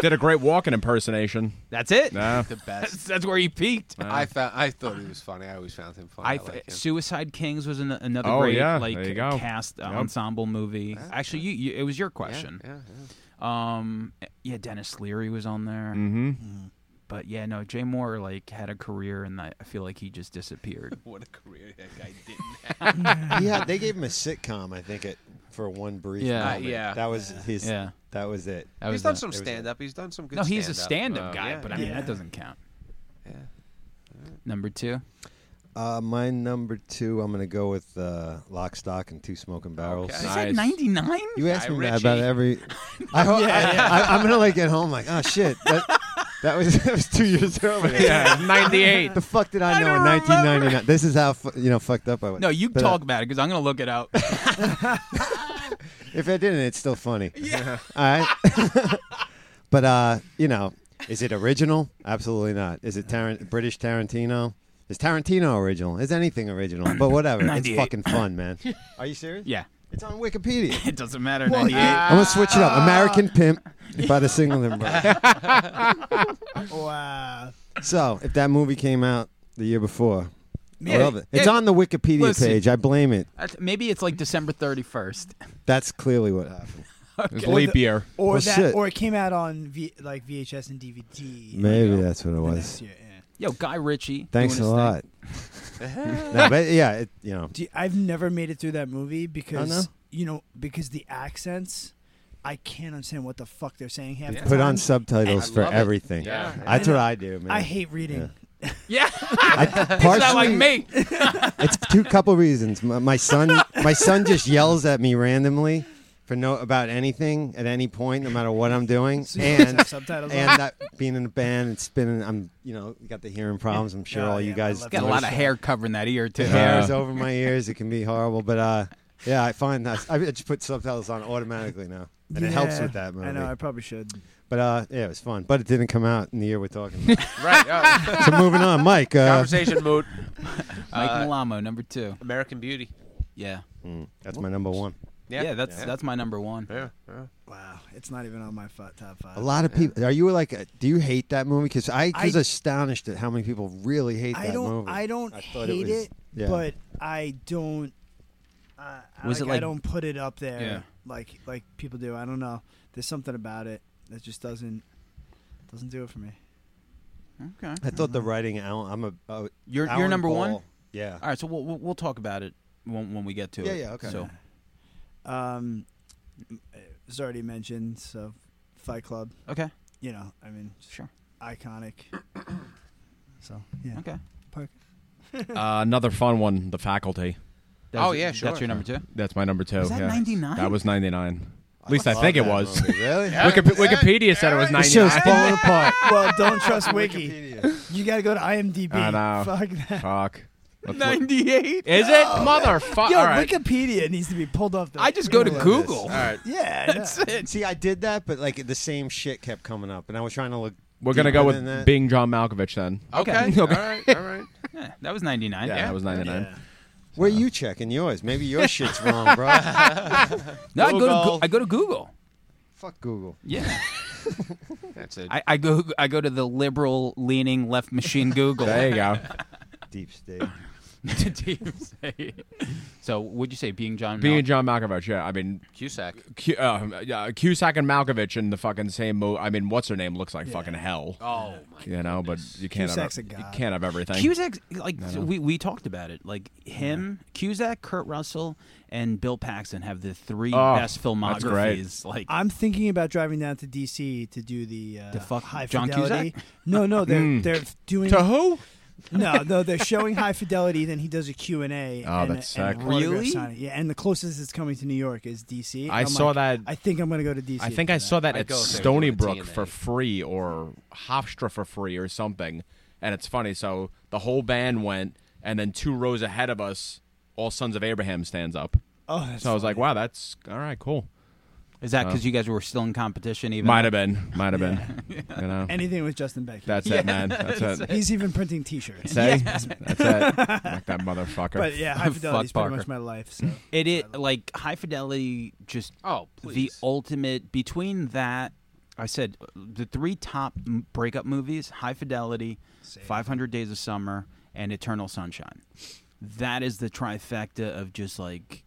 Did a great walking impersonation. That's it. Yeah. The That's, best. that's where he peaked. I found. I thought he was funny. I always found him funny. I, I like th- him. Suicide Kings was an, another Oh, great yeah, like there you go. cast uh, Yep. ensemble movie. Actually, you, you, it was your question. Yeah, yeah, yeah. Um, yeah, Dennis Leary was on there. Hmm. But yeah, no, Jay Moore like had a career, and I I feel like he just disappeared. What a career that guy didn't have. yeah, they gave him a sitcom. I think it for one brief. Yeah. Uh, moment. yeah. That was his. Yeah. That was it. That He's was done the- some was it. stand up. He's done some good. No, he's a stand-up. Uh, stand-up guy, yeah, but I mean yeah. that doesn't count. Yeah. Number two. Uh, my number two. I'm gonna go with uh, Lock, Stock, and Two Smoking Barrels. Okay. Is Nice. that ninety nine? You asked Guy me that about Ritchie. every. I, ho- I, I, I'm gonna like get home like, oh shit, that, that was that was two years early. Yeah, ninety eight. The fuck did I, know in don't remember. 1999? This is how fu- you know fucked up I was. No, you But, uh, talk about it because I'm gonna look it up. If I didn't, it's still funny. Yeah. All right. but uh, you know, is it original? Absolutely not. Is it Tarant- British Tarantino? Is Tarantino original? Is anything original? But whatever. it's 98. fucking fun, man. Are you serious? yeah, It's on Wikipedia. it doesn't matter. Well, 98. I'm gonna switch it up. American Pimp by the Singleton Brothers. Wow. So, if that movie came out the year before, I Yeah, love it. It's yeah. on the Wikipedia Listen. page. I blame it. That's- Maybe it's like December thirty first. That's clearly what happened. Leap year. Or Well, that, shit. or it came out on v, like VHS and DVD. Maybe you know, that's what it the was. next year, yeah. Yo, Guy Ritchie. Thanks a doing his thing. lot. no, but yeah, it, you know, Do you- I've never made it through that movie because no? you know because the accents, I can't understand what the fuck they're saying half the time. put on subtitles I for love it. everything. Yeah. That's what I do, man. I hate reading. Yeah, I, it's not like partially- me. It's two couple reasons. My, my son, my son just yells at me randomly for no about anything at any point, no matter what I'm doing, So you just and have subtitles on. and that being in a band and spinning, I'm you know got the hearing problems. I'm sure Yeah, Oh, all you yeah, guys I love Got a lot of hair covering that ear too. Uh, The hair is over my ears. It can be horrible, but uh, yeah, I find that I just put subtitles on automatically now, and it helps Yeah, with that movie. I know. I probably should. But uh, yeah, it was fun. But it didn't come out in the year we're talking. about. Right. uh, so moving on, Mike. Uh, conversation mood. Mike Uh, Milamo, number two. American Beauty. Yeah. that's my number one. Yeah, that's that's my number one. yeah, yeah. Wow, it's not even on my fi- top five. A lot of people. Are you like? A, do you hate that movie? Because I was I- astonished at how many people really hate I that don't. movie. I don't I thought hate it was- it, yeah. but I don't. Uh, Was was it I like- don't put it up there Yeah. like like people do. I don't know. There's something about it that just doesn't doesn't do it for me. Okay. I thought the writing. Alan, I'm a. Uh, You're Alan you're number Ball- one. Yeah. All right, so we'll we'll, we'll talk about it when, when we get to Yeah, it. yeah, okay. So Um, it was already mentioned. So Fight Club, okay, you know, I mean, just sure, iconic. so yeah, okay. Park. Uh, another fun one, The Faculty. That was- Oh, yeah, That's sure. your number two. That's my number two. Was that yeah. 99? That was 99. At least I, think it Love that was. movie, really? Wikip- Wikipedia said it was This show's 99. falling apart. well, don't trust Wiki. You gotta go to IMDb. I know. Fuck that. Fuck. Let's look- Ninety-eight. Is it? Motherfucker. Yo, All right. Wikipedia needs to be pulled off. The I just go to Yeah. Google. All right. Yeah, yeah. See, I did that, but like the same shit kept coming up, and I was trying to look. We're going to go deeper than that. with being John Malkovich then. Okay. Okay. All right. All right. Yeah, that was ninety-nine. Yeah, that was 99. Where are you checking yours? Maybe your shit's wrong, bro. No, I go to Goo- Google. I go to Google. Fuck Google. Yeah, That's it. I, I go I go to the liberal leaning left machine Google. There you go. Deep state. Deep state. so, would you say being John? Being Mal- John Malkovich, yeah. I mean, Cusack. Q, uh, yeah, Cusack and Malkovich in the fucking same mo I mean, what's her name looks like fucking hell. Oh my. you know, but you can't have Cusack's a you god. can't have everything. Cusack, like we we talked about it, like him, Cusack, Kurt Russell, and Bill Paxton have the three Oh, best that's great. filmographies. Like, I'm thinking about driving down to DC to do the uh, To fuck high John fidelity. No, no, they're they're doing Hmm. to who? no, no, they're showing high fidelity. Then he does a Q and A. Oh, that's and sick. an autograph Really? signing. Yeah, and the closest it's coming to New York is DC. I I'm saw like, that- I think I'm gonna go to DC. I think for I saw that I'd at go if they were Stony doing a Brook TNA. for free or Hofstra for free or something. And it's funny. So the whole band went, and then two rows ahead of us, all Sons of Abraham stands up. Oh, that's so I was like, wow, that's all right, cool. is Oh. that because you guys were still in competition? Even Might have been, might have been. You know, anything with Justin Beck. that's it, man. That's it. he's even printing T-shirts. Say, that's it. Like that motherfucker. But yeah, high Fuck fidelity is pretty Barker. much my life. So It is like high fidelity, just Oh, the please. ultimate. Between that, I said uh, the three top m- breakup movies: High Fidelity, Five Hundred Days of Summer, and Eternal Sunshine. That is the trifecta of just like,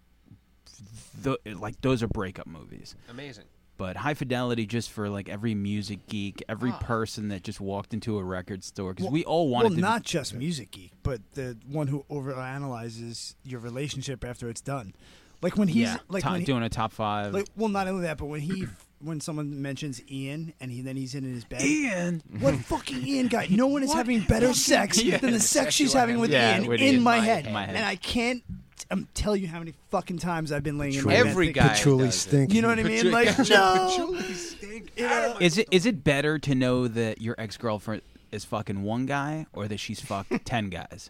the, like those are breakup movies. Amazing. But High Fidelity, just for like every music geek, every person that just walked into a record store, because we all wanted well, to be- not just music geek, but the one who overanalyzes your relationship after it's done. Like when he's yeah, like top- when he- doing a top five. like well, not only that, but when he when someone mentions Ian and he then he's in his bed. Ian, What fucking Ian guy? No one is having better sex than the sex she's having with Yeah, Ian with in Ian, my, my- head. my head. and I can't um, tell you how many fucking times I've been laying in my bed. Every thinking- guy. Patchouli does it. stink. You know what I mean? Like no. You know? Is it is it better to know that your ex girlfriend is fucking one guy or that she's fucked ten guys?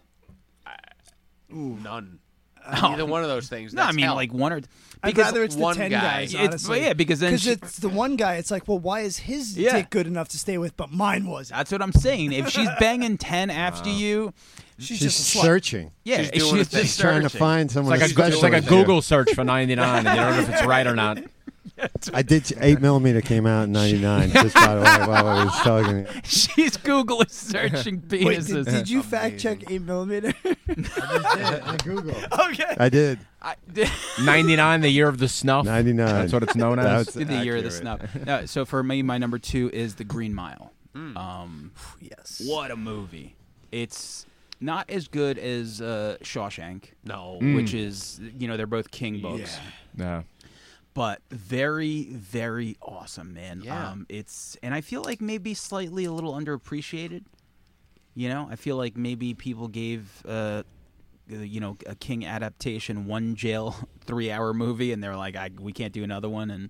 None. Neither one of those things. Oh. No, I That's mean hell. like one or I'd because rather it's the one ten guy- guys. It's- honestly. yeah, because then she- it's the one guy. It's like, well, why is his Yeah. dick good enough to stay with, but mine wasn't? that's what I'm saying. If she's banging ten after you, She's, She's just a slut. searching. yeah, She's doing her thing. just She's trying to searching. find it's someone. like, a, special it's like a with you. Google search for 99, and you don't know if it's right or not. I did. Eight millimeter came out in '99. just by the way, while I was talking. She's googling searching Wait, penises. did, did you fact check eight millimeter? Google. okay. I did. I, did, 99, the year of the snuff. 99. That's what it's known That as. was did the year of the accurate. snuff. No, so for me, my number two is the Green Mile. Um, yes. what a movie! It's not as good as uh, Shawshank, no. which is you know they're both King books. Yeah. but very very awesome man Yeah. um it's and i feel like maybe slightly a little underappreciated you know i feel like maybe people gave uh uh, you know a king adaptation one jail three hour movie and they're like I, we can't do another one and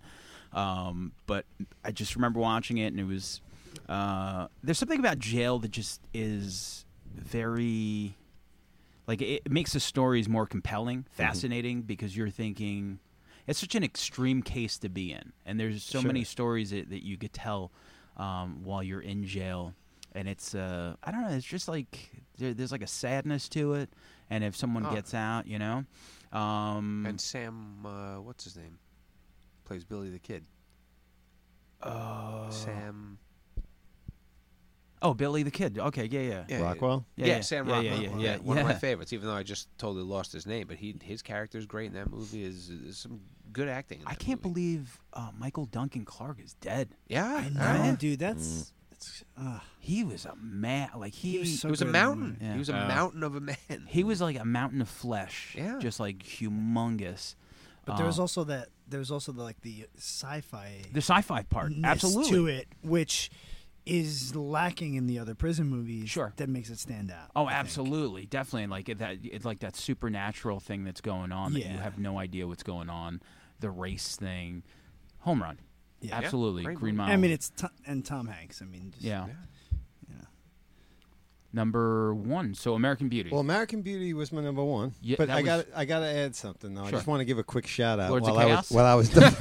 um but i just remember watching it and it was uh there's something about jail that just is very like it it makes the stories more compelling Mm-hmm. fascinating because you're thinking it's such an extreme case to be in and there's so many stories that, that you could tell um, while you're in jail and it's uh, I don't know. It's just like there, there's like a sadness to it, and if someone Oh. gets out, you know, um, And Sam, uh, what's his name? Plays Billy the Kid. uh, Sam. oh Billy the Kid. Okay, yeah, yeah, Yeah, Rockwell. Yeah, Sam yeah, Rockwell. Yeah, yeah, yeah, One of my yeah. favorites, even though I just totally lost his name. But he his character's great in that movie. Is, is some good acting. in I that can't movie. believe uh, Michael Duncan Clark is dead. Yeah, I all know, right. dude. Mm. That's it's, uh, He was a man. Like he, he was so He was a good in that mountain. movie. Yeah. He was a Oh. mountain of a man. he was like a mountain of flesh. Yeah. just like humongous. But there was Uh, also that there was also the, like the sci-fi the sci-fi part. ness Absolutely. to it, which is lacking in the other prison movies. Sure. that makes it stand out. Oh, I think. absolutely, definitely. Like it- that, it's like that supernatural thing that's going on that you Yeah. have no idea what's going on. The race thing, home run, Yeah. absolutely. Great Green movie. Mile. I mean, it's Tom, and Tom Hanks. I mean, just, yeah. Yeah. Number one, so American Beauty. Well, American Beauty was my number one. Yeah, but that I was- got I got to add something though. I Sure. just want to give a quick shout out Lords of while I Chaos? was while I was done.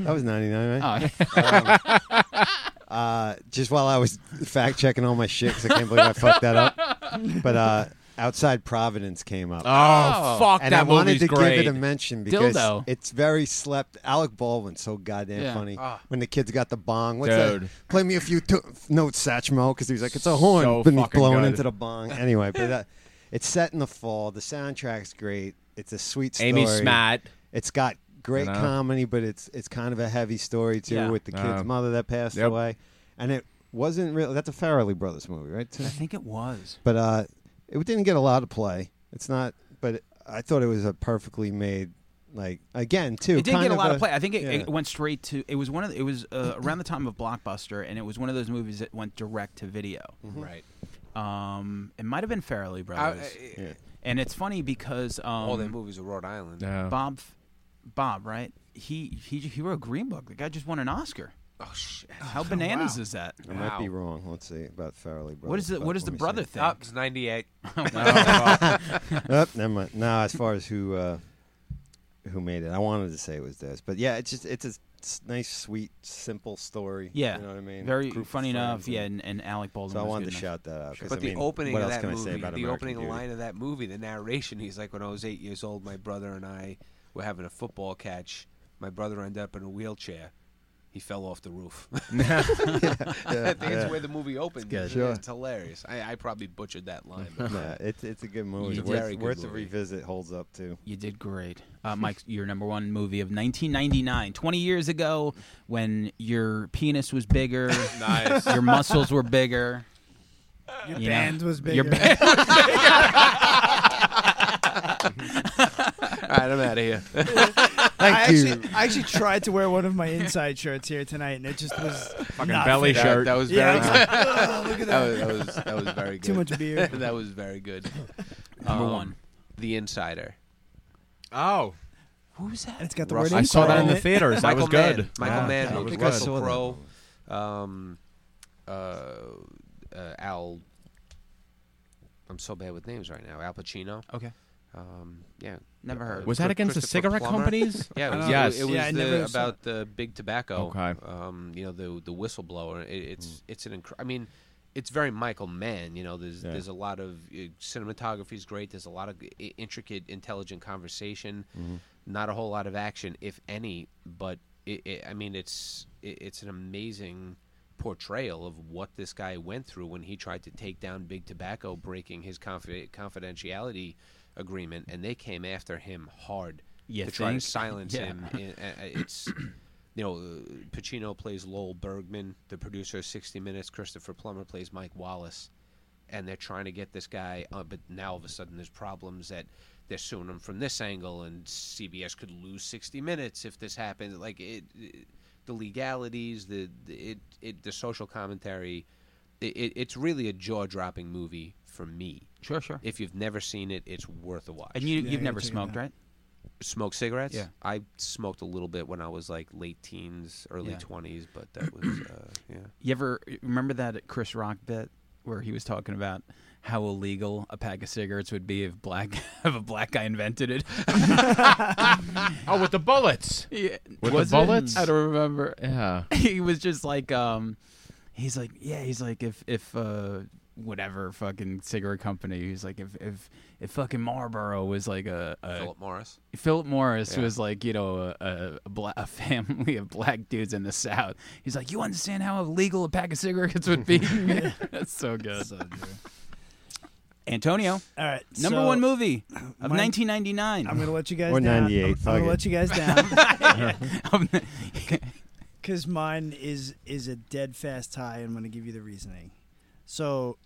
that was ninety nine, right? Oh, Uh, just while I was fact checking all my shit, 'cause I can't believe I fucked that up. But uh, Outside Providence came up. Oh, fuck and that I wanted movie's to great. give it a mention because Dildo. it's very slept. Alec Baldwin's so goddamn Yeah. funny. Ah. When the kids got the bong, what's Dude. that? Play me a few t- notes, Satchmo, because he's like, it's a horn, So but he's fucking blowing good. into the bong. Anyway, but that, it's set in the fall. The soundtrack's great. It's a sweet story. Amy Smat. It's got great You know? comedy, but it's it's kind of a heavy story too, Yeah. with the kid's Uh, mother that passed yep. away, and it wasn't really. That's a Farrelly Brothers movie, right? Tim? I think it was. but uh, it didn't get a lot of play. It's not, but it, I thought it was a perfectly made, like again too. It didn't kind get a lot of, play. I a- think it, yeah. it went straight to. It was one of. The, it was uh, around the time of Blockbuster, and it was one of those movies that went direct to video. Right. Um, it might have been Farrelly I, Brothers, I- Yeah. and it's funny because um, all their movies are Rhode Island. Bob, Bob, right? He he he wrote Green Book. The guy just won an Oscar. Oh shit. How bananas is that? I might be Wow. wrong. Let's see about Farrelly Brothers. What is the but what is the let me brother see. Uh, thing? Oh, it's 98. Oh, never mind. No, as far as who uh, who made it, I wanted to say it was this, but yeah, it's just it's a s- nice, sweet, simple story. yeah, you know what I mean. Very Group of funny enough. friends Yeah, and- and, and Alec Baldwin. so I was wanted to good enough. shout that out. 'cause, But I the mean, opening what of else that can movie, I say about the American opening Beauty? line of that movie, the narration. He's like, when I was eight years old, my brother and I were having a football catch. My brother ended up in a wheelchair. He fell off the roof. I think it's yeah. where the movie opened. good. It's, Sure. it's hilarious. I, I probably butchered that line. but- Nah, it's it's a good movie. You did. worth Very good worth a movie. revisit. Holds up too. You did great. Uh, Mike, your number one movie of 1999, 20 years ago, when your penis was bigger, Nice. your muscles were bigger. Your You know, band was bigger. your band- All right, I'm out of here. I Thank you. actually, I actually tried to wear one of my inside shirts here tonight, and it just was Fucking not belly fit. shirt. That was Yeah, I was very good. like, "Ugh, Oh, look at That that. was, that was, that was very good. Too much beer. that was very good. Number Um, one. The Insider. oh, Who was that? It's got the Russell word I saw that inside in the it. theaters. that was Mann. good. Michael Yeah, Mann. that was It was good. Russell saw that Crowe. Um, uh, uh, Al. I'm so bad with names right now. Al Pacino. Okay. Um, yeah. Never heard. Was that against the Christopher cigarette Plummer? companies? Yeah, it was, Yes. it was Yeah, I the- never saw about the big tobacco. Okay. Um, you know the the whistleblower. It, it's it's an incre- I mean, it's very Michael Mann. You know, there's Yeah. there's a lot of uh, cinematography is great. There's a lot of i- intricate, intelligent conversation. Not a whole lot of action, if any. But it, it, I mean, it's it, it's an amazing portrayal of what this guy went through when he tried to take down Big Tobacco, breaking his confi- confidentiality agreement, and they came after him hard You to try to think? silence Yeah. him. And, uh, uh, it's you know, uh, Pacino plays Lowell Bergman, the producer of 60 Minutes. Christopher Plummer plays Mike Wallace, and they're trying to get this guy. Uh, but now all of a sudden, there's problems that they're suing him from this angle, and CBS could lose 60 Minutes if this happened. Like it, it- the legalities, the, the it, it, the social commentary. It, it, it's really a jaw-dropping movie for me. Sure, sure. If you've never seen it, it's worth a watch And you, Yeah, I you've gotta never check it smoked, out. right? smoke cigarettes. Yeah. I smoked a little bit when I was like late teens, early Yeah. twenties, but that was uh, yeah. You ever remember that Chris Rock bit where he was talking about how illegal a pack of cigarettes would be if black if a black guy invented it? Oh, with the bullets. yeah. With Was the it? bullets? I don't remember. Yeah. he was just like um he's like, yeah, he's like, if if uh, whatever fucking cigarette company, he's like, if if if fucking Marlboro was like a, a Philip Morris. Philip Morris Yeah. was like, you know, a, a, a, bla- a family of black dudes in the South. He's like, you understand how illegal a pack of cigarettes would be? That's so good. So good. Antonio, All right, number so one movie of mine- 1999. I'm gonna let you guys Or down. 98, I'm, fuck gonna it. let you guys down I'm- because mine is is a dead fast tie. and I'm gonna give you the reasoning. So,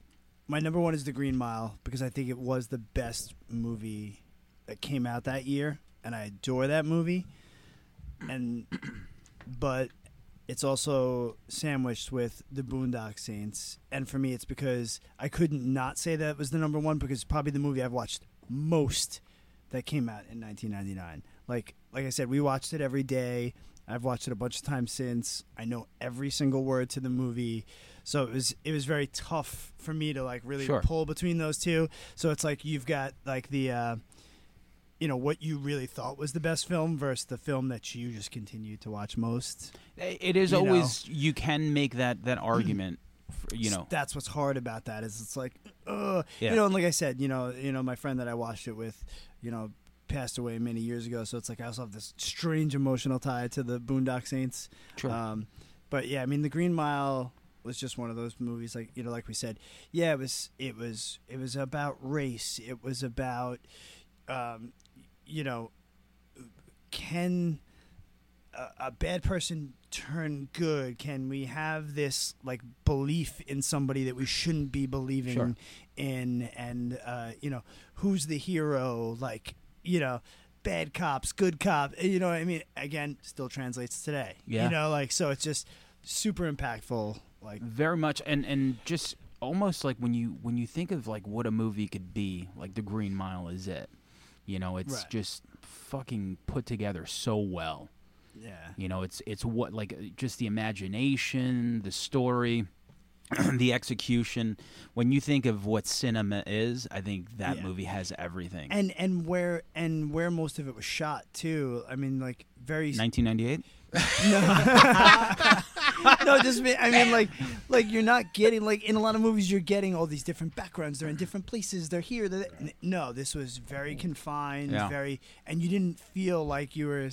my number one is The Green Mile because I think it was the best movie that came out that year, and I adore that movie. And but it's also sandwiched with the Boondock Saints. And for me, it's because I couldn't not say that was the number one because it's probably the movie I've watched most that came out in 1999. Like, like I said, we watched it every day. I've watched it a bunch of times since. I know every single word to the movie. So it was it was very tough for me to like really Sure. pull between those two. So it's like you've got like the uh you know what you really thought was the best film versus the film that you just continued to watch most. it is You know. always you can make that that argument, for, you s- know. that's what's hard about that is it's like ugh. Yeah. you know and like i said you know you know my friend that i watched it with you know passed away many years ago so it's like i also have this strange emotional tie to the boondock saints Sure. um but yeah i mean the green mile was just one of those movies like you know like we said yeah it was it was it was about race it was about um you know can a, a bad person turn good? Can we have this like belief in somebody that we shouldn't be believing Sure. in? And uh, you know, who's the hero? Like you know, bad cops, good cop. You know, what I mean, again, still translates today. Yeah. You know, like so, it's just super impactful. Like very much and and just almost like when you when you think of like what a movie could be like the green mile is it you know it's Right. just fucking put together so well yeah, you know it's it's what like uh, just the imagination the story the execution when you think of what cinema is i think that Yeah. movie has everything and and where and where most of it was shot too. I mean, like very 1998 no, just me- I mean like like you're not getting like in a lot of movies you're getting all these different backgrounds. They're in different places. They're here. They're th- no, this was very confined. Yeah. Very, and you didn't feel like you were,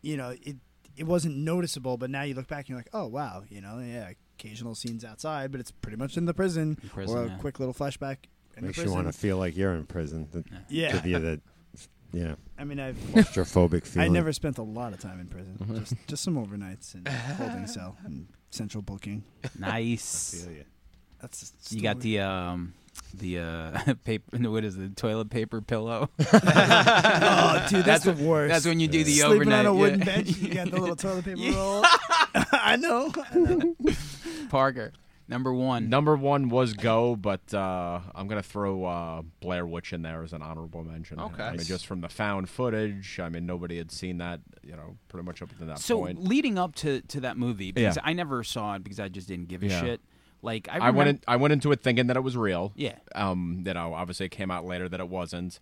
you know, it it wasn't noticeable. But now you look back and you're like, oh wow, you know, yeah, occasional scenes outside, but it's pretty much in the prison, prison, or a yeah. quick little flashback. In Makes you the prison. want to feel like you're in prison. To, Yeah. Give you that, yeah, I mean, I've claustrophobic I feeling. Mm-hmm. never spent a lot of time in prison. Just just some overnights and holding cell and central booking. nice you. That's a you got story. the um the uh paper what is it toilet paper pillow Oh, dude, that's, the worst. that's when you do the Sleeping overnight on a wooden yeah. bench. You got the little toilet paper Yeah. roll. I know. I know. parker number one Number one was Go, but uh, I'm gonna throw uh, Blair Witch in there as an honorable mention. Okay. I mean, just from the found footage, I mean, nobody had seen that, you know, pretty much up to that so point. leading up to to that movie because Yeah. I never saw it because I just didn't give a Yeah. shit. Like I, I remem- went in, I went into it thinking that it was real. Yeah. Um, you know, obviously it came out later that it wasn't.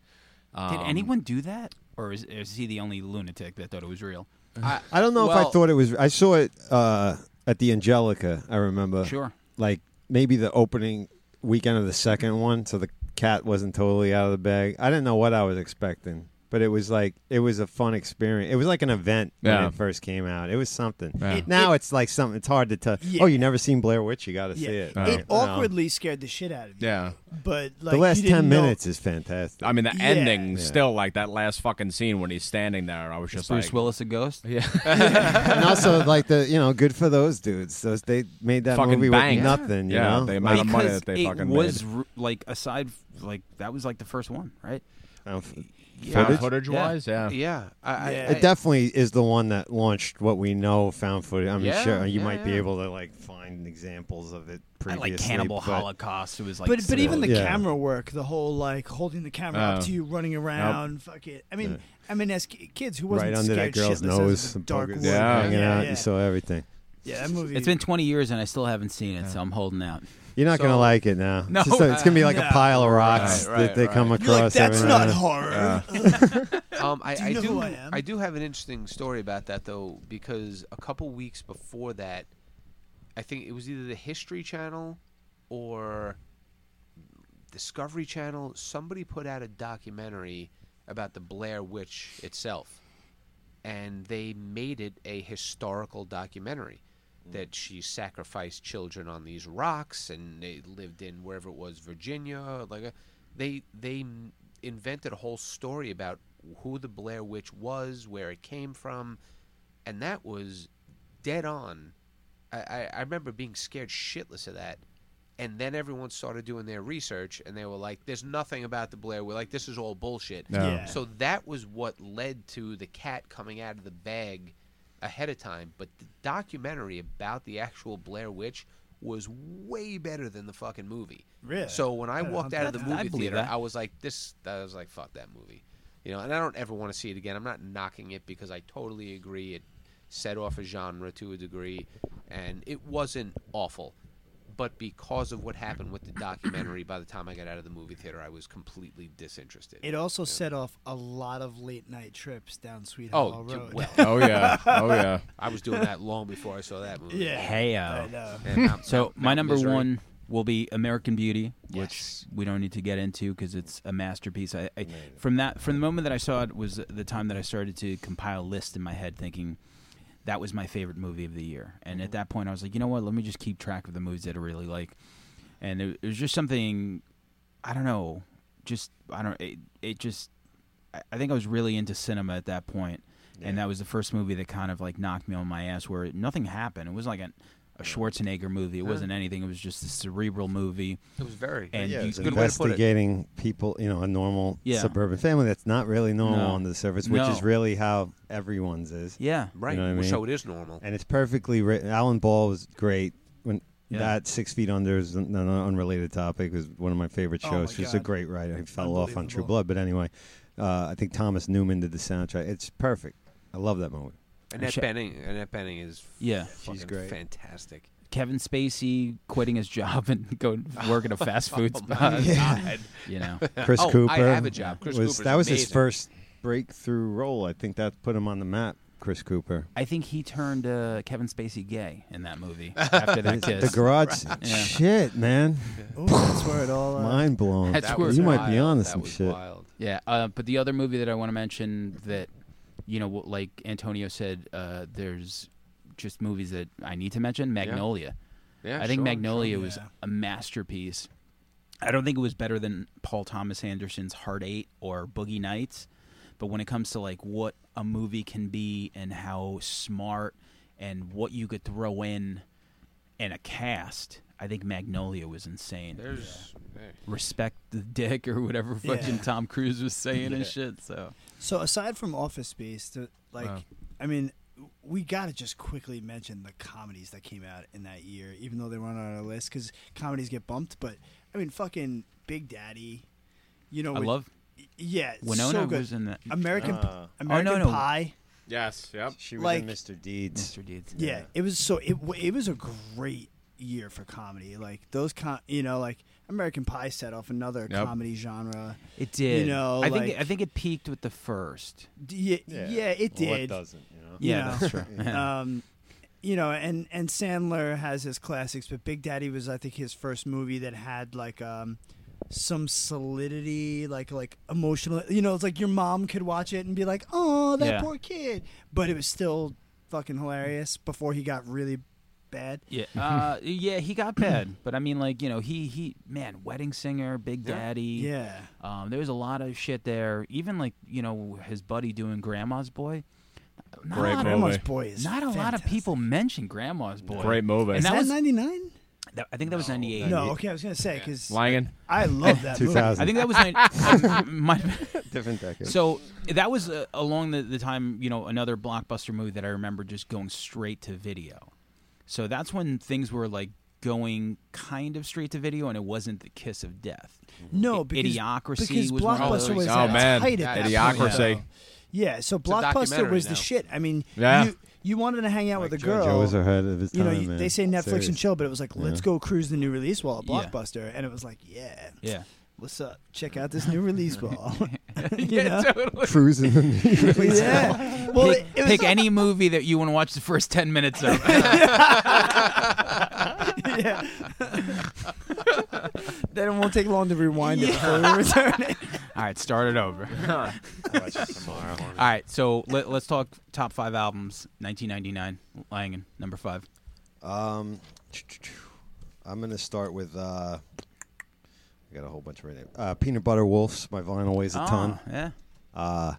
Um, Did anyone do that, or is, is he the only lunatic that thought it was real? I, I don't know if I Well- thought it was. I saw it uh, at the Angelica. I remember. Sure. Like maybe the opening weekend of the second one, so the cat wasn't totally out of the bag. I didn't know what I was expecting, but it was like it was a fun experience. It was like an event when Yeah. it first came out. It was something. Yeah. It- now it's like something. It's hard to tell. Yeah. Oh, you never seen Blair Witch? You got to Yeah. see it. Oh. It No. awkwardly scared the shit out of you. Yeah. But like, the last you didn't ten know- minutes is fantastic. I mean, the Yeah. ending Yeah. still like that last fucking scene when he's standing there. I was Is just Bruce like, Willis a ghost? yeah, and also like the you know good for those dudes. Those they made that fucking movie bang. with nothing. You yeah, know. the amount of money Because that they it fucking was made. r- like aside f- like that was like the first one, right? Um, f- Found footage? footage wise, yeah. yeah, I, Uh, Yeah. I, It definitely is the one that launched what we know found footage. I mean, Yeah, sure, you yeah, might be yeah. able to like find examples of it I previously. like Cannibal but- Holocaust. It was like, but but even the similar. Yeah. camera work, the whole like holding the camera up Oh. to you, running around, fuck it. I mean, I mean, as ki- kids who wasn't Right under that scared girl's shitless as nose, the and dark buggers wood. Yeah. hanging yeah, out. yeah. You saw everything. Yeah, that movie. it's been 20 years and I still haven't seen it, so I'm holding out. You're not gonna So- like it now. No. it's, just a- it's gonna be like Yeah. a pile of rocks Right, right, that they come right. You're like, across. that's every not now horror. Um, I, Do you I know do. who I am? do have an interesting story about that though, because a couple weeks before that, I think it was either the History Channel or Discovery Channel. Somebody put out a documentary about the Blair Witch itself, and they made it a historical documentary that she sacrificed children on these rocks, and they lived in wherever it was, Virginia. Like uh, they they m- invented a whole story about who the Blair Witch was, where it came from, and that was dead on. I, I, I remember being scared shitless of that. And then everyone started doing their research, and they were like, "There's nothing about the Blair. We're like, this is all bullshit." No. Yeah. So that was what led to the cat coming out of the bag ahead of time. But the documentary about the actual Blair Witch was way better than the fucking movie. Really? So when I Yeah, walked out of the I- I movie believe theater, that. I was like, "This." I was like, "Fuck that movie," you know. And I don't ever want to see it again. I'm not knocking it because I totally agree. It set off a genre to a degree, and it wasn't awful. But because of what happened with the documentary, by the time I got out of the movie theater, I was completely disinterested. It also set off a lot of late night trips down Sweet Oh, Hollow dude, Road. well, Oh yeah. Oh yeah. I was doing that long before I saw that movie. yeah. Hey, uh, I know. And Mount- So Mount- my Mount number Misery. one will be American Beauty, Yes. which we don't need to get into because it's a masterpiece. I, I from that from the moment that I saw it was the time that I started to compile lists in my head, thinking that was my favorite movie of the year. And at that point, I was like, you know what? Let me just keep track of the movies that I really like. And it, it was just something I don't know. Just I don't. It, it just. I, I think I was really into cinema at that point, and that was the first movie that kind of like knocked me on my ass. Where nothing happened. It was like a, a Schwarzenegger movie. It wasn't anything. It was just a cerebral movie. It was very. And yeah, you- it's good way to put it. investigating people, you know, a normal Yeah. suburban family that's not really normal No. on the surface, which is No. really how everyone's is. Yeah. Right. You know what I Well, mean? So it is normal. And it's perfectly written. Alan Ball was great. When Yeah. that Six Feet Under is an, an unrelated topic was one of my favorite Oh shows. my She's a God. great writer. He fell off on True Unbelievable. Blood, but anyway, uh, I think Thomas Newman did the soundtrack. It's perfect. I love that movie. Annette Sha- Benning. Annette Benning is. f- Yeah. She's fucking great. Fantastic. Kevin Spacey quitting his job and going work at a fast Oh, food spot. You know. Uh, Chris Oh, I Cooper. have a job. Chris was, Cooper's that was his amazing. first breakthrough role. I think that put him on the map. Chris Cooper. I think he turned uh, Kevin Spacey gay in that movie after that The kiss. garage. Yeah. Shit, man. Ooh, that's where it all. Uh, Mind blown. That's That where- was you might be wild. onto That some was shit. wild. Yeah, uh, but the other movie that I want to mention that, you know, wh- like Antonio said, uh, there's just movies that I need to mention. Magnolia. Yeah. I think sure, Magnolia sure. was Yeah. a masterpiece. I don't think it was better than Paul Thomas Anderson's Heart Eight or Boogie Nights, but when it comes to like what a movie can be and how smart and what you could throw in and a cast, I think Magnolia was insane. Sure. There's. hey. Respect the dick or whatever Yeah. fucking Tom Cruise was saying and shit. So So aside from Office Space, to, like, I mean, we gotta just quickly mention the comedies that came out in that year, even though they weren't on our list because comedies get bumped. But I mean, fucking Big Daddy, you know, I with- love yeah, Winona so good. was in that. American Uh, American no, no. Pie. Yes. Yep. She was in Like- Mr. Deeds. Mr. Deeds. Yeah, it was so it w- it was a great year for comedy. Like those com, you know, like American Pie set off another Yep. comedy genre. It did. know, I think like- I think it peaked with the first. D- yeah, yeah. it Well, what did. doesn't, you know? You Yeah, know. that's true. um, you know, and and Sandler has his classics, but Big Daddy was, I think, his first movie that had like um, some solidity, like like emotional. You know, it's like your mom could watch it and be like, "Oh, that Yeah. poor kid," but it was still fucking hilarious before he got really bad. Yeah, uh, yeah, he got bad, but I mean, like you know, he he man, wedding singer, Big Daddy. Yeah, Um, there was a lot of shit there. Even like you know his buddy doing Grandma's Boy. Not a lot Great of- movie. Grandma's Boy is Not a lot of fantastic. people mention Grandma's Boy. Great movie. And Is that that was- ninety nine? That- I think that was ninety eight. No, okay, I was gonna say because Langan. I love that movie. 2000. I think that was. 90, I might- different decade. So that was uh, along the, the time, you know, another blockbuster movie that I remember just going straight to video. So that's when things were like going kind of straight to video, and it wasn't the kiss of death. No, I- because Idiocracy because was one of Blockbuster those. was Oh, at man. tight at that Idiocracy. Point, though. yeah, so a Blockbuster documentary was the now. shit. I mean, Yeah. you you wanted to hang out with a Joe girl. was ahead of his you time. know, you- man. they say Netflix and Serious. chill, but it was like, let's go cruise the new release wall at Yeah. Blockbuster, and it was like, yeah, Yeah. what's up? Check out this new release ball. You know? totally. Cruising the new release. yeah. Well, pick, it was pick any movie that you want to watch the first 10 minutes of. yeah. then it won't take long to rewind it before we return it. All right, start it over. All right, so let, let's talk top five albums. 1999, Langen, number five. Um, I'm gonna start with. Uh, I got a whole bunch right there. Uh, Peanut Butter Wolves by Vinyl weighs a Ah, ton. Yeah. Uh,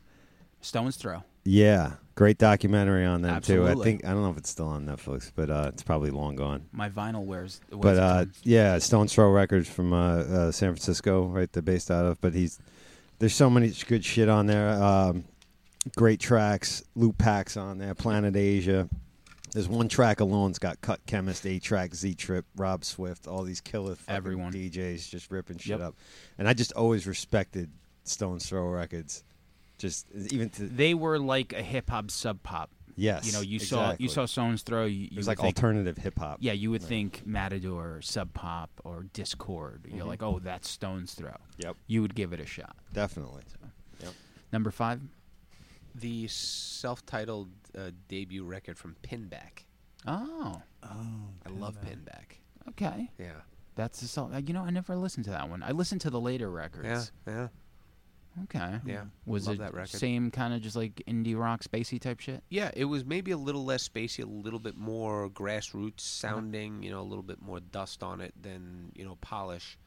Stone's Throw. yeah, great documentary on them too. I Absolutely. think I don't know if it's still on Netflix, but uh, it's probably long gone. My vinyl wears. weighs But a uh, ton. yeah, Stone's Throw Records from uh, uh, San Francisco, right? They're based out of. But he's there's so many good shit on there. Um, great tracks, loop packs on there. Planet Asia. There's one track alone's got Cut Chemist, A Track, Z Trip, Rob Swift, all these killer fucking Everyone. DJs just ripping shit Yep. up. And I just always respected Stone's Throw Records. Just even to they were like a hip hop sub pop. yes, You know, you saw exactly. you saw Stone's Throw. You, it you was would like think, alternative hip hop. yeah, you would think Matador, sub pop, or Discord. You're Mm-hmm. like, oh, that's Stone's Throw. Yep. You would give it a shot. definitely. Number five, The self-titled uh, debut record from Pinback. oh, I love Pinback. okay, Yeah. that's the song. You know, I never listened to that one. I listened to the later records. Yeah. Okay. Yeah. Was Love it that record. same kind of just like indie rock, spacey type shit? Yeah, it was maybe a little less spacey, a little bit more grassroots sounding, you know, a little bit more dust on it than, you know, polish.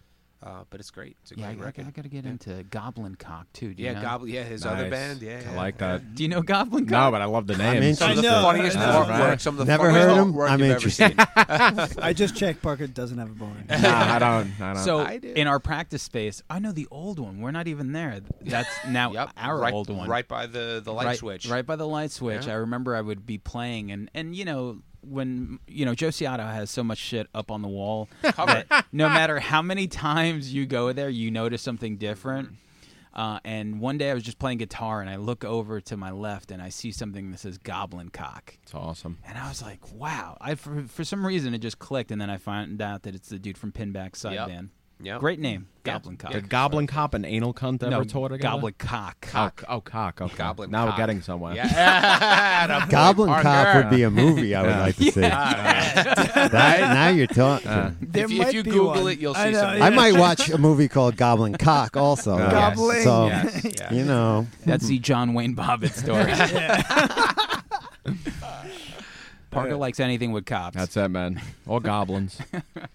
Uh, but it's great. It's a yeah, I, great I- record. I gotta get Yeah. into Goblin Cock too. Do you Yeah, know? Gobble, yeah, his other Nice. band. Yeah, I yeah. like that. Do you know Goblin No, Cock? but I love the I'm name. interested. I know. Funniest I know. artwork, some of the Never funniest heard 'em? artwork I'm you've ever interested. seen. I just checked. Parker doesn't have a bone. Nah, I don't. I don't. So I do. in our practice space, I know the old one. We're not even there. That's now Yep, our right, old one. right by the the light right, switch. Right by the light switch. Yeah. I remember I would be playing and and you know when you know Joe Ciotto has so much shit up on the wall Cover it. that no matter how many times you go there, you notice something different. Uh, and one day I was just playing guitar and I look over to my left and I see something that says Goblin Cock. it's awesome. And I was like, wow. I for, for some reason it just clicked and then I found out that it's the dude from Pinback Yep. Sideband. Yep. Great name. Goblin Cock. Did Goblin Cop and Anal Cunt ever no, tour together? Goblin Cock. Oh, c- oh, cock. Okay. Goblin Now cock. we're getting somewhere. Yeah. Goblin Cop Parker. would be a movie I would Yeah. like to see. That- now you're talking. There If you- if might you be Google one. it, you'll I see know, something. yeah. I might watch a movie called Goblin Cock also. Yes. Goblin. So, Yes, yes. you know, That's the John Wayne Bobbitt story. Parker likes anything with cops. That's it, man. All goblins.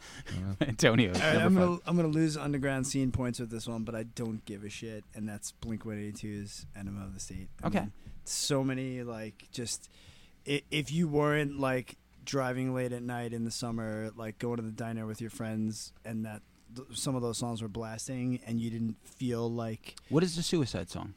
Antonio. All right, number I'm five. gonna I'm gonna lose underground scene points with this one, but I don't give a shit, and that's Blink 182's "Enema of the State." I Okay. mean, so many like just i- if you weren't like driving late at night in the summer, like going to the diner with your friends, and that th- some of those songs were blasting, and you didn't feel like What is the suicide song?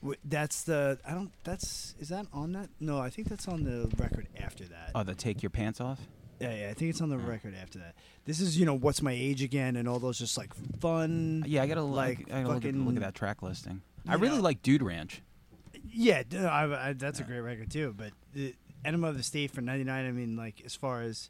w- that's the I don't that's is that on that no I think that's on the record after that. Oh, the Take Your Pants Off? Yeah, yeah, I think it's on the uh-huh. record after that. This is, you know, what's my age again, and all those just like fun. Uh, Yeah, I gotta look, like I gotta look, at, fucking, look at that track listing. I You really know- like Dude Ranch. Yeah, d- I, I, that's a great record too. But the Enema of the State for '99. I mean, like as far as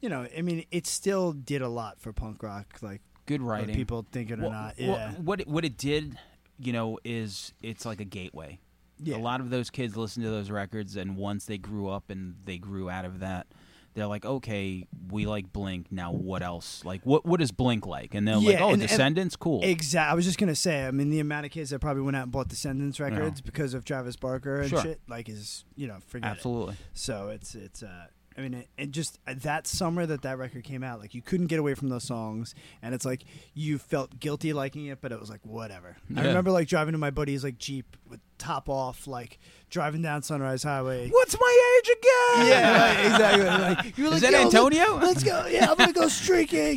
you know, I mean, it still did a lot for punk rock. Like Good whether writing. people think it or Well, not. well, yeah, what it, what it did, you know, is it's like a gateway. yeah. A lot of those kids listen to those records, and once they grew up and they grew out of that, they're like, okay, we like Blink. Now, what else? Like, what what is Blink like? And they're like, Yeah, oh, and- and- Descendants, cool. Exactly. I was just gonna say. I mean, the amount of kids that probably went out and bought Descendants records because of Travis Barker and Sure. shit, like, is you know, forget it. Absolutely. So it's it's uh I mean it, and just uh, that summer that that record came out, like you couldn't get away from those songs, and it's like you felt guilty liking it, but it was like whatever. I Yeah. remember like driving to my buddy's like Jeep with top off, like driving down Sunrise Highway. What's my age again? Yeah, right, exactly. Like you Is were that like, "Yo, let- Antonio?" Let's go. Yeah, I'm gonna go streaking.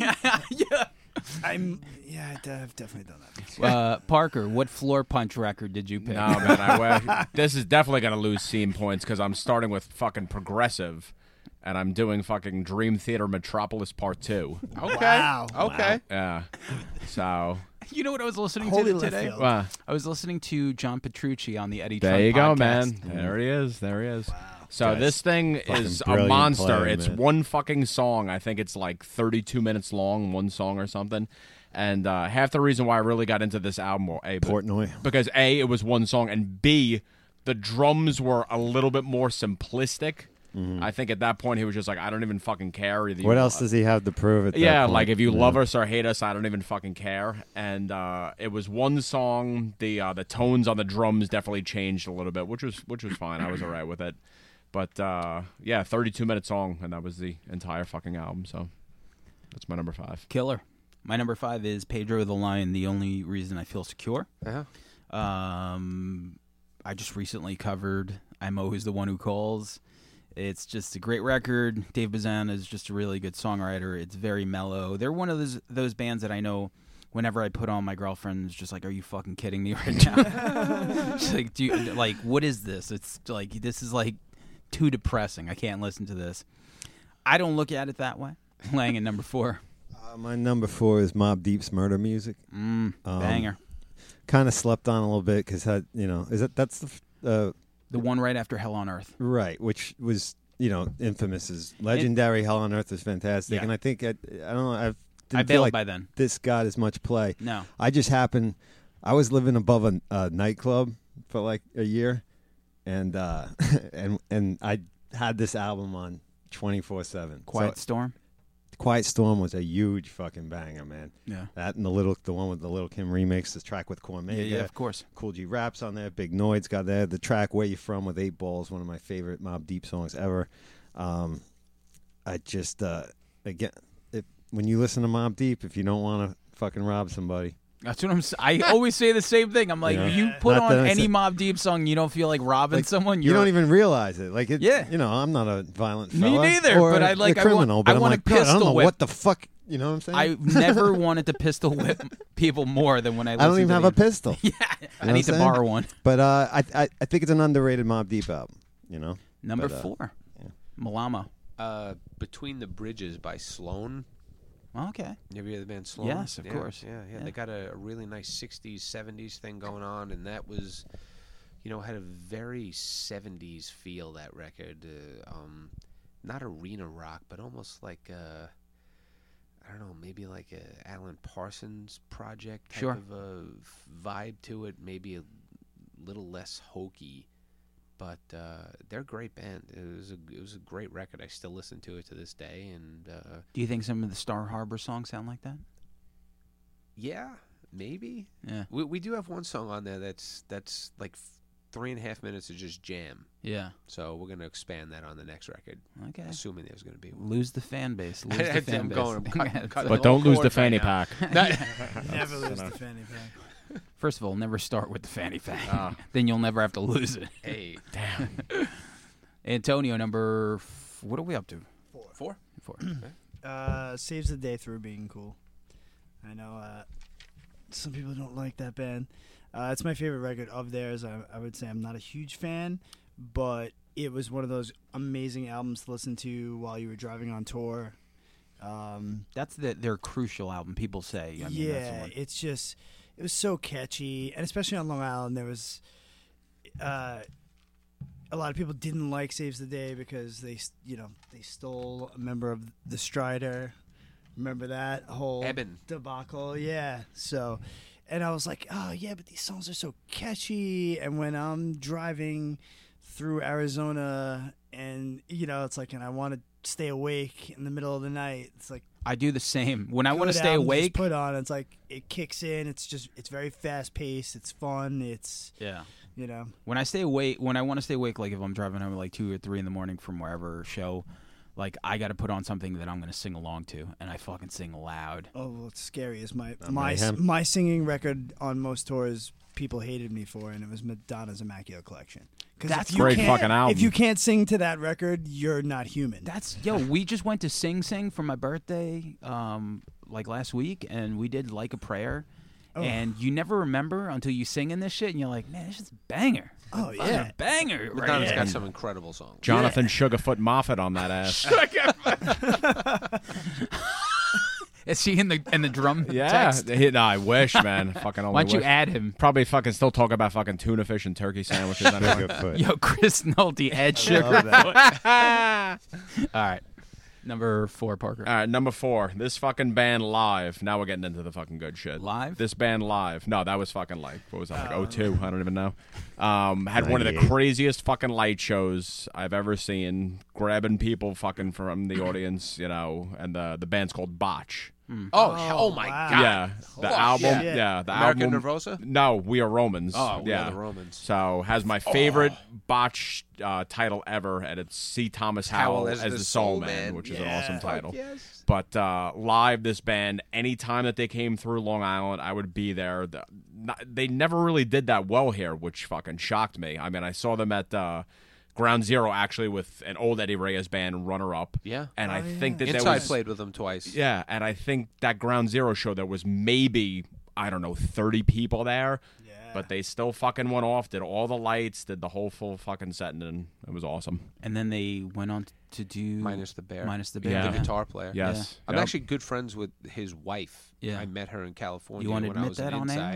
yeah. I'm yeah, I d- I've definitely done that. Uh, Parker, what floor punch record did you pick? No, Oh, man. I wish. This is definitely gonna lose scene points because I'm starting with fucking progressive, and I'm doing fucking Dream Theater Metropolis Part Two. Okay. Wow. Okay. Yeah. So. You know what I was listening Holy to left today? field. Uh, I was listening to John Petrucci on the Eddie. there Trunk you go, podcast. man. There he is. There he is. So Guys, this thing fucking is a brilliant monster. player, it's man. one fucking song. I think it's like 32 minutes long, one song or something. And uh, half the reason why I really got into this album, well, a but- Portnoy. because a it was one song, and b the drums were a little bit more simplistic. I think at that point he was just like, I don't even fucking care. Either you Mm-hmm. What else does he have to prove at that yeah, point? like if you Yeah. love us or hate us, I don't even fucking care. And uh, it was one song. The uh, the tones on the drums definitely changed a little bit, which was which was fine. I was alright with it. But uh, yeah, 32 minute song, and that was the entire fucking album. So that's my number five. Killer. My number five is Pedro the Lion. The only reason I feel secure. Uh-huh. Um, I just recently covered I'm Always the One Who Calls. It's just a great record. Dave Bazan is just a really good songwriter. It's very mellow. They're one of those those bands that I know whenever I put on my girlfriend's just like, Are you fucking kidding me right now? She's like, do you, like what is this? It's like this is like too depressing. I can't listen to this. I don't look at it that way. Lang at number four. Uh, my number four is Mob Deep's murder music. Mm, Um, banger. Kind of slept on a little bit because that you know is that that's the f- uh, The one right after Hell on Earth. right, which was you know infamous as legendary. Hell on Earth was fantastic, Yeah. and I think I, I don't know I've didn't I feel bailed like by then. this got as much play. No. I just happened. I was living above a, a nightclub for like a year, and uh, and and I had this album on twenty four seven. Quiet Storm. Quiet Storm was a huge fucking banger, man. Yeah. That and the little, the one with the Little Kim remix, the track with Cormega, Yeah, yeah, of course. Cool G Raps on there, Big Noid's got there, the track Where You From with Eight Balls, one of my favorite Mob Deep songs ever. Um, I just uh, again, if, when you listen to Mob Deep, if you don't want to fucking rob somebody, That's what I'm. s- I always say the same thing. I'm like, Yeah. you put Not that on I any said- Mob Deep song, you don't feel like robbing Like, someone. you You're, don't even realize it. Like, it, Yeah. you know, I'm not a violent Me fella neither, or but I a like- I want- criminal, but I am want a like, God, I don't know pistol whip. what the fuck. You know what I'm saying? I never wanted to pistol whip people more than when I. I don't even have a pistol. pistol. Yeah, know I need what to I'm saying? borrow one. But uh, I, I I think it's an underrated Mob Deep album. You know, Number But, uh, four, Malama. Uh, Between the Bridges by Sloan. Okay, Have you heard the band Sloan? Yes, of Yeah, course. Yeah, yeah, Yeah. They got a, a really nice '60s, '70s thing going on, and that was, you know, had a very '70s feel. That record, uh, um, not arena rock, but almost like uh, I don't know, maybe like a Alan Parsons project type Sure. of a vibe to it. Maybe a little less hokey. But uh, they're a great band. It was a it was a great record. I still listen to it to this day, and uh, do you think some of the Star Harbor songs sound like that? yeah, maybe Yeah, We, we do have one song on there that's that's like f- three and a half minutes of just jam. yeah. So we're gonna expand that on the next record, Okay. assuming there's gonna be one. Lose the fan base. Lose I'm the fan base. going, I'm cutting- Yeah, it's cutting like- But don't lose the chords right fanny now. pack. Never lose the fanny pack. First of all, never start with the fanny pack. Uh. Ah. then you'll never have to lose it. Hey, Antonio, number. F- what are we up to? four. Four. Uh, saves the day through being cool. I know uh, some people don't like that band. Uh, it's my favorite record of theirs. I, I would say I'm not a huge fan, but it was one of those amazing albums to listen to while you were driving on tour. Um, That's the, their crucial album. People say. I mean, That's the yeah, one. it's just it was so catchy, and especially on Long Island, there was uh, a lot of people didn't like Saves the Day because they, s- you know, they stole a member of the Strider. Remember that whole Eben. debacle? Yeah. So, and I was like, oh yeah, but these songs are so catchy. And when I'm driving through Arizona, and you know, it's like, and I want to stay awake in the middle of the night. It's like I do the same. When I want to good stay album just awake. Put on. It's like it kicks in. It's just it's very fast paced. It's fun. It's yeah. you know When I stay awake, when I want to stay awake, like if I'm driving home at like two or three in the morning from wherever show, like I got to put on something that I'm going to sing along to, and I fucking sing loud. oh well, it's scary. Is my Not my Mayhem. my singing record on most tours people hated me for, and it was Madonna's Immaculate Collection. Because That's if you Great can't- fucking album. If you can't sing to that record, you're not human. That's yo. We just went to Sing Sing for my birthday, um, like last week, and we did like a prayer. Oh. And you never remember until you sing in this shit, and you're like, man, this is a banger. oh Fucking yeah. banger. Right Madonna's here. got some incredible songs. Jonathan Sugarfoot Moffat on that ass. Is he in the in the drum Yeah, text? he- no, I wish, man. fucking only Why don't you Oh wish. add him? Probably fucking still talk about fucking tuna fish and turkey sandwiches. anyway. Sugarfoot. Yo, Chris Nolte, Ed Sugar. Love that. All right, number four, Parker. All right, number four. This fucking band live. Now we're getting into the fucking good shit. Live? Um, This band live. No, that was fucking like what was that? Like 02? I don't even know. Um, had one of the 98. craziest fucking light shows I've ever seen. Grabbing people fucking from the audience, you know. And the the band's called Botch. Mm-hmm. Oh, he- oh my wow. god. Yeah, the Holy album. shit. Yeah, the American album. Nervosa? No, we are Romans. Oh, We Are yeah, the Romans. Oh. So has my favorite botch uh, title ever, and it's C. Thomas Howell, as, the, Soul, Man, which is an Yeah. awesome Fuck title. yes. But uh, live, this band, anytime that they came through Long Island, I would be there. The, not, they never really did that well here, which fucking shocked me. I mean, I saw them at. Uh, Ground Zero actually with an old Eddie Reyes band runner up. Yeah. And I yeah. think that there Inside was played with them twice. yeah, and I think that Ground Zero show there was maybe I don't know thirty people there, Yeah. but they still fucking went off, did all the lights, did the whole full fucking set, and then it was awesome. and then they went on to do Minus the bear. Minus the bear. Yeah. The guitar player. Yes, I'm Yep. actually good friends with his wife. Yeah. I met her in California You wanna when I admit was that an on air?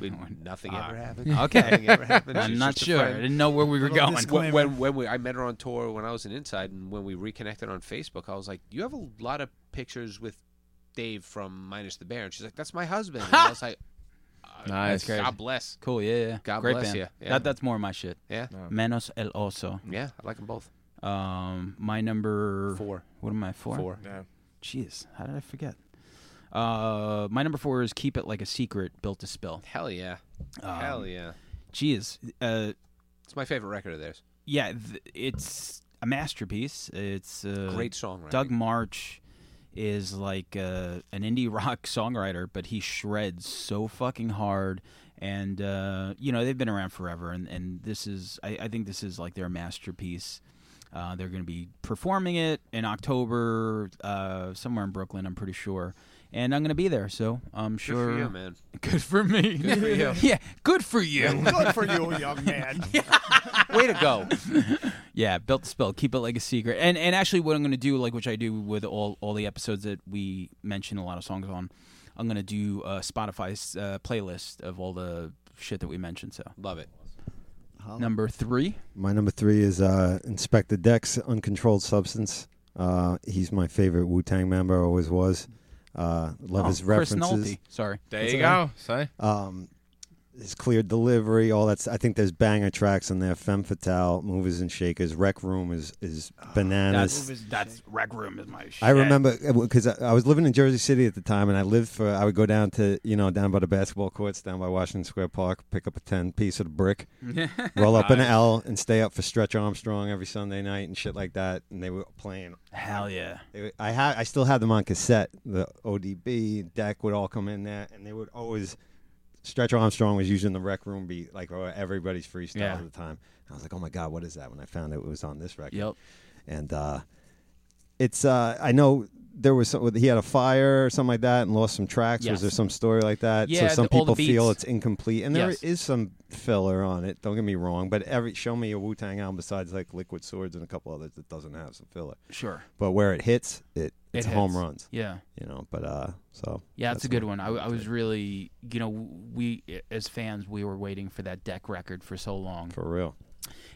We- nothing ever happened. Okay. Ah. Nothing ever happened. I'm She's not just a sure. I friend. didn't know where we were Little going. disclaimer. When, when when we I met her on tour when I was an inside and when we reconnected on Facebook, I was like, "You have a lot of pictures with Dave from Minus the Bear," and she's like, "That's my husband." And I was like, "Uh, nice. great. "God bless." Cool, yeah, yeah. God Great bless band. ya. Yeah. That, that's more my shit. Yeah, Menos el oso. yeah, I like them both. Um, my number Four. What am I four? Four. Jeez, how did I forget? Uh, my number four is keep it like a secret, built to spill. Hell yeah, hell yeah. Jeez, Um, uh, It's my favorite record of theirs. yeah, th- it's a masterpiece. It's uh, Great songwriting. Doug March is like uh, an indie rock songwriter, but he shreds so fucking hard. And uh, you know they've been around forever, and, and this is I, I think this is like their masterpiece. Uh, they're going to be performing it in October uh, somewhere in Brooklyn, I'm pretty sure. And I'm going to be there, so I'm Good sure. for you, man. Good for me. Good for you. yeah, good for you. Good for you, young man. Way to go. Yeah, built the spell, keep it like a secret. And and actually, what I'm going to do, like which I do with all all the episodes that we mention a lot of songs on, I'm going to do a Spotify uh, playlist of all the shit that we mentioned. So Love it. Oh, number three, My number three is uh, Inspect the Deck's Uncontrolled Substance. Uh, he's my favorite Wu Tang member, always was. Uh, love Oh, his Chris references, Nolte. Sorry, There you go. Say um, his clear delivery, all that. s- I think there's banger tracks on there. Femme Fatale, Movers and Shakers, Rec Room is is Ah, bananas. that's that's Rec Room is my. Shit. I remember because I, I was living in Jersey City at the time, and I lived for. I would go down to you know down by the basketball courts, down by Washington Square Park, pick up a ten piece of the brick, roll up an L, and stay up for Stretch Armstrong every Sunday night and shit like that. And they were playing. Hell yeah. They, were- I had I still had them on cassette. The ODB deck would all come in there, and they would always. Stretch Armstrong was using the rec room beat, like where everybody's freestyle Yeah. at the time. I was like, "Oh my god, what is that?" When I found out it was on this record, Yep. and uh, it's uh, I know there was some, he had a fire or something like that and lost some tracks. Yes. Was there some story like that? Yeah, so some the- all the people feel beats. it's incomplete, and there is Yes. some filler on it. Don't get me wrong, but every show me a Wu Tang album besides like Liquid Swords and a couple others that doesn't have some filler. Sure. But where it hits, it hits. it's home runs. Yeah. You know, but uh, so Yeah, that's, a good my- one. I, I was really, you know, we as fans, we were waiting for that deck record for so long, for real.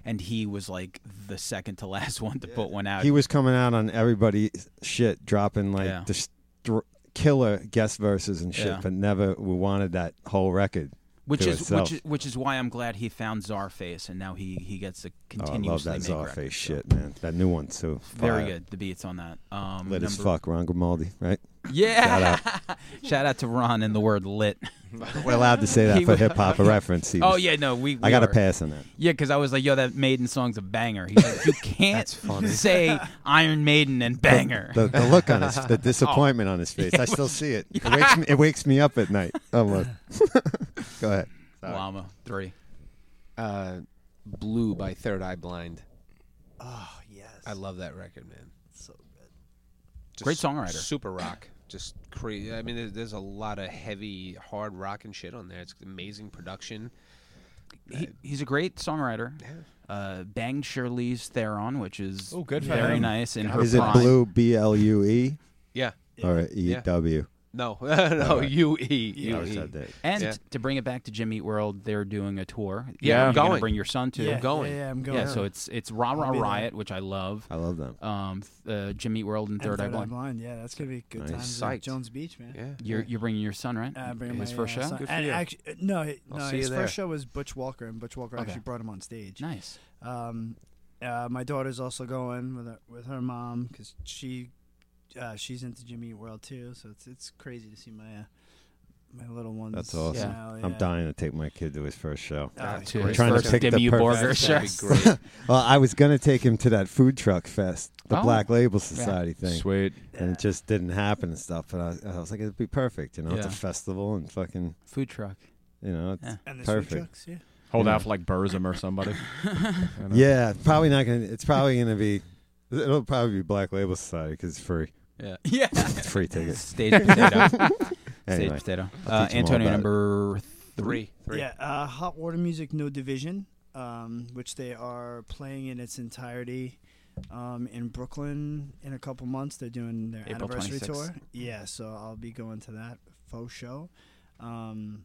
and he was like the second to last one to put one out. He was coming out on everybody's shit, dropping like Yeah. destr- killer guest verses and shit, Yeah. but never we wanted that whole record. which to is itself. which is which is why I'm glad he found Czarface and now he he gets to Oh, I love continuously that make Czar records, face so. shit, man. That new one too. Very Fire. good. The beats on that. Um, Lit as number- fuck, Ron Grimaldi, right? Yeah. Shout out. to Ron and the word lit. We're allowed to say that He for was- hip hop a reference. he Oh was- yeah, no, we. we I got a are. pass on that. Yeah, because I was like, yo, that Maiden song's a banger. He's like, you can't say Iron Maiden and banger. The, the look on his, Oh. the disappointment on his face. I still see it. It wakes me. It wakes me up at night. Almost. Go ahead. Sorry. Llama three. Uh, Blue by Third Eye Blind. oh yes. I love that record, man. so good. Just Great songwriter. Super rock. Just crazy. I mean, there- there's a lot of heavy, hard rock and shit on there. It's amazing production. He, he's a great songwriter. Uh, banged Shirley's Theron, which is Oh, good for very him. nice in her Is it prime. blue? B L U E Yeah. or E W? Oh, No, no, U E I U always E. had that. And Yeah. to bring it back to Jimmy Eat World, they're doing a tour. Yeah, I'm You're gonna going. Bring your son to. yeah, going. Yeah, yeah, I'm Yeah, going. so it's it's Rah Rah I'll be there. Riot, which I love. I love them. Um, th- uh, Jimmy Eat World and And Third Eye Blind. Yeah, that's gonna be good Nice. times. Psyched. at Jones Beach, man. Yeah. You're E you're bringing your son, right? Uh, bring His my, first uh, show. son- Good for and you. actu- no, it- I'll no. see you His there. first show was Butch Walker, and Butch Walker Okay. actually brought him on stage. Nice. Um, uh, my daughter's also going with her, with her mom because she uh, she's into Jimmy Eat World too. So it's it's crazy to see my uh, my little ones. uh, That's awesome. now, I'm yeah. dying to take my kid to his first show. Uh, That's To great. his Trying to first pick the Demi perfect- Burger That's show. gotta be great. Well, I was gonna take him to that food truck fest, the Oh. Black Label Society thing, Sweet. and it just didn't happen and stuff. But I, was- I was like, it'd be perfect, you know. It's a Yeah. festival and fucking, Food truck. you know. It's, Yeah. and the Perfect. food trucks, yeah. Hold Yeah. out for like Burzum or somebody. You know? yeah, probably not gonna. It's probably gonna be. It'll probably be Black Label Society because it's free. Yeah. Yeah. It's free tickets. Stage potato. Stage Anyway, potato. I'll Uh, teach him all Antonio about it. number three. Three, three. Yeah, uh, Hot Water Music No Division, um, which they are playing in its entirety um, in Brooklyn in a couple months. They're doing their April anniversary 26th. tour. Yeah, so I'll be going to that faux show. Um,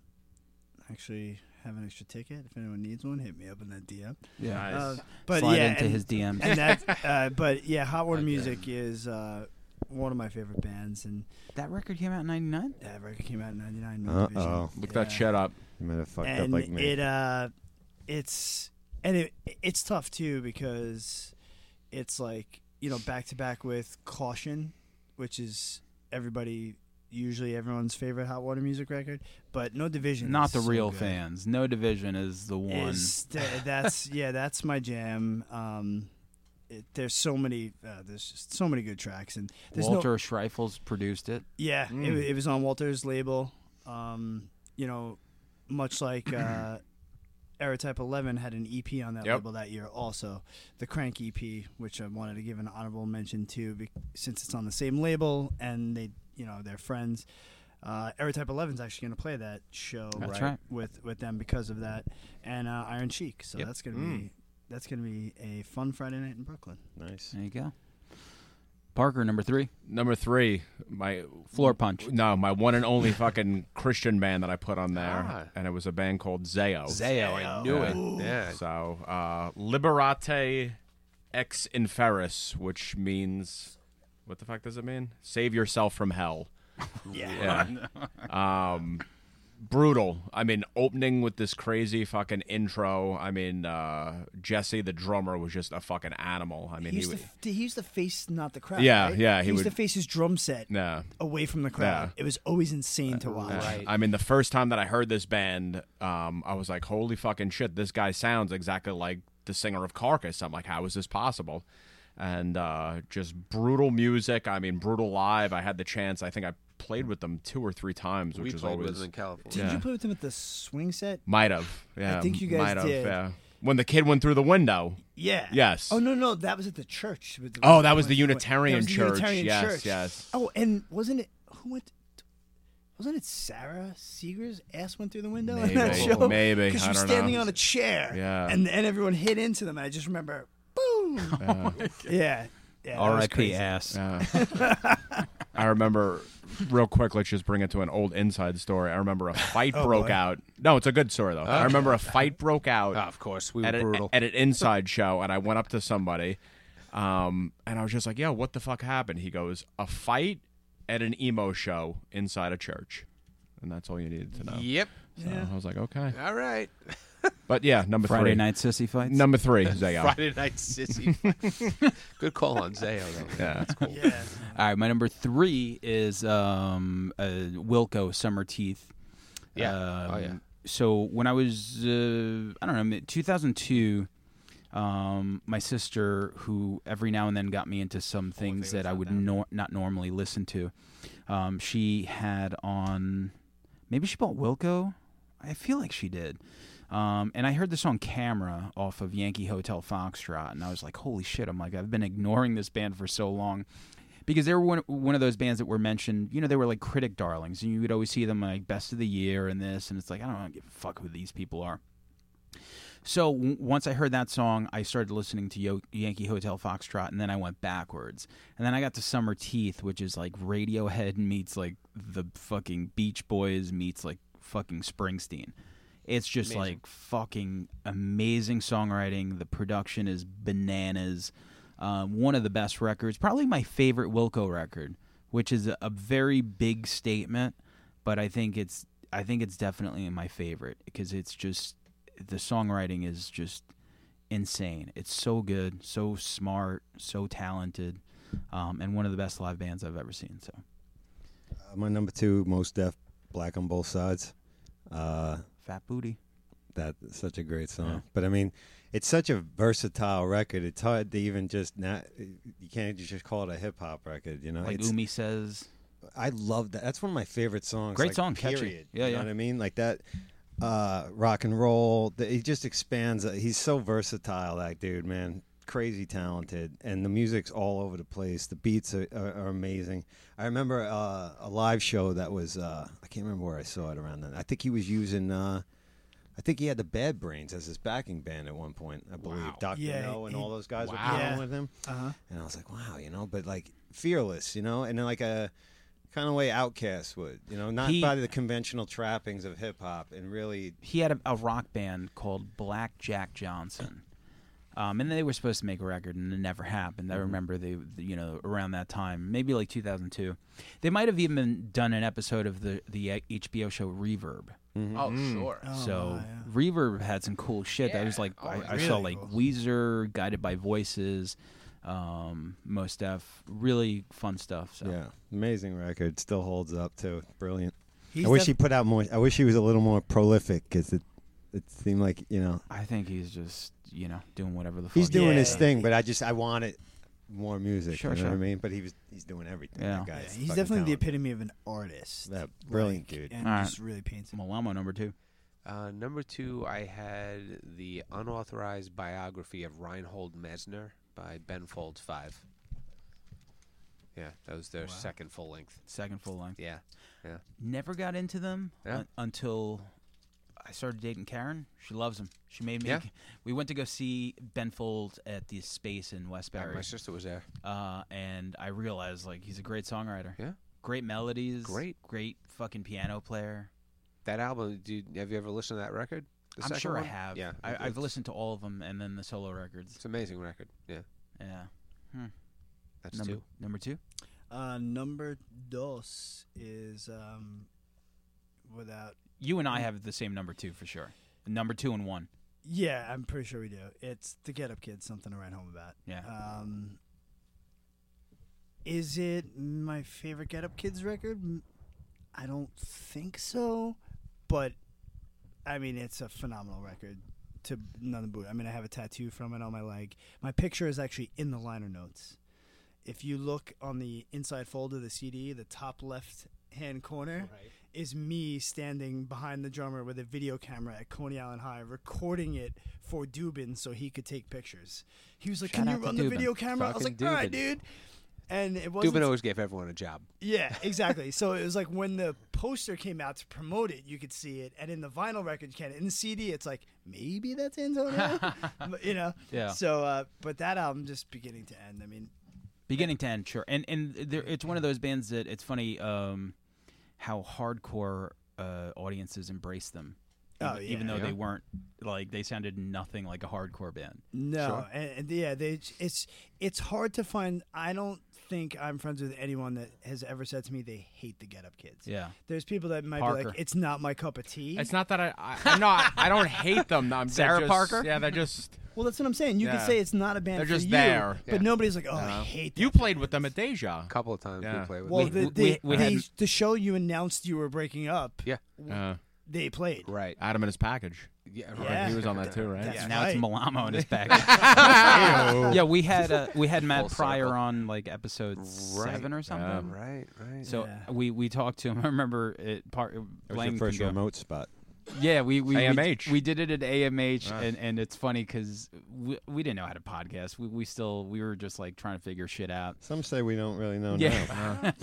actually, have an extra ticket if anyone needs one. Hit me up in that DM. Yeah. Nice. Uh, but Slide yeah, into and- his DMs. and that, uh, but yeah, Hot Water Music is uh, one of my favorite bands, and that record came out in '99. that record came out in '99. Uh-oh. Look that shit up. You might have fucked and up like me. it uh, it's and it it's tough too because it's like you know back to back with Caution, which is everybody usually everyone's favorite hot water music record, but No Division, is Not the so real good. fans. No division is the one. Is th- that's yeah, that's my jam. Um, it, there's so many, uh, there's just so many good tracks, and there's no- Walter Schreifels produced it. yeah, Mm. it it, it was on Walter's label. Um, you know, much like uh, Aerotype 11 had an EP on that Yep. label that year, also the Crank EP, which I wanted to give an honorable mention to, be- since it's on the same label and they, you know, they're friends. Uh, Aerotype 11 is actually going to play that show That's right. with with them because of that, and uh, Iron Cheek. So Yep. that's going to Mm. be that's going to be a fun Friday night in Brooklyn. nice. There you go. Parker number three. Number three, my Mm. Floor punch. No, my one and only fucking Christian band that I put on there, Ah. and it was a band called Zeo. Zayo, I knew Ooh. it. Yeah. So, uh, Liberate ex inferis, which means what the fuck does it mean? Save yourself from hell. yeah. um, brutal. I mean, opening with this crazy fucking intro. I mean, uh, Jesse the drummer was just a fucking animal. I mean, He he, used, was. to, f- he used to face not the crowd. Yeah, right? yeah, He, he used to would- face his drum set Nah. away from the crowd. Yeah. Uh, It was always insane to watch. Right. I mean, the first time that I heard this band, um, I was like, "Holy fucking shit! This guy sounds exactly like the singer of Carcass." I'm like, "How is this possible?" And uh, just brutal music. I mean, brutal live. I had the chance. I think I played with them two or three times, We which was played with always them in California. Did Yeah. you play with him at the swing set? might have. Yeah, think you guys might have, did. yeah. When the kid went through the window. Yeah. Yes. Oh no, no, that was at the church. with the- Oh, that was the That Unitarian was the Church. Unitarian Yes, church. yes. Oh, and wasn't it who went? Wasn't it Sarah Seeger's ass went through the window in that Maybe. show? Maybe. because I she was don't know. standing on a chair. Yeah. And and everyone hit into them. And I just remember, boom. yeah. Yeah. that was R.I.P. crazy. Ass. I remember real quick. Let's just bring it to an old inside story. I remember a fight broke Oh, boy. out. No, it's a good story though. I remember a fight broke out. Ah, of course, we were at, a- brutal. at an inside show, and I went up to somebody, um, and I was just like, "Yo, what the fuck happened?" He goes, "A fight at an emo show inside a church," and that's all you needed to know. Yep. So I was like, "Okay," All right. but yeah, number Friday three, night sissy fights. number three, Zayo. Friday night sissy. Good call on Zayo though. Yeah, that's cool. Yeah. All right, my number three is um, uh, Wilco Summer Teeth. Yeah. Um, Oh, yeah. So when I was, uh, I don't know, mid- 2002, um, my sister, who every now and then got me into some things that I would nor- not normally listen to, um, she had on, maybe she bought Wilco. I feel like she did. Um, and I heard the song Camera off of Yankee Hotel Foxtrot, and I was like, holy shit. I'm like, I've been ignoring this band for so long. Because they were one, one of those bands that were mentioned, you know, they were like critic darlings, and you would always see them like best of the year and this, and it's like, I don't give a fuck who these people are. So w- once I heard that song, I started listening to Yo- Yankee Hotel Foxtrot, and then I went backwards, and then I got to Summer Teeth, which is like Radiohead meets like the fucking Beach Boys meets like fucking Springsteen. It's just Amazing. like fucking amazing songwriting. The production is bananas. Um, one of the best records, probably my favorite Wilco record, which is a, a very big statement, but I think it's I think it's definitely my favorite because it's just the songwriting is just insane. It's so good, so smart, so talented, um, and one of the best live bands I've ever seen. So Uh, my number two, most deaf, black on both sides. Uh, fat booty. that is such a great song. Yeah. But I mean, it's such a versatile record. It's hard to even just not. You can't just call it a hip hop record. You know, Like it's, Umi says, I love that. That's one of my favorite songs. Great like, song, catchy. period. Yeah, you yeah. know what I mean. Like that, uh, rock and roll. The, he just expands. uh, He's so versatile, that dude, man. Crazy talented, and the music's all over the place. The beats are, are, are amazing. I remember uh, a live show that was uh, I can't remember where I saw it around then. I think he was using. Uh, I think he had the Bad Brains as his backing band at one point. I believe Wow. Doctor Yeah, No and he- all those guys were Wow. playing Yeah. with him Uh-huh. and I was like, wow, you know, but like fearless, you know, and in like a kind of way Outcast would, you know, not He- by the conventional trappings of hip hop, and really, he had a, a rock band called Black Jack Johnson. Um, and they were supposed to make a record, and it never happened. I remember they, you know, around that time, maybe like 2002, they might have even done an episode of the the uh, HBO show Reverb. Oh, sure. Oh, so my, yeah. Reverb had some cool shit. That was Yeah. like Oh, I, yeah. I saw Really like cool. Weezer, Guided by Voices, um, Most Def, really fun stuff. So yeah, amazing record, still holds up too, brilliant. He's I wish def- he put out more. I wish he was a little more prolific because it, it seemed like you know I think he's just you know doing whatever the fuck he's he doing wants. his Oh, Yeah. thing, but I just I wanted more music. Sure, you know sure. what I mean? But he was he's doing everything. Yeah. that yeah, guy's he's fucking definitely the talented. epitome of an artist. Yeah, brilliant like, dude. And All right. just really paints. Malamo number two. Uh, number two, I had the unauthorized biography of Reinhold Messner by Ben Folds Five. Yeah, that was their second full length. Second full length. Yeah, yeah. Never got into them Yeah. un- until I started dating Karen. She loves them. She made me. Yeah. We went to go see Ben Folds at the space in Uh, Westbury, my sister was there. uh, and I realized like he's a great songwriter. Yeah. Great melodies. Great. Great fucking piano player. That album, dude, have you ever listened to that record? The I'm second sure one? I have. Yeah, I, it- I've it's- listened to all of them, and then the solo records. It's an amazing record. Yeah, Yeah, that's number two. number two. Uh, number dos is um, without. You and I Mm. have the same number two for sure. Number two and one. Yeah, I'm pretty sure we do. It's the Get Up Kids, something to write home about. Yeah. Um, is it my favorite Get Up Kids record? M- I don't think so, but I mean it's a phenomenal record. To none the boot. I mean, I have a tattoo from it on my leg. My picture is actually in the liner notes. If you look on the inside fold of the CD, the top left hand corner is me standing behind the drummer with a video camera at Coney Island High, recording it for Dubin so he could take pictures. He was like, Shout "Can out you to run the Dubin. video camera?" I was like, Fucking "All right, Dubin. dude." And it wasn't Dubin always gave everyone a job. yeah, exactly. so it was like when the poster came out to promote it, you could see it, and in the vinyl record, you can. In the CD, it's like maybe that's Antonio, But, you know. Yeah. So, uh, but that album just beginning to end. I mean, Beginning to end, sure. And and there, it's one of those bands that it's funny um, how hardcore uh, audiences embrace them. Oh, even, yeah. even though Yeah. they weren't like they sounded nothing like a hardcore band. no, Sure. and, and yeah, they it's it's hard to find. I don't think I'm friends with anyone that has ever said to me they hate the Get Up Kids. Yeah. There's people that might be like, Parker. it's not my cup of tea. It's not that I, I I'm not. I don't hate them. I'm, they're Sarah just- Parker? Yeah, they're just. well, that's what I'm saying. You Yeah. can say it's not a band. They're for just you, there. but nobody's like, oh, I No. hate. You that played band." with them at Deja. A couple of times Yeah. we played with Well, them. the, we- the, we the, hadn't- the show you announced you were breaking up, Yeah, Uh, they played. right. Adam and his package. Yeah, right. Yeah. He was on that too, right? That's now right. it's Malamo in his bag. yeah, we had uh, we had Matt Full Pryor circle. on like episode seven or something. Yeah. Right, right. So Yeah. we we talked to him. I remember it. Part It was your first go, remote spot. Yeah, we we we- AMH. We, did it at AMH, and, and it's funny because we, we didn't know how to podcast. We, we still we were just like trying to figure shit out. Some say we don't really know Yeah.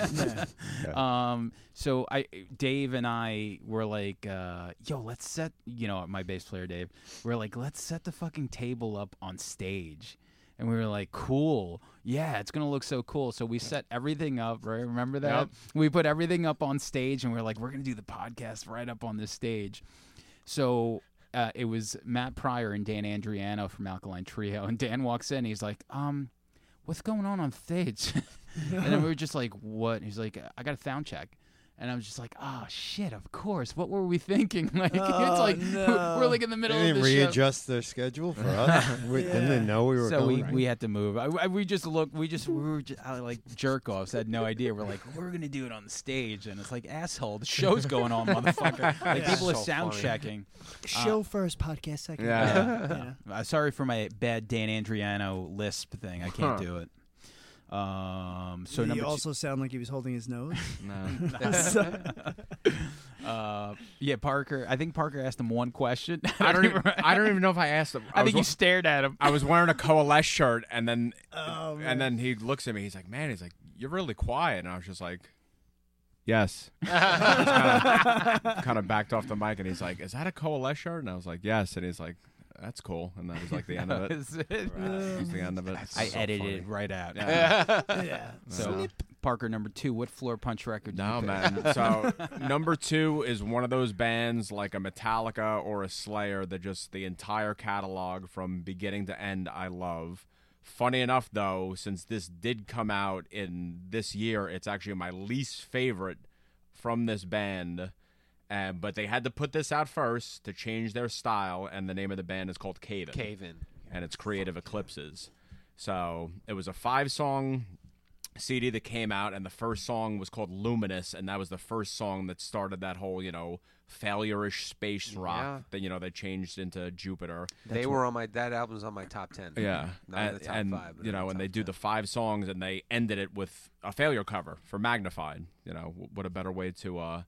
now. Um, so I, Dave and I were like, uh, yo, let's set, you know, my bass player Dave, we're like, let's set the fucking table up on stage. And we were like, cool. Yeah, it's going to look so cool. So we set everything up, right? Remember that? Yep. We put everything up on stage and we are like, we're going to do the podcast right up on this stage. So uh, it was Matt Pryor and Dan Andriano from Alkaline Trio. And Dan walks in. He's like, um, what's going on on stage? and then we were just like, what? And he's like, I got a sound check. And I was just like, oh, shit, of course. What were we thinking? Like, it's like, we're like in the They middle of didn't the show. readjust their schedule for us. we, Didn't they know we were So going? we, we had to move. I, I- we just looked. We just we were just, I, like jerk offs. Had no idea. We're like we're gonna do it on the stage, and it's like asshole. The show's going on, motherfucker. Like Yeah. people are So sound funny. checking. Show first, podcast second. Yeah. You know? Uh, sorry for my bad Dan Andriano lisp thing. I can't do it. Um. So Did he number two- also sound like he was holding his nose? No. uh, yeah, Parker. I think Parker asked him one question. I don't. Even, I don't even know if I asked him. I, I think you was, stared at him. I was wearing a coalesce shirt, and then Oh, man. and then he looks at me. He's like, "Man, he's like, you're really quiet." And I was just like, "Yes." kind of backed off the mic, and he's like, "Is that a coalesce shirt?" And I was like, "Yes." And he's like, "That's cool." And that was like the end of it. That was the end of it. I So edited funny. it right out. yeah. So Parker number two. What floor punch record? did No you pick? man. So number two is one of those bands like a Metallica or a Slayer that just the entire catalog from beginning to end I love. Funny enough though, since this did come out in this year, it's actually my least favorite from this band. Uh, but they had to put this out first to change their style, and the name of the band is called Cave. In Cave in. and it's Creative Eclipses. So it was a five song CD that came out, and the first song was called Luminous, and that was the first song that started that whole, you know, failure-ish space rock Yeah. that, you know, they changed into Jupiter. They were on my that album's on my top ten. Yeah, not in and, the top and, five. but you in the know, and top they do 10. the five songs, and they ended it with a failure cover for Magnified. You know, wh- what a better way to uh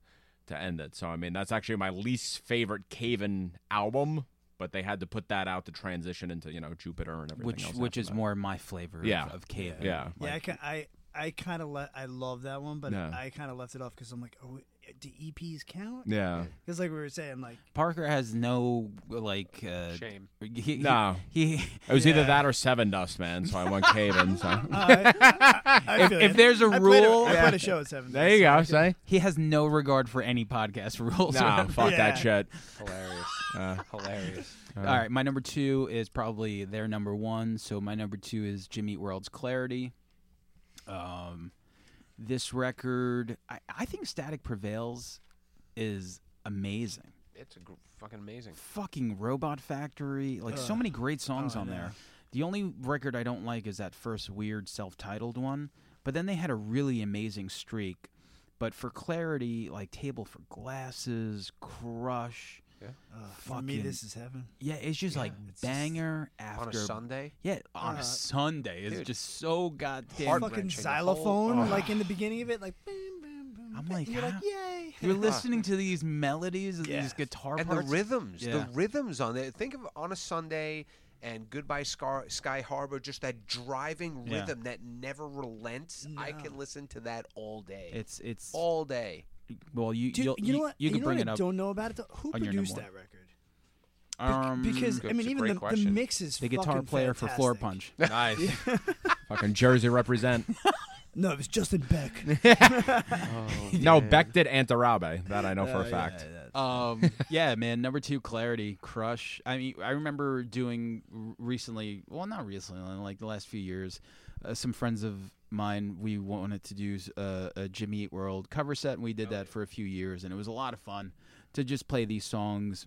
to end it. So I mean, that's actually my least favorite Caven album, but they had to put that out to transition into you know Jupiter and everything which else which after is that. more my flavor Yeah. of, of cave. yeah yeah, I, ki- I, I kind of let I love that one, but Yeah. I kind of left it off because I'm like, oh, do EPs count? Yeah. Because like we were saying, like Parker has no like uh, Shame. He, he- No. he, It was either that or Seven Dust, man. So I went Caven. So. "Oh, I feel if ya. there's a I played a- rule- I played a show at seven. There you go. Say. he has no regard for any podcast rules. Nah, fuck that shit. hilarious, Uh. hilarious. All right, my number two is probably their number one. So my number two is Jimmy Eat World's Clarity. Um, this record, I, I think Static Prevails is amazing. It's a gr- fucking amazing. Fucking Robot Factory, like so many great songs Oh, on there. The only record I don't like is that first weird self-titled one, but then they had a really amazing streak. But for clarity, like Table for Glasses, Crush, For me, Fucking- this is heaven. yeah, it's just like banger after On a Sunday, Yeah, on uh, a Sunday it's dude. just so goddamn. Fucking wrenching, the whole- xylophone, Ugh. like in the beginning of it, like. Boom, boom, boom, I'm boom, like, and you're like, how- yay! You're listening to these melodies and Yeah. these guitar and the parts. rhythms, Yeah. the rhythms on there. Think of on a Sunday and Goodbye Scar- Sky Harbor, just that driving Yeah. rhythm that never relents. I can listen to that all day. It's it's all day. well you Dude, you'll- you know what? you, know can bring what it I up don't know about it. Though? Who on your produced number that record? um, because I That's mean, a even great the, the question. mix is the guitar fucking player for Floor fantastic. Punch. Nice. Fucking Jersey represent. No, it was Justin Beck. No, Beck did Antarabe. That I know for a fact. Um, yeah, man. Number two, clarity, crush. I mean, I remember doing r- recently. Well, not recently, like the last few years. Uh, some friends of mine, we wanted to do uh, a Jimmy Eat World cover set, and we did that for a few years, and it was a lot of fun to just play these songs.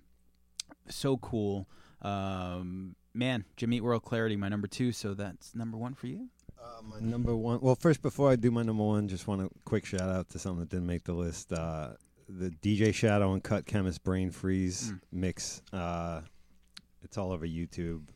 So cool, um, man. Jimmy Eat World, clarity, my number two. So that's number one for you. Uh, My number one. Well, first, before I do my number one, just want a quick shout out to something that didn't make the list. Uh, the DJ Shadow and Cut Chemist Brain Freeze Hmm. mix. Uh, it's all over YouTube.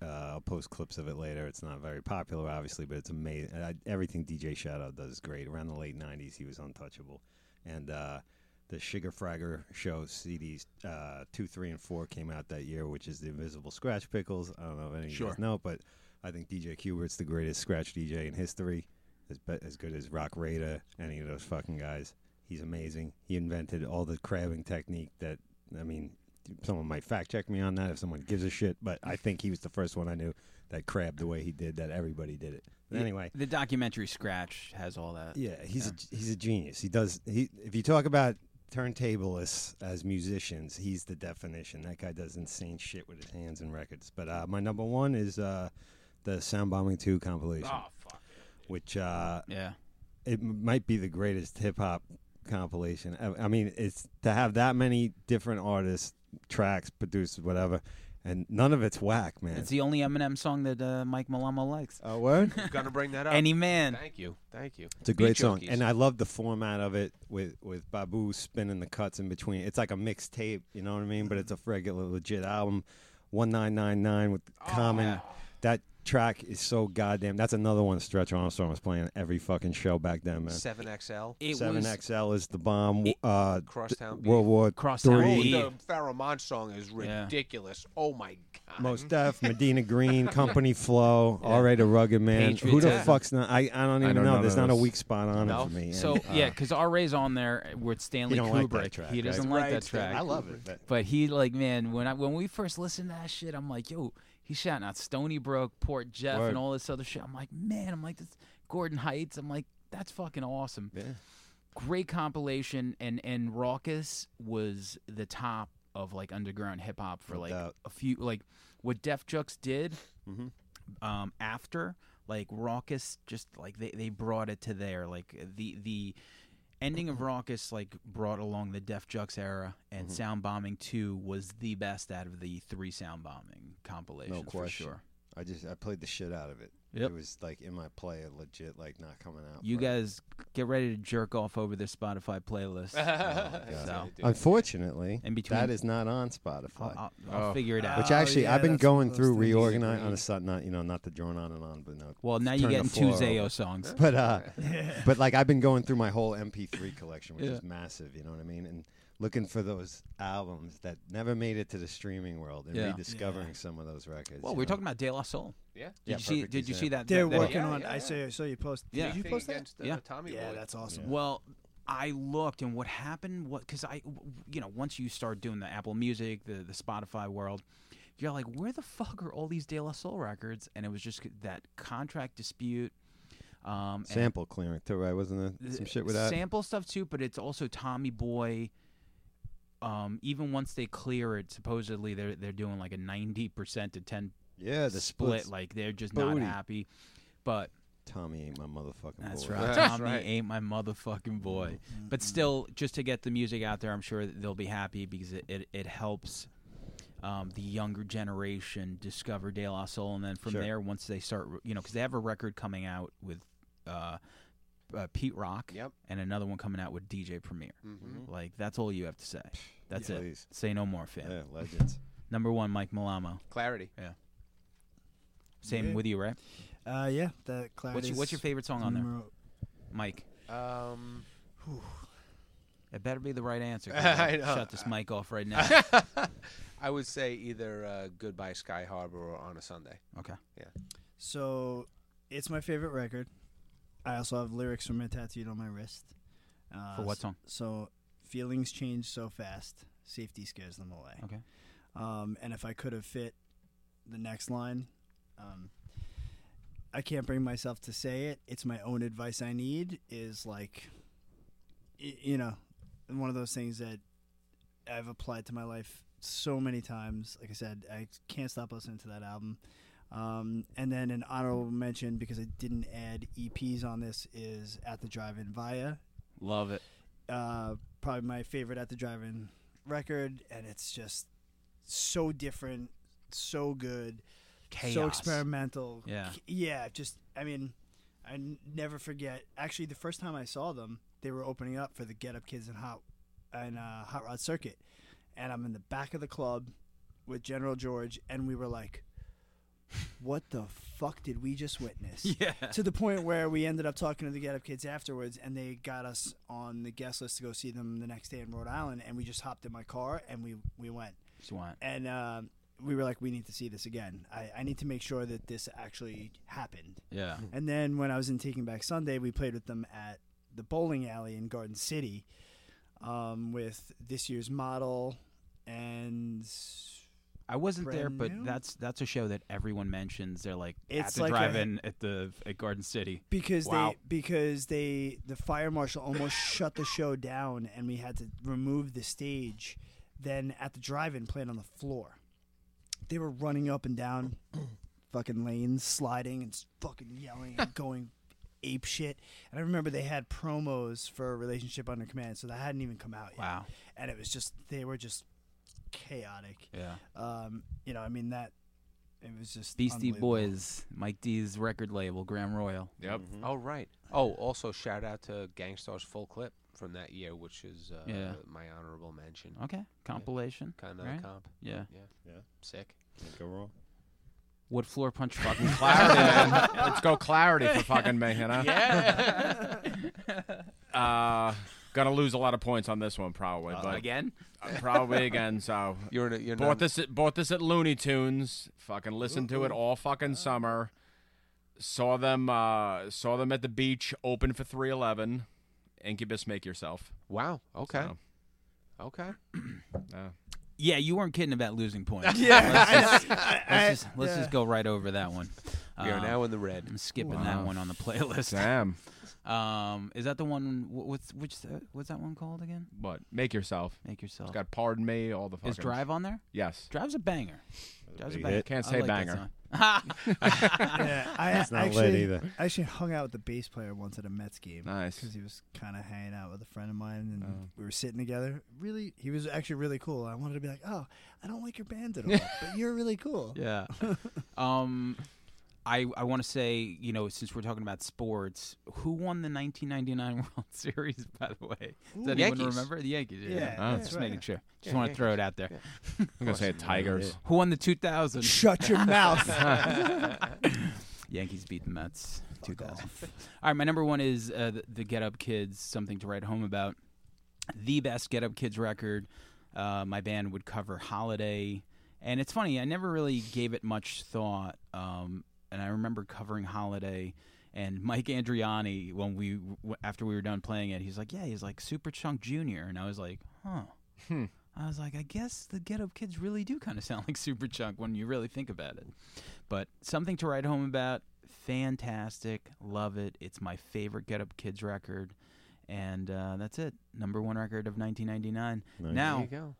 Uh, I'll post clips of it later. It's not very popular, obviously, but it's amazing. Uh, everything DJ Shadow does is great. Around the late '90s, he was untouchable, and uh, the Sugar Fragger Show CDs uh, two, three, and four came out that year, which is the Invisible Scratch Pickles. I don't know if any of you Sure. guys know, but I think DJ Cubert's the greatest scratch DJ in history, as be- as good as Rock Rada, any of those fucking guys. He's amazing. He invented all the crabbing technique that I mean. Someone might fact check me on that if someone gives a shit, but I think he was the first one I knew that crabbed the way he did. That everybody did it. But anyway, The documentary Scratch has all that. yeah, he's a he's a genius. He does he if you talk about turntablists as musicians, he's the definition. That guy does insane shit with his hands and records. But uh, my number one is uh, the Soundbombing Two compilation, Oh fuck. which uh, Yeah. it m- might be the greatest hip hop compilation. I, I mean, it's to have that many different artists, tracks, producers, whatever, and none of it's whack, man. It's the only Eminem song that uh, Mike Malamo likes. a word. Gonna bring that up. Any man. Oh, Thank you. Thank you. It's a great song, and I love the format of it with with Babu spinning the cuts in between. It's like a mixtape, you know what I mean? But it's a regular, legit album. One nine nine nine with Oh, Common. That track is so goddamn. That's another one Stretch Armstrong was playing every fucking show back then, man. Seven XL. It Seven was XL is the bomb. uh, Crosstown World Beef. War Crosstown Three. Oh, Beef. the Pharrell Monch song is Yeah. ridiculous. Oh my god. Most Def, Medina Green, Company Flow, All Right, a Rugged Man. Who the Patriots. fuck's not? I, I don't even know know. none There's of not a those. weak spot on No? it for me. So And, yeah, uh, because our Ray's on there eh, with Stanley He don't like Kubrick. that track, he doesn't like right? that track. I love it. but- But he like man, when I when we first listened to that shit, I'm like, yo, he's shouting out Stony Brook, Port Jeff, Word. and all this other shit. I'm like, man, I'm like this Gordon Heights. I'm like, that's fucking awesome. Yeah. Great compilation, and and Raucous was the top of like underground hip hop for like doubt. a few like what Def Jux did Mm-hmm. um, after like raucous just like they, they brought it to there like the the ending of raucous like brought along the def jux era Mm-hmm. and sound bombing 2 was the best out of the three sound bombing compilations for question. sure I just I played the shit out of it. Yep. It was like in my play, legit, like not coming out. you for- guys get ready to jerk off over this spotify playlist Uh, so Unfortunately, In between- Oh, that is not on Spotify. I'll, I'll, I'll figure it out which Oh, actually, yeah, I've been that's going supposed through to be reorganize great. on a side, not you know, not the drone on and on, but no. well now you're turn the getting two floor zayo over. oh, songs But uh, but like I've been going through my whole MP3 collection, which Yeah. is massive. You know what I mean? And looking for those albums that never made it to the streaming world and Yeah. rediscovering some of those records. well you we're know? talking about de la soul Yeah. did Yeah, you see perfect did you see example. that They're that- that- working yeah, on. yeah, I yeah. saw, saw you post. Yeah. Did you post that? against, uh, Yeah. Tommy Yeah, Boy. that's awesome. Well, I looked and what happened what cuz I you know, once you start doing the Apple Music, the the Spotify world, you're like, "Where the fuck are all these De La Soul records?" And it was just that contract dispute um and sample clearing too, right? Wasn't there some shit with that? sample stuff too, but it's also Tommy Boy um even once they clear it, supposedly they're they're doing like a 90% to 10 yeah, the split splits. like they're just not Booty. happy. But Tommy ain't my motherfucking That's boy. right. That's Tommy right. ain't my motherfucking boy. But still, just to get the music out there, I'm sure that they'll be happy because it, it, it helps um, the younger generation discover De La Soul. And then from Sure. there, once they start, you know, because they have a record coming out with uh, uh, Pete Rock Yep. and another one coming out with DJ Premier. Like, that's all you have to say. That's it. Mm-hmm. Please. Say no more, fam. Yeah, legends. Number one, Mike Malamo. Clarity. Same Yeah. with you, right? Uh, yeah, that cloud. What's your, is what's your favorite song on there, numero- Mike? Um, It better be the right answer. 'cause I I'll know. Shut this mic off right now. I would say either uh, Goodbye Sky Harbor or On a Sunday. okay. So, it's my favorite record. I also have lyrics from it tattooed on my wrist. Uh, For what song? So, feelings change so fast. Safety scares them away. Okay. Um, and if I could have fit the next line, um, I can't bring myself to say it. It's my own advice I need is like, y- you know, one of those things that I've applied to my life so many times. Like I said, I can't stop listening to that album. Um, and then an honorable mention because I didn't add EPs on this is at the drive-in via Love it. uh, probably my favorite at the drive-in record, and it's just so different, so good, so Chaos. experimental. Yeah. K- yeah. Just, I mean, I n- never forget. Actually, the first time I saw them, they were opening up for the Get Up Kids and Hot and uh, Hot Rod Circuit, and I'm in the back of the club with General George, and we were like, what the fuck did we just witness? Yeah. To the point where we ended up talking to the Get Up Kids afterwards, and they got us on the guest list to go see them the next day in Rhode Island, and we just hopped in my car and we we went. Just want- And um, we were like, we need to see this again. I, I need to make sure that this actually happened. Yeah. And then when I was in Taking Back Sunday, we played with them at the bowling alley in Garden City um, with this year's model and I wasn't there, Brand but new? that's that's a show that everyone mentions. They're like at It's the like a- drive-in at the at Garden City. because Wow. they because they the fire marshal almost shut the show down and we had to remove the stage then at the drive-in playing on the floor they were running up and down fucking lanes sliding and s- fucking yelling and going ape shit and i remember they had promos for relationship under command so that hadn't even come out yet Wow. and it was just they were just chaotic Yeah. um you know i mean that it was just Beastie unbelievable. Boys, Mike D's record label, Graham Royal. Yep. Mm-hmm. Oh right. Oh, also shout out to Gangstar's full clip from that year, which is uh, Yeah. my honorable mention. Okay, compilation. Kind of right? comp. Yeah. Yeah. Yeah. Sick. Can't go wrong. What floor punch fucking Clarity. man. Let's go clarity for fucking me, you know? Uh, gonna lose a lot of points on this one probably, but again? uh, probably again. So You're in a, you're bought not, this at, bought this at Looney Tunes. Fucking listened to it all fucking summer. Saw them uh, saw them at the beach. Open for three eleven. Incubus, make yourself. Wow. Okay. So, Okay. uh, Yeah, you weren't kidding about losing points. yeah, let's just, let's, just, let's just go right over that one. We are Uh, now in the red. I'm skipping that one on the playlist. damn. Um, is that the one? wh- What's which? uh, What's that one called again? What? Make yourself. Make yourself. It's got pardon me. All the fucking. Is Drive on there? Yes. Drive's a banger. Drive's a big banger. hit. Can't I say like that banger. song. Yeah, I That's not actually, lit either. I actually hung out with the bass player once at a Mets game. Nice. Because he was kind of hanging out with a friend of mine, and Oh. we were sitting together. Really, he was actually really cool. I wanted to be like, "Oh, I don't like your band at all, but you're really cool." Yeah. um, I I want to say you know since we're talking about sports, who won the 1999 World Series? By the way, does anyone Yankees. remember the Yankees? Yeah, Oh. just that's making right. sure. Just Yeah, want to throw it out there. I'm gonna say Tigers. Who won the 2000? Shut your Um, mouth. Yankees beat the Mets. 2000. All right, my number one is uh, the, the Get Up Kids. Something to write home about. The best Get Up Kids record. Uh, my band would cover Holiday, and it's funny. I never really gave it much thought, um, and I remember covering Holiday. And Mike Andriani, when we w- after we were done playing it, he's like, "Yeah, he's like Super Chunk Junior," and I was like, "Huh." I was like, I guess the Get Up Kids really do kind of sound like Superchunk when you really think about it. But something to write home about. Fantastic, love it. It's my favorite Get Up Kids record, and uh, that's it. Number one record of 1999. There you Now go.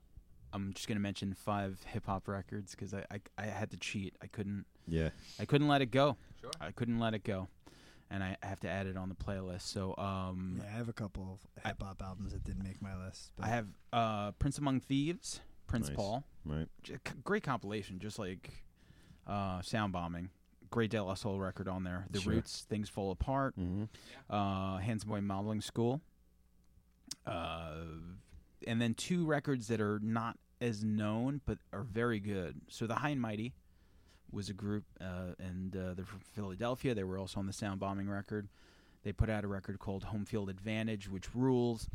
I'm just gonna mention five hip hop records because I, I I had to cheat. I couldn't Yeah. I couldn't let it go. Sure. I couldn't let it go, and I have to add it on the playlist. So um, yeah, I have a couple of hip hop albums that didn't make my list. But I have uh, Prince Among Thieves, Prince Nice. Paul. Right. j- c- great compilation, just like uh, sound bombing. Great De La Soul record on there. The Sure. Roots, Things Fall Apart, Mm-hmm. uh, Handsome Boy Modeling School, uh, and then two records that are not as known but are very good. So the High and Mighty was a group, uh, and uh, they're from Philadelphia. They were also on the sound bombing record. They put out a record called Home Field Advantage, which rules.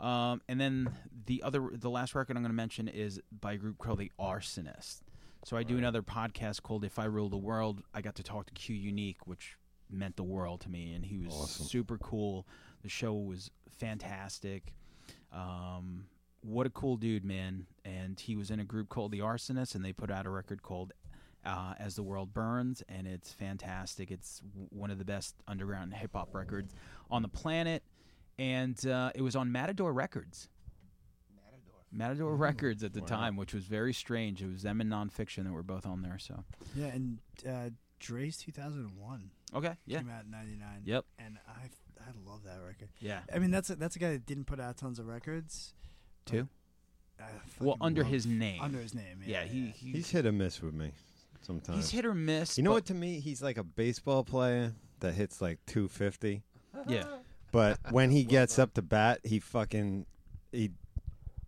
Um, and then the other, the last record I'm going to mention is by a group called The Arsonist. So I do another podcast called If I Rule the World. I got to talk to Q Unique, which meant the world to me, and he was super cool. The show was fantastic. Um, what a cool dude, man! And he was in a group called The Arsonists, and they put out a record called uh, As the World Burns, and it's fantastic. It's w- one of the best underground hip hop records on the planet, and uh, it was on Matador Records. Matador Records at the time, which was very strange. It was them and nonfiction that were both on there. So yeah, and uh, Dre's 2001 okay, yeah, came out in '99. Yep. and I I love that record. yeah. I mean, that's a, that's a guy that didn't put out tons of records. Two. I Well, fucking under love- his name. under his name. yeah, Yeah, he, yeah. he He's he's, hit or miss with me sometimes. hit or miss. you know what? but- To me, he's like a baseball player that hits like 250, Yeah, but when he gets up to bat, he fucking he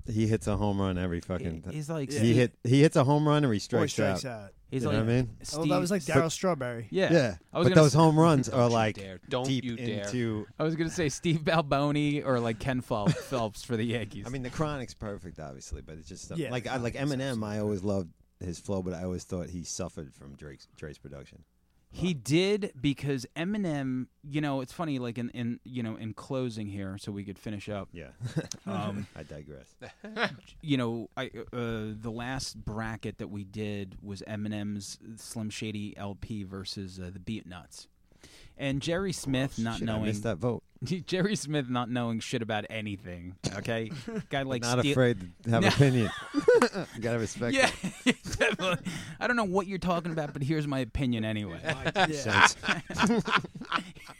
he hits a home run every fucking. time. He's like He hit he hits a home run or he Or strikes, strikes out. out. He's You like know what I mean? Oh, that was like Steve- Daryl Strawberry. yeah. Yeah, I was gonna but s- those home runs are Don't you like dare. Don't deep you dare. into. I was gonna say Steve Balboni or like Ken Phel- Phelps for the Yankees. I mean, the Chronic's perfect, obviously, but it's just something Yeah, like the I like Chronic's Eminem. I always loved his flow, but I always thought he suffered from Drake's Drake's production. uh, He did because Eminem, you know, it's funny, like in, in you know, in closing here, so we could finish up. Yeah, Um, I digress. you know, I uh, the last bracket that we did was Eminem's Slim Shady LP versus uh, the Beat Nuts, and Jerry Smith not Shit, I knowing missed that vote. Jerry Smith not knowing shit about anything. Okay, guy like Not steal- afraid to have No. opinion. you gotta respect. Yeah, definitely. I don't know what you're talking about, but here's my opinion anyway. Yeah.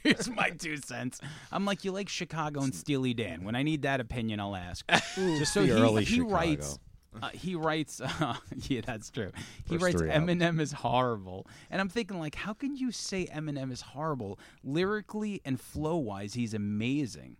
Here's my two cents. I'm like, you like Chicago and Steely Dan. When I need that opinion, I'll ask. Just so the he, early he Chicago. writes. Uh, he writes, uh, yeah, that's true. He First writes, three albums. Eminem is horrible, and I'm thinking like, how can you say Eminem is horrible lyrically and flow wise? He's amazing.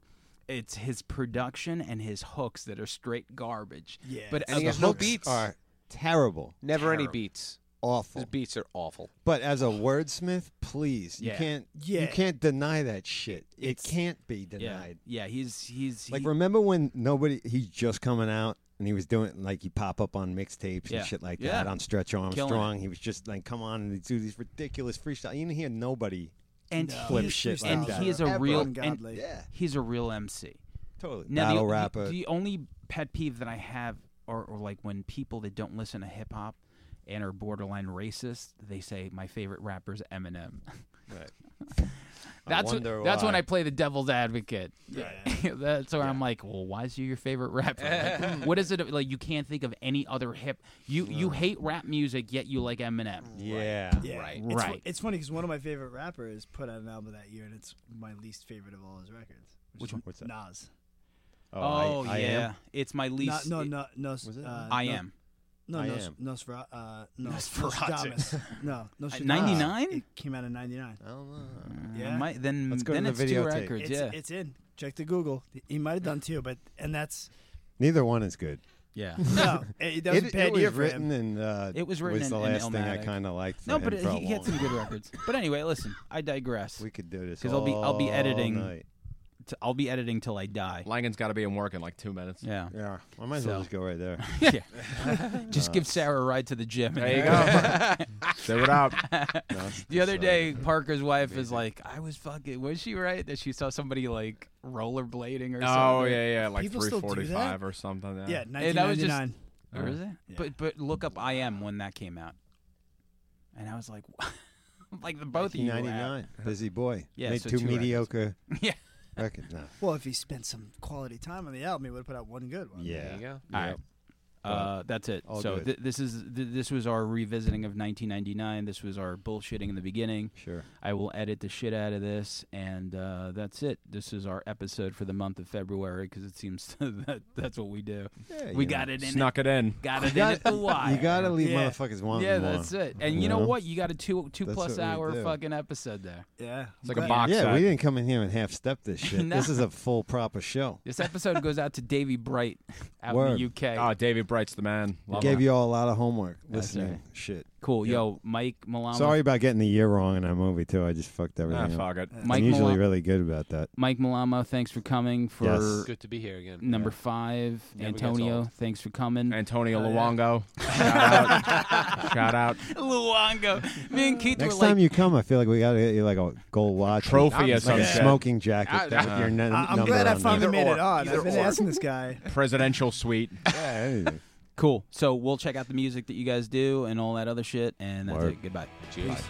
It's his production and his hooks that are straight garbage. Yeah. but And he as a has no hook- beats. Are terrible, Never any Terrible. beats. His awful. beats are awful. But as a wordsmith, please, you Yeah. can't. Yeah. you can't deny that shit. It It's- can't be Yeah, denied. yeah, he's he's Like he- remember when nobody he's just coming out and he was doing like he pop up on mixtapes Yeah. and shit like Yeah. that on Stretch Killing Armstrong. He was just like come on and he'd do these ridiculous freestyle. You didn't hear nobody. and No. he, Flip shit like and that. he is a Ever. real and Ungodly. Yeah, he's a real MC. totally. Now, Battle the, rapper. The, the only pet peeve that I have are, are like when people that don't listen to hip hop and are borderline racist, they say my favorite rapper's Eminem. That's wonder when, that's when why. I play the devil's advocate. Yeah. that's where I'm like, well, why is he your favorite rapper? Like, what is it like? You can't think of any other hip. You you hate rap music, yet you like Eminem. yeah. Yeah. Right. It's, fu- Right. It's funny because one of my favorite rappers put out an album that year, and it's my least favorite of all his records. Which is one? What's that? Nas. Oh, Oh, I, I yeah, am? it's my No, least. no, it- no, no. Was it? uh, I no- am. No, I Nos, am. Nosfera, uh, no, Nosferatu. Nostradamus. No, Nostradamus. 99? It came out in 99. I don't know. Yeah. Might- then Let's go to then the it's two videotape. records. It's, yeah, it's in. Check the Google. He might have done too, but and that's Neither one is good. yeah. no. it, that was it, a bad it was year for written him. and uh, It was written in- the in last thing I Illmatic. kind of liked. No, and but for a he, he had long some good time. records. But anyway, listen, I digress. We could do this 'Cause I'll be- I'll be all editing. night. T- I'll be editing till I die. Langan's got to be in work in like two minutes. Yeah. Yeah, I might as well So. just go right there. yeah. Just give Sarah a ride to the gym. There you go. Say what up. The uh, other day, Parker's wife is like, I was fucking. Was she right that she saw somebody like rollerblading or Oh something? yeah, yeah, like People still three do that? forty-five or something. Yeah. Yeah, And that was just- 1999. Or is it? But but look up I am when that came out, and I was like, like the both of you. ninety laughed. nine. Busy boy. Yeah, made so two, two records. mediocre Yeah. records. No. Well, if he spent some quality time on the album, he would have put out one good one. Yeah. There you go. All right. Uh, that's it. all so good. th- this is th- this was our revisiting of 1999. This was our bullshitting in the beginning. Sure. I will edit the shit out of this, and uh, that's it. This is our episode for the month of February because it seems that that's what we do. Yeah, we you got know. it in. Snuck it in. it. Got it in got- at the Y. You gotta leave Yeah. motherfuckers one. Yeah, that's it. And you, You know know? what? You got a two two That's plus what we hour do. fucking episode there. Yeah. It's like a But- box Yeah, set. we didn't come in here and half step this shit. No. This is a full proper show. This episode goes out to Davy Bright out Word. Ah, in the UK. Oh, David Bright's the man. We Love gave him. you all a lot of homework listening. right. Shit. cool. Yo, Mike Malama. Sorry about getting the year wrong in that movie too. I just fucked Ah, everything up. fuck it. Mike I'm usually Malamo- really good about that. Mike Malamo, thanks for coming for Yes. Good to be here again. number five. Never gets Antonio, old. thanks for coming. Antonio yeah. Luongo. Shout out. Shout out. Luongo. Me and Keith Next were like, time you come, I feel like we gotta get you like a gold watch, Trophy or like some a shit. smoking jacket I- that- I- with your n- I- I'm number glad I on finally there. Either made or. it on. I've Either been or. asking this guy. Presidential suite. Yeah, anything. cool. So we'll check out the music that you guys do and all that other shit. And that's Word. it. Goodbye. Cheers. Peace.